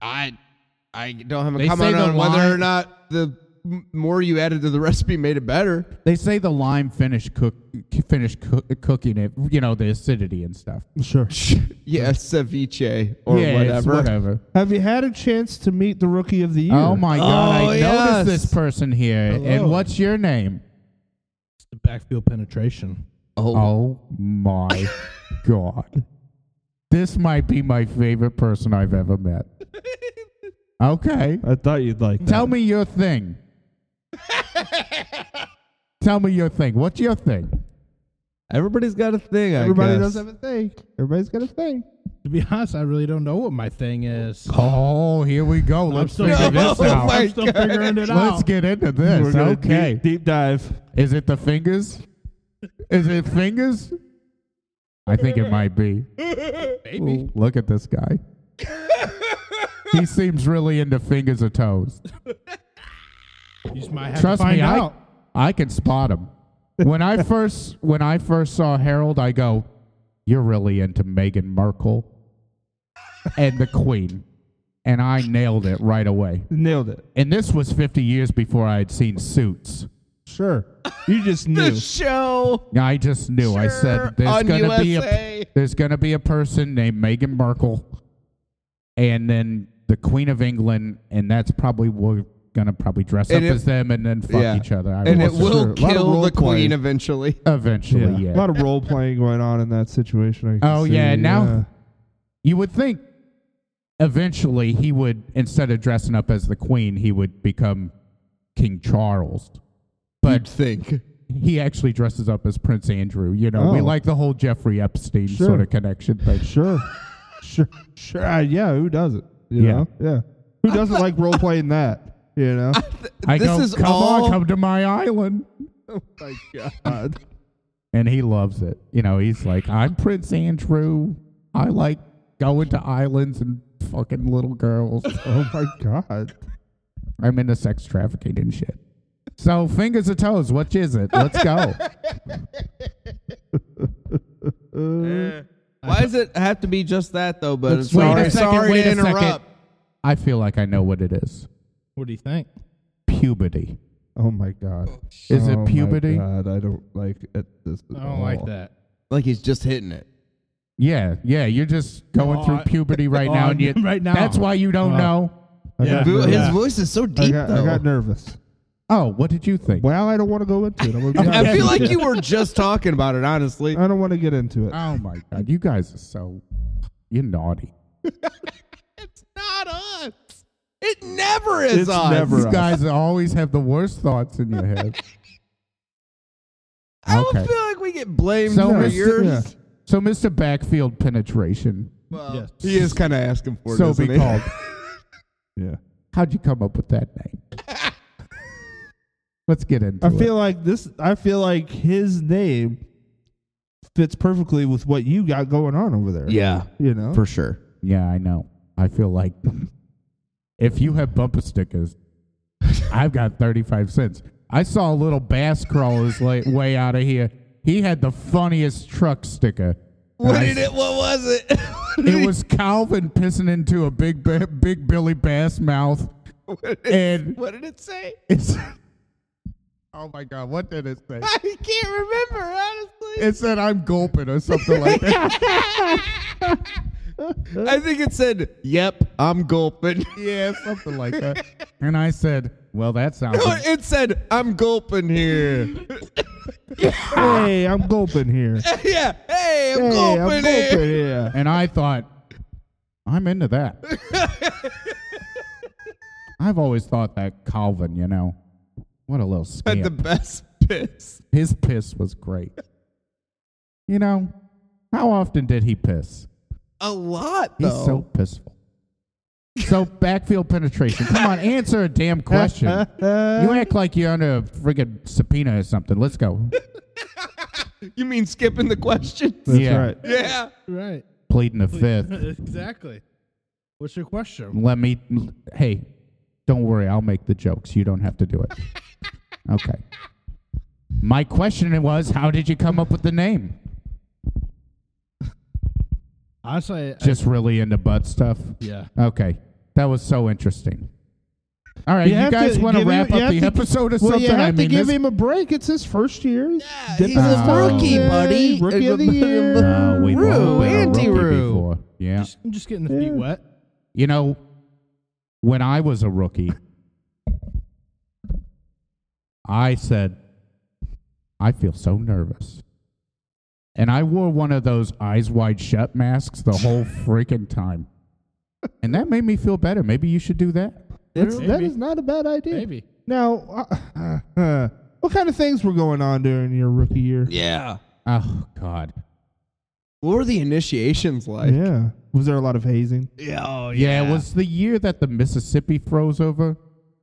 Speaker 2: I I don't have a
Speaker 8: They
Speaker 2: comment
Speaker 8: say the
Speaker 2: on whether or
Speaker 8: lime-
Speaker 2: not the m- more you added to the [LAUGHS] recipe made it better.
Speaker 8: They say the lime finished cook finished cook, cooking it, you know, the acidity and stuff.
Speaker 1: Sure.
Speaker 2: Yeah,
Speaker 8: Hmm.
Speaker 2: ceviche or
Speaker 8: Yeah, it's
Speaker 2: whatever.
Speaker 8: whatever.
Speaker 1: Have you had a chance to meet the rookie of the year?
Speaker 8: Oh my god,
Speaker 2: Oh,
Speaker 8: I
Speaker 2: yes.
Speaker 8: noticed this person here.
Speaker 14: Hello.
Speaker 8: And what's your name?
Speaker 14: The backfield penetration.
Speaker 8: Oh, my god. This might be my favorite person I've ever met. Okay.
Speaker 1: I thought you'd like that.
Speaker 8: Tell me
Speaker 1: [LAUGHS]
Speaker 8: your thing. Tell me your thing. What's your thing?
Speaker 2: Everybody's got a thing.
Speaker 1: Everybody does have a thing. Everybody's got a thing.
Speaker 14: To be honest, I really don't know what my thing is.
Speaker 8: Oh, here we go. Let's
Speaker 14: still
Speaker 8: figure
Speaker 14: figuring-
Speaker 8: this out.
Speaker 14: [LAUGHS] Oh my I'm
Speaker 8: [LAUGHS]
Speaker 14: still God. figuring it
Speaker 8: Let's
Speaker 14: out.
Speaker 8: get into
Speaker 1: We're
Speaker 8: this.
Speaker 1: gonna
Speaker 8: okay.
Speaker 1: deep- dive.
Speaker 8: Is it the fingers? Is it fingers? I think it might be.
Speaker 14: Maybe.
Speaker 8: Look at this guy. he seems really into fingers or toes.
Speaker 14: You just might have
Speaker 8: Trust
Speaker 14: to find
Speaker 8: me,
Speaker 14: out. [LAUGHS]
Speaker 8: I I can spot him. When [LAUGHS] I first when I first saw Harold, I go, "You're really into Meghan Markle and the Queen," and I nailed it right away.
Speaker 1: Nailed it.
Speaker 8: And this was 50 years before I had seen Suits.
Speaker 1: Sure. You
Speaker 8: [LAUGHS]
Speaker 1: just knew.
Speaker 2: The show.
Speaker 8: I just knew. I
Speaker 2: Sure,
Speaker 8: said there's
Speaker 2: on
Speaker 8: gonna be
Speaker 2: USA.
Speaker 8: a there's gonna be a person named Meghan Markle, and then the Queen of England, and that's probably we're gonna probably dress
Speaker 2: And
Speaker 8: up
Speaker 2: it-
Speaker 8: as them and then fuck
Speaker 2: yeah.
Speaker 8: each other. I
Speaker 2: and it
Speaker 8: was sure.
Speaker 2: will
Speaker 8: A lot of
Speaker 2: kill
Speaker 8: role
Speaker 2: the
Speaker 8: play.
Speaker 2: queen eventually.
Speaker 8: Eventually,
Speaker 1: A
Speaker 8: yeah.
Speaker 1: lot of role playing going on in that situation. I can
Speaker 8: Oh
Speaker 1: see,
Speaker 8: yeah, now
Speaker 1: yeah.
Speaker 8: you would think eventually he would instead of dressing up as the queen, he would become King Charles. But
Speaker 2: think
Speaker 8: he actually dresses up as Prince Andrew, you know. We
Speaker 1: Oh.
Speaker 8: like the whole Jeffrey Epstein sort
Speaker 1: Sure.
Speaker 8: of connection thing. [LAUGHS]
Speaker 1: Sure. [LAUGHS] sure. Sure. Uh, yeah. Who doesn't? You
Speaker 8: Yeah.
Speaker 1: know? Yeah. Who doesn't like role playing that? You know?
Speaker 8: I
Speaker 2: This
Speaker 8: go,
Speaker 2: is
Speaker 8: come
Speaker 2: all-
Speaker 8: on, come to my island.
Speaker 2: Oh my god.
Speaker 8: And he loves it. You know, he's like, I'm Prince Andrew. I like going to islands and fucking little girls.
Speaker 1: oh my god.
Speaker 8: I'm into sex trafficking and shit. So fingers or toes, which is it? Let's go.
Speaker 2: Why does it have to be just that though? But it's
Speaker 8: Wait a
Speaker 2: sorry,
Speaker 8: second,
Speaker 2: sorry
Speaker 8: wait
Speaker 2: to
Speaker 8: a second.
Speaker 2: interrupt.
Speaker 8: I feel like I know what it is.
Speaker 14: What do you think?
Speaker 8: Puberty.
Speaker 1: Oh my god.
Speaker 8: Is it
Speaker 1: Oh my
Speaker 8: puberty?
Speaker 1: God, I don't like it. This
Speaker 14: I don't like that.
Speaker 2: Like he's just hitting it.
Speaker 8: Yeah, yeah. You're just going
Speaker 14: Oh,
Speaker 8: through
Speaker 14: I-
Speaker 8: puberty right
Speaker 14: oh,
Speaker 8: now, and you,
Speaker 14: I'm- right now.
Speaker 8: That's why you don't
Speaker 14: Oh.
Speaker 8: know.
Speaker 1: I got
Speaker 2: Boo-
Speaker 1: nervous.
Speaker 2: His voice is so deep
Speaker 1: I got,
Speaker 2: though.
Speaker 1: I got nervous.
Speaker 8: Oh, what did you think?
Speaker 1: Well, I don't want to go into it. I'm gonna
Speaker 8: [LAUGHS]
Speaker 1: be
Speaker 2: I
Speaker 1: honest
Speaker 2: feel
Speaker 1: with
Speaker 2: like you were just talking about it, honestly.
Speaker 1: I don't want to get into it.
Speaker 8: Oh my god, you guys are so you're naughty.
Speaker 2: Not us. It never is
Speaker 8: It's
Speaker 2: us.
Speaker 8: never you
Speaker 1: [LAUGHS]
Speaker 8: guys always have the worst thoughts in your head.
Speaker 2: I don't
Speaker 8: Okay.
Speaker 2: feel like we get blamed
Speaker 8: So
Speaker 2: for
Speaker 8: Mr.
Speaker 2: yours.
Speaker 8: yeah. So Mr. Backfield penetration.
Speaker 2: Well,
Speaker 14: Yes.
Speaker 2: he is kind of asking for it.
Speaker 8: So
Speaker 2: isn't
Speaker 8: be
Speaker 2: he? [LAUGHS]
Speaker 8: called.
Speaker 1: [LAUGHS] Yeah.
Speaker 2: [LAUGHS]
Speaker 8: How'd you come up with that name? Let's get into
Speaker 1: I
Speaker 8: it.
Speaker 1: feel like this. I feel like his name fits perfectly with what you got going on over there. you know
Speaker 11: for sure.
Speaker 8: Yeah, I know. I feel like [LAUGHS] if you have bumper stickers, [LAUGHS] I've got thirty-five cents. I saw a little bass crawler's like [LAUGHS] way out of here. He had the funniest truck sticker. And
Speaker 11: What
Speaker 8: I-
Speaker 11: did it? [LAUGHS] What was it?
Speaker 8: it was Calvin pissing into a big, ba- big Billy Bass mouth. and
Speaker 11: what did it say?
Speaker 8: It's, oh my God, what did it say?
Speaker 11: I can't remember honestly.
Speaker 8: It said, I'm gulping or something
Speaker 11: [LAUGHS]
Speaker 8: like [LAUGHS] that.
Speaker 2: I think it said, "Yep, I'm gulping."
Speaker 8: Yeah, something like that. and I said, Well,
Speaker 2: [LAUGHS]
Speaker 8: that sounds.
Speaker 2: it said, "I'm gulping
Speaker 8: [LAUGHS]
Speaker 2: here."
Speaker 1: hey, I'm gulping
Speaker 2: [LAUGHS]
Speaker 1: here.
Speaker 2: [LAUGHS] yeah, hey, I'm gulping here.
Speaker 1: here.
Speaker 8: And I thought, I'm
Speaker 2: [LAUGHS]
Speaker 8: into that. I've always thought that Calvin, you know, what a little
Speaker 2: Had
Speaker 8: scamp.
Speaker 2: the best piss.
Speaker 8: His piss was great. You know, how often did he piss?
Speaker 2: A lot
Speaker 8: He's
Speaker 2: though.
Speaker 8: so pissful. So backfield penetration. Come on, answer a damn question. you act like you're under a friggin' subpoena or something. Let's go.
Speaker 2: you mean skipping the questions?
Speaker 8: That's Yeah. right.
Speaker 2: Yeah.
Speaker 14: Right.
Speaker 8: Pleading the fifth.
Speaker 14: exactly. What's your question?
Speaker 8: Let me. Hey, don't worry. I'll make the jokes. You don't have to do it. okay. My question was, how did you come up with the name?
Speaker 14: Honestly, I-
Speaker 8: Just really into butt stuff.
Speaker 14: Yeah.
Speaker 8: Okay. That was so interesting. All right, you,
Speaker 1: have
Speaker 8: guys
Speaker 1: to
Speaker 8: want to
Speaker 1: give him-
Speaker 8: wrap
Speaker 1: you
Speaker 8: up
Speaker 1: have
Speaker 8: the
Speaker 1: to-
Speaker 8: episode or
Speaker 1: well,
Speaker 8: something?
Speaker 1: You have
Speaker 8: I
Speaker 1: to
Speaker 8: mean,
Speaker 1: give
Speaker 8: this-
Speaker 1: him a break. It's his first year. Dip
Speaker 2: he's
Speaker 1: his
Speaker 2: a
Speaker 1: toe in
Speaker 2: rookie,
Speaker 1: there.
Speaker 2: buddy.
Speaker 1: Rookie of the year.
Speaker 8: No, we've
Speaker 2: Rue,
Speaker 8: all been a
Speaker 2: Andy
Speaker 8: rookie
Speaker 2: Rue.
Speaker 8: before. Yeah.
Speaker 14: I'm just getting the feet wet.
Speaker 8: You know, when I was a rookie, I said, I feel so nervous. And I wore one of those eyes wide shut masks the whole freaking time. And that made me feel better. Maybe you should do that.
Speaker 1: That's, that is not a bad idea. Maybe. Now, uh, uh, [LAUGHS] what kind of things were going on during your rookie year? Ah,
Speaker 2: Yeah.
Speaker 8: Oh God.
Speaker 2: What were the initiations like?
Speaker 1: Yeah. Was there a lot of hazing?
Speaker 2: Yeah. Oh,
Speaker 8: yeah. it was the year that the Mississippi froze over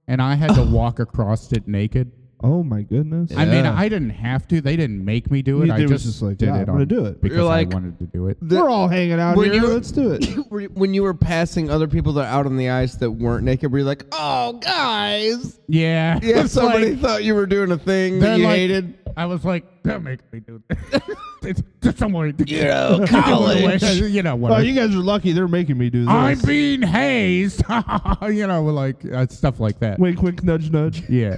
Speaker 8: and I
Speaker 2: [LAUGHS]
Speaker 8: had to walk across it naked.
Speaker 1: Oh my goodness.
Speaker 8: I mean,
Speaker 1: Yeah.
Speaker 8: I didn't have to. They didn't make me do it.
Speaker 1: You
Speaker 8: I
Speaker 1: did- was
Speaker 8: just,
Speaker 1: just like,
Speaker 8: did
Speaker 1: yeah,
Speaker 8: it
Speaker 1: I'm
Speaker 8: on
Speaker 1: gonna do it.
Speaker 8: because
Speaker 2: You're like-
Speaker 8: I wanted to do it.
Speaker 2: The-
Speaker 1: We're all hanging out
Speaker 2: when
Speaker 1: here.
Speaker 2: you-
Speaker 1: Let's do it.
Speaker 2: [LAUGHS] Were you- when you were passing other people that are out on the ice that weren't naked, were you like, "Oh, guys"?
Speaker 8: Yeah.
Speaker 2: [LAUGHS] Yeah.
Speaker 8: It's
Speaker 2: Somebody
Speaker 8: like-
Speaker 2: thought you were doing a thing that
Speaker 8: They're
Speaker 2: you
Speaker 8: like-
Speaker 2: hated.
Speaker 8: I was like, don't make me do this.
Speaker 2: [LAUGHS]
Speaker 8: [LAUGHS] it's just somewhere. [LAUGHS] You
Speaker 2: know, college.
Speaker 8: you know what?
Speaker 1: Oh, you guys are lucky. They're making me do this.
Speaker 8: I'm being hazed. [LAUGHS] you know, like uh, stuff like that.
Speaker 1: Wink, wink, nudge,
Speaker 8: [LAUGHS]
Speaker 1: nudge.
Speaker 8: Yeah.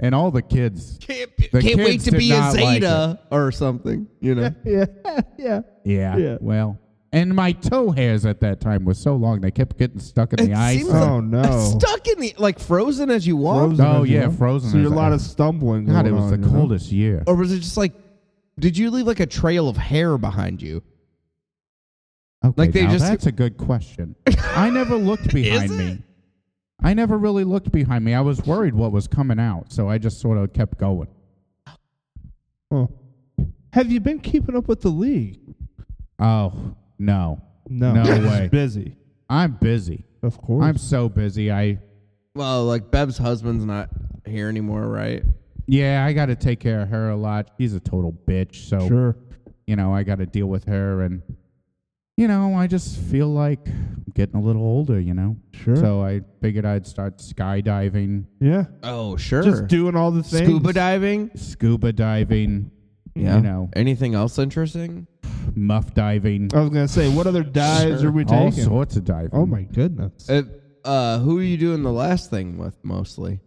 Speaker 8: And all the kids.
Speaker 2: Can't,
Speaker 8: the
Speaker 2: Can't wait
Speaker 8: kids
Speaker 2: to
Speaker 8: did
Speaker 2: be a
Speaker 8: not like it.
Speaker 2: Zeta or something. You know.
Speaker 1: Yeah. yeah.
Speaker 8: Yeah,
Speaker 1: Yeah.
Speaker 8: Well, and my toe hairs at that time were so long they kept getting stuck in the ice.
Speaker 2: seems
Speaker 1: Oh no.
Speaker 2: Stuck in the like frozen as you walk,
Speaker 1: Frozen
Speaker 8: Oh,
Speaker 1: as you
Speaker 8: yeah,
Speaker 1: are.
Speaker 8: frozen
Speaker 1: So
Speaker 8: as
Speaker 1: you're a
Speaker 8: I
Speaker 1: lot
Speaker 8: am.
Speaker 1: of stumbling.
Speaker 8: God, it
Speaker 1: going
Speaker 8: was the
Speaker 1: on, you know?
Speaker 8: coldest year.
Speaker 2: or was it just like? Did you leave like a trail of hair behind you?
Speaker 8: Okay,
Speaker 2: Like, they
Speaker 8: now
Speaker 2: just-
Speaker 8: that's a
Speaker 2: [LAUGHS]
Speaker 8: good question. I never looked behind me. I never really looked behind me. I was worried what was coming out, so I just sort of kept going.
Speaker 1: Huh. Have you been keeping up with the league?
Speaker 8: Oh no,
Speaker 1: No.
Speaker 8: no
Speaker 1: It's
Speaker 8: way.
Speaker 1: Busy.
Speaker 8: I'm busy.
Speaker 1: Of course.
Speaker 8: I'm so busy. I
Speaker 2: Well, like Bev's husband's not here anymore, right?
Speaker 8: yeah, I got to take care of her a lot. She's a total bitch. So
Speaker 1: sure.
Speaker 8: you know, I got to deal with her, and you know, I just feel like I'm getting a little older. You know,
Speaker 1: Sure.
Speaker 8: So I figured I'd start skydiving,
Speaker 1: Yeah.
Speaker 2: Oh, sure.
Speaker 1: Just doing all the things.
Speaker 2: Scuba diving.
Speaker 8: scuba diving.
Speaker 2: Yeah.
Speaker 8: You know,
Speaker 2: Anything else interesting?
Speaker 8: muff diving.
Speaker 1: I was gonna say, what other dives
Speaker 2: Sure.
Speaker 1: are we
Speaker 8: all
Speaker 1: taking?
Speaker 8: sorts of diving.
Speaker 1: Oh my goodness.
Speaker 2: Uh, uh, who are you doing the last thing with mostly?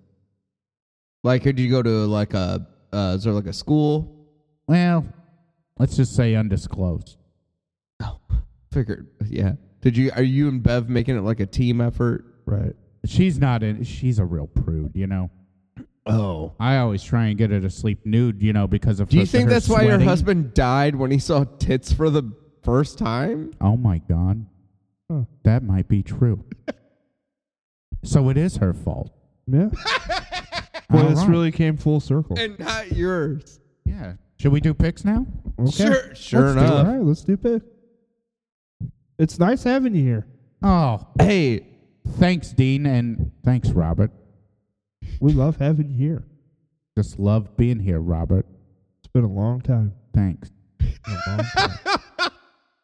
Speaker 2: Like, did you go to like a? Uh, is there like a school?
Speaker 8: Well, let's just say undisclosed.
Speaker 2: Oh, Figured. Yeah. Did you? Are you and Bev making it like a team effort?
Speaker 1: Right.
Speaker 8: She's not in. She's a real prude, you know.
Speaker 2: Oh.
Speaker 8: I always try and get her to sleep nude, you know, because of.
Speaker 2: Do you
Speaker 8: her-
Speaker 2: think
Speaker 8: her
Speaker 2: that's why your
Speaker 8: sweating.
Speaker 2: husband died when he saw tits for the first time?
Speaker 8: Oh my god,
Speaker 1: Huh.
Speaker 8: that might
Speaker 1: [LAUGHS]
Speaker 8: be true. so it is her fault. [LAUGHS]
Speaker 1: Yeah. well,
Speaker 8: All
Speaker 1: this
Speaker 8: right.
Speaker 1: really came full circle.
Speaker 2: And not yours.
Speaker 8: Yeah. Should we do pics now?
Speaker 1: Okay.
Speaker 2: Sure. Sure
Speaker 1: Let's do it.
Speaker 2: enough.
Speaker 1: All right, let's do pick. It's nice having you here.
Speaker 8: Oh,
Speaker 2: Hey,
Speaker 8: thanks, Dean, and thanks, Robert.
Speaker 1: We love having you here.
Speaker 8: Just love being here, Robert. It's
Speaker 1: been a long time.
Speaker 8: Thanks. [LAUGHS]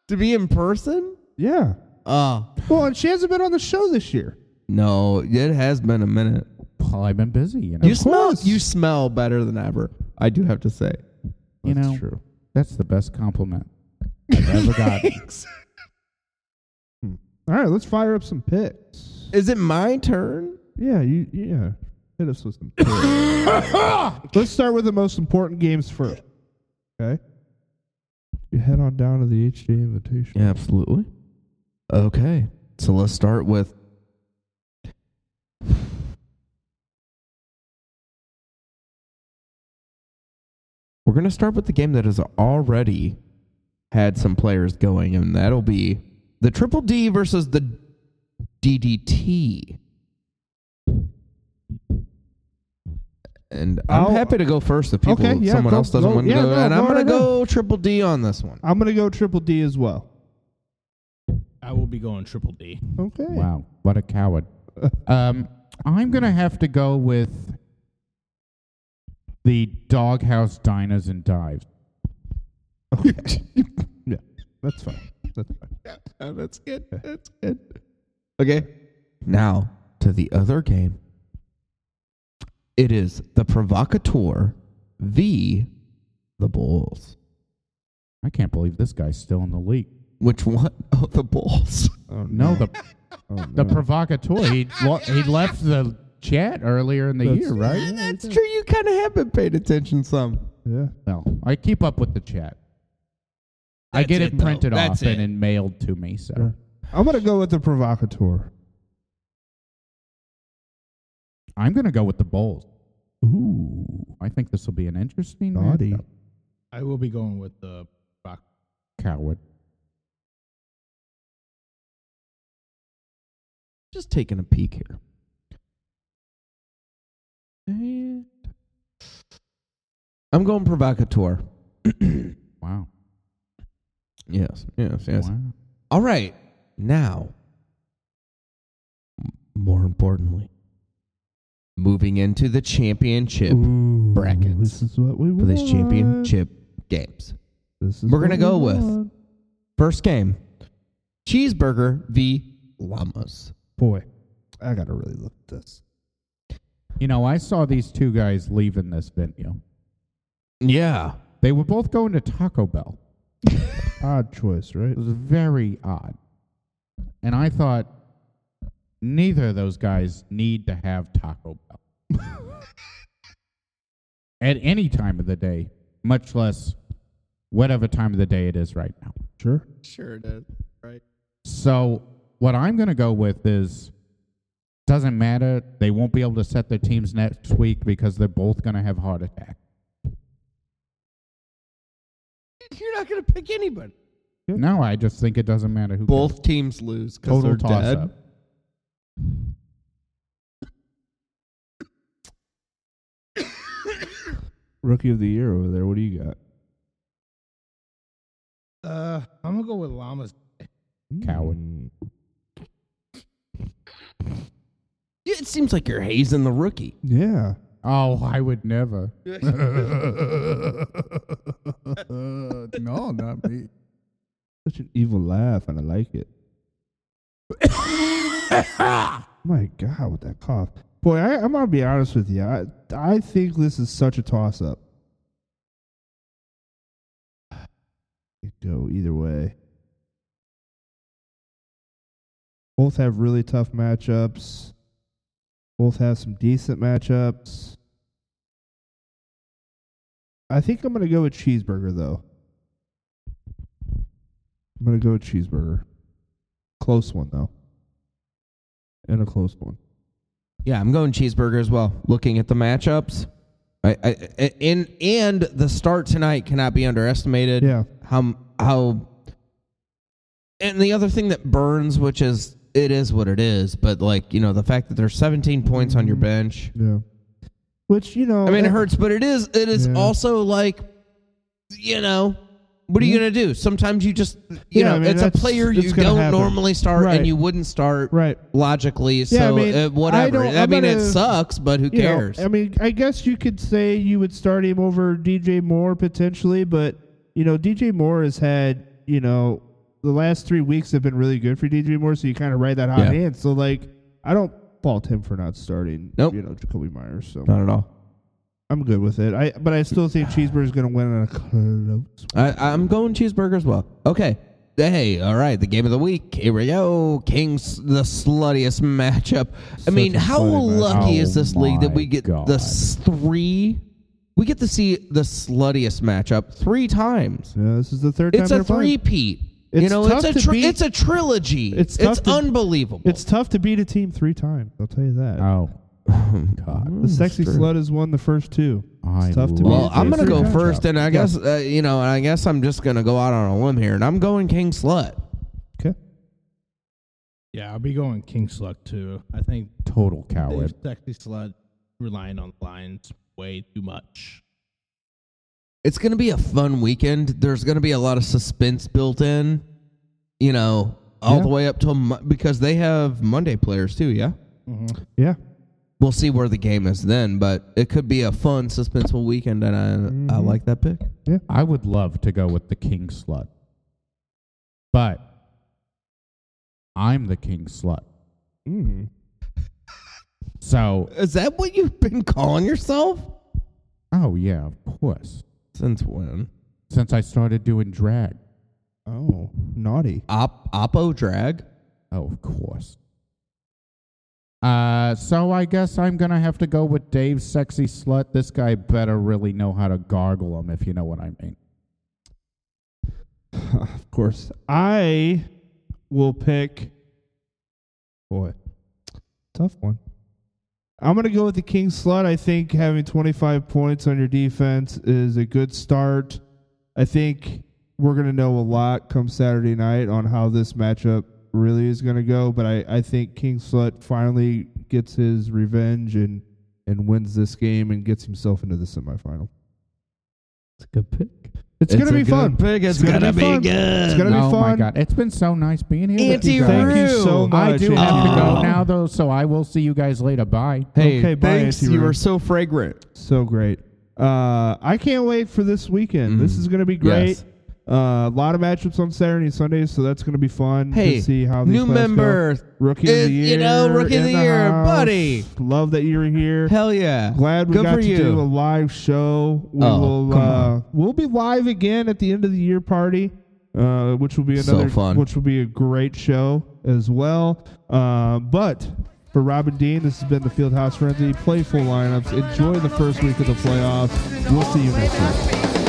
Speaker 9: to be in person?
Speaker 1: Yeah.
Speaker 9: Oh.
Speaker 1: Well, and she hasn't been on the show this year.
Speaker 9: No, it has been a minute.
Speaker 8: Well, I've been busy, you
Speaker 9: know. You smell you smell better than ever. I do have to say.
Speaker 8: you know, true. That's the best compliment I've ever gotten.
Speaker 1: All right, let's fire up some picks.
Speaker 9: Is it my turn?
Speaker 1: Yeah, you yeah. Hit us with some
Speaker 2: [LAUGHS]
Speaker 1: picks. let's start with the most important games first. Okay. You head on down to the HD invitation.
Speaker 2: Yeah, absolutely. Okay. So let's start with We're going to start with the game that has already had some players going and that'll be the Triple D versus the DDT. And I'm
Speaker 1: I'll-
Speaker 2: happy to go first if people
Speaker 1: Okay, yeah,
Speaker 2: someone
Speaker 1: go-
Speaker 2: else doesn't
Speaker 1: go-
Speaker 2: want to
Speaker 1: yeah,
Speaker 2: go.
Speaker 1: no,
Speaker 2: and I'm
Speaker 1: go
Speaker 2: going
Speaker 1: right
Speaker 2: to go Triple D on this one.
Speaker 1: I'm gonna go triple D as well.
Speaker 14: I will be going triple D.
Speaker 1: Okay.
Speaker 8: Wow, what a coward. um, I'm going to have to go with the Doghouse Diners and
Speaker 1: [LAUGHS]
Speaker 8: Dives.
Speaker 1: yeah, that's fine. That's fine.
Speaker 9: Uh, that's good. That's
Speaker 2: good.
Speaker 9: Okay.
Speaker 2: Now to the other game. It is the provocateur v the Bulls.
Speaker 8: I can't believe this guy's still in the league.
Speaker 2: Which one? Oh, the Bulls.
Speaker 1: Oh,
Speaker 8: no, the
Speaker 2: no.
Speaker 8: the provocateur. He lo- he left the chat earlier in the
Speaker 2: That's-
Speaker 8: year, right?
Speaker 2: Yeah,
Speaker 9: that's true. You kind of have been paid attention some.
Speaker 1: Yeah.
Speaker 8: No, I keep up with the chat. I
Speaker 9: That's
Speaker 8: get
Speaker 9: it,
Speaker 8: it,
Speaker 9: though.
Speaker 8: printed
Speaker 9: That's
Speaker 8: off and,
Speaker 9: it.
Speaker 8: and mailed to me. So
Speaker 1: I'm gonna go with the provocateur.
Speaker 8: I'm gonna go with the Bulls. Ooh, I think this will be an interesting
Speaker 1: Naughty.
Speaker 8: matchup.
Speaker 14: I will be going with the rock.
Speaker 8: Coward.
Speaker 2: Just taking a peek here. And I'm going provocateur.
Speaker 8: [CLEARS THROAT] wow.
Speaker 2: Yes, yes, yes.
Speaker 8: Wow.
Speaker 2: All right. Now, m- more importantly, moving into the championship brackets. This
Speaker 1: is what we
Speaker 2: For this championship games. We're going to go with first game Cheeseburger v. Llamas.
Speaker 1: Boy, I gotta really look at this.
Speaker 8: You know, I saw these two guys leaving this venue.
Speaker 2: Yeah.
Speaker 8: They were both going to
Speaker 1: [LAUGHS]
Speaker 8: Taco Bell.
Speaker 1: odd choice, right? It
Speaker 8: was very odd. And I thought neither of those guys need to have Taco Bell
Speaker 1: [LAUGHS]
Speaker 8: at any time of the day, much less whatever time of the day it is right now.
Speaker 1: Sure.
Speaker 9: Sure it is. Right.
Speaker 8: So what I'm going to go with is doesn't matter. They won't be able to set their teams next week because they're both going to have heart attack.
Speaker 9: You're not going to pick anybody.
Speaker 8: No, I just think it doesn't matter who.
Speaker 9: Both teams lose because
Speaker 8: Total
Speaker 9: they're
Speaker 8: toss-up.
Speaker 9: dead.
Speaker 1: Rookie of the year over there. What do you got?
Speaker 14: Uh, I'm gonna go with llamas.
Speaker 8: Coward.
Speaker 2: Yeah, It seems like you're hazing the rookie.
Speaker 1: Yeah.
Speaker 8: Oh, I would never.
Speaker 7: no, not me.
Speaker 1: Such an evil laugh, and I like it.
Speaker 9: [LAUGHS]
Speaker 1: My God, with that cough. Boy, I, I'm gonna be honest with you. I I think this is such a toss up. It go either way. Both have really tough matchups. Both have some decent matchups. I think I'm gonna go with cheeseburger though. I'm gonna go with cheeseburger. Close one though. And a close one.
Speaker 2: Yeah, I'm going cheeseburger as well. Looking at the matchups, I, I, I- and and the start tonight cannot be underestimated.
Speaker 1: Yeah,
Speaker 2: how how, and the other thing that burns, which is it is what it is, but like you know the fact that there's 17 points on your bench.
Speaker 1: Mm-hmm. Yeah, which you know, eh,
Speaker 2: I mean it
Speaker 1: that-
Speaker 2: hurts, but it is it is
Speaker 1: Yeah.
Speaker 2: also like, you know, what are you gonna do? Sometimes you just you
Speaker 1: Mm-hmm. Yeah,
Speaker 2: know
Speaker 1: I mean,
Speaker 2: it's a
Speaker 1: that's-
Speaker 2: player
Speaker 1: that's
Speaker 2: you
Speaker 1: gonna
Speaker 2: don't
Speaker 1: happen.
Speaker 2: normally start
Speaker 1: Right.
Speaker 2: and you wouldn't start
Speaker 1: right
Speaker 2: logically. So
Speaker 1: Yeah, I mean,
Speaker 2: uh,
Speaker 1: I
Speaker 2: whatever.
Speaker 1: don't-
Speaker 2: I,
Speaker 1: I'm
Speaker 2: mean, it
Speaker 1: gonna-
Speaker 2: sucks, but who
Speaker 1: you know,
Speaker 2: cares?
Speaker 1: I mean, I guess you could say you would start him over DJ Moore potentially, but you know, DJ Moore has had you know the last three weeks have been really good for DJ Moore, so you kind of ride that hot
Speaker 2: Yeah.
Speaker 1: hand. So like, I don't fault him for not starting. Nope. you know Jacoby Myers. So
Speaker 2: Not at all.
Speaker 1: I'm good with it. I but I still
Speaker 2: [SIGHS]
Speaker 1: think Cheeseburger's going to win on a close.
Speaker 2: I, I'm going cheeseburger as well. Okay. Hey, all right. The game of the week. Here we go. Kings, the sluttiest matchup. I
Speaker 9: Such
Speaker 2: mean,
Speaker 9: a
Speaker 2: how
Speaker 9: slutty matchup.
Speaker 2: lucky is this
Speaker 9: Oh
Speaker 2: league that we
Speaker 9: my
Speaker 2: get
Speaker 9: God.
Speaker 2: the s- three? We get to see the sluttiest matchup three times.
Speaker 1: Yeah, this is the third.
Speaker 2: It's
Speaker 1: time
Speaker 2: a
Speaker 1: in a row.
Speaker 2: three-peat. you
Speaker 1: It's
Speaker 2: know,
Speaker 1: tough
Speaker 2: it's a
Speaker 1: to beat.
Speaker 2: it's a trilogy.
Speaker 1: It's
Speaker 2: It's
Speaker 1: tough to-
Speaker 2: unbelievable.
Speaker 1: It's tough to beat a team three times. I'll tell you that. Oh,
Speaker 9: God.
Speaker 1: the sexy
Speaker 2: That's true.
Speaker 1: slut has won the first two.
Speaker 9: I
Speaker 1: it's tough to
Speaker 2: Well,
Speaker 1: beat a
Speaker 2: I'm
Speaker 1: team
Speaker 2: gonna
Speaker 1: three
Speaker 2: go
Speaker 1: times.
Speaker 2: first, and I
Speaker 1: Yeah.
Speaker 2: guess uh, you know, and I guess I'm just gonna go out on a limb here, and I'm going King Slut.
Speaker 14: Yeah, I'll be going King Slut too. I think
Speaker 9: Total
Speaker 14: they've
Speaker 9: coward.
Speaker 14: Sexy Slut relying on lines way too much.
Speaker 2: it's going to be a fun weekend. There's going to be a lot of suspense built in, you know, all
Speaker 1: Yeah.
Speaker 2: the way up till Mo- because they have Monday players too. Yeah,
Speaker 14: Mm-hmm.
Speaker 1: Yeah.
Speaker 2: we'll see where the game is then, but it could be a fun, suspenseful weekend, and I I
Speaker 1: Mhm.
Speaker 2: like that pick.
Speaker 8: I would love to go with the king slut, but I'm the king slut.
Speaker 1: Mm.
Speaker 8: So,
Speaker 2: Is that what you've been calling yourself
Speaker 8: oh yeah, of course.
Speaker 2: since when?
Speaker 8: Since I started doing drag.
Speaker 1: Oh, naughty.
Speaker 2: Op Oppo drag.
Speaker 8: Oh, of course. Uh, so I guess I'm gonna have to go with Dave's sexy slut. This guy better really know how to gargle him, if you know what I
Speaker 2: [SIGHS]
Speaker 8: mean.
Speaker 1: Of course. I will pick. Boy, tough one. I'm going to go with the King Slut. I think having 25 points on your defense is a good start. I think we're going to know a lot come Saturday night on how this matchup really is going to go, but I, I think King Slut finally gets his revenge and, and wins this game and gets himself into the semifinal.
Speaker 2: It's a good pick.
Speaker 1: It's,
Speaker 2: It's
Speaker 1: gonna
Speaker 2: a
Speaker 1: be
Speaker 2: good
Speaker 1: fun.
Speaker 2: pick. It's gonna be
Speaker 1: fun.
Speaker 2: good.
Speaker 1: It's gonna be
Speaker 8: oh
Speaker 1: fun.
Speaker 8: my god, it's been so nice being here. with
Speaker 2: Andy
Speaker 8: you guys.
Speaker 1: Thank you so much.
Speaker 8: I do have to
Speaker 1: Oh.
Speaker 8: go now, though, so I will see you guys later. Bye.
Speaker 2: Hey,
Speaker 1: Okay, bye,
Speaker 2: thanks.
Speaker 1: Auntie
Speaker 2: You
Speaker 1: Ruth.
Speaker 2: are so fragrant.
Speaker 1: So great. Uh, I can't wait for this weekend. This is going to be great.
Speaker 2: Mm. Yes.
Speaker 1: Uh, A lot of matchups on Saturday and Sunday, so that's going to be fun
Speaker 2: Hey,
Speaker 1: to see how these
Speaker 2: new
Speaker 1: playoffs go.
Speaker 2: member.
Speaker 1: rookie
Speaker 2: Is-
Speaker 1: of the year,
Speaker 2: you know, rookie of
Speaker 1: in
Speaker 2: the year,
Speaker 1: house.
Speaker 2: buddy.
Speaker 1: Love that you were here.
Speaker 2: Hell yeah!
Speaker 1: Glad we
Speaker 2: Good
Speaker 1: got
Speaker 2: for
Speaker 1: to
Speaker 2: you.
Speaker 1: do a live show. We
Speaker 2: Oh,
Speaker 1: will
Speaker 2: come
Speaker 1: uh, we'll be live again at the end of the year party, uh, which will be
Speaker 2: So
Speaker 1: another
Speaker 2: fun.
Speaker 1: which will be a great show as well. Uh, but for Robin Dean, this has been the Fieldhouse Frenzy. Playful lineups. Enjoy the first week of the playoffs. We'll see you next week.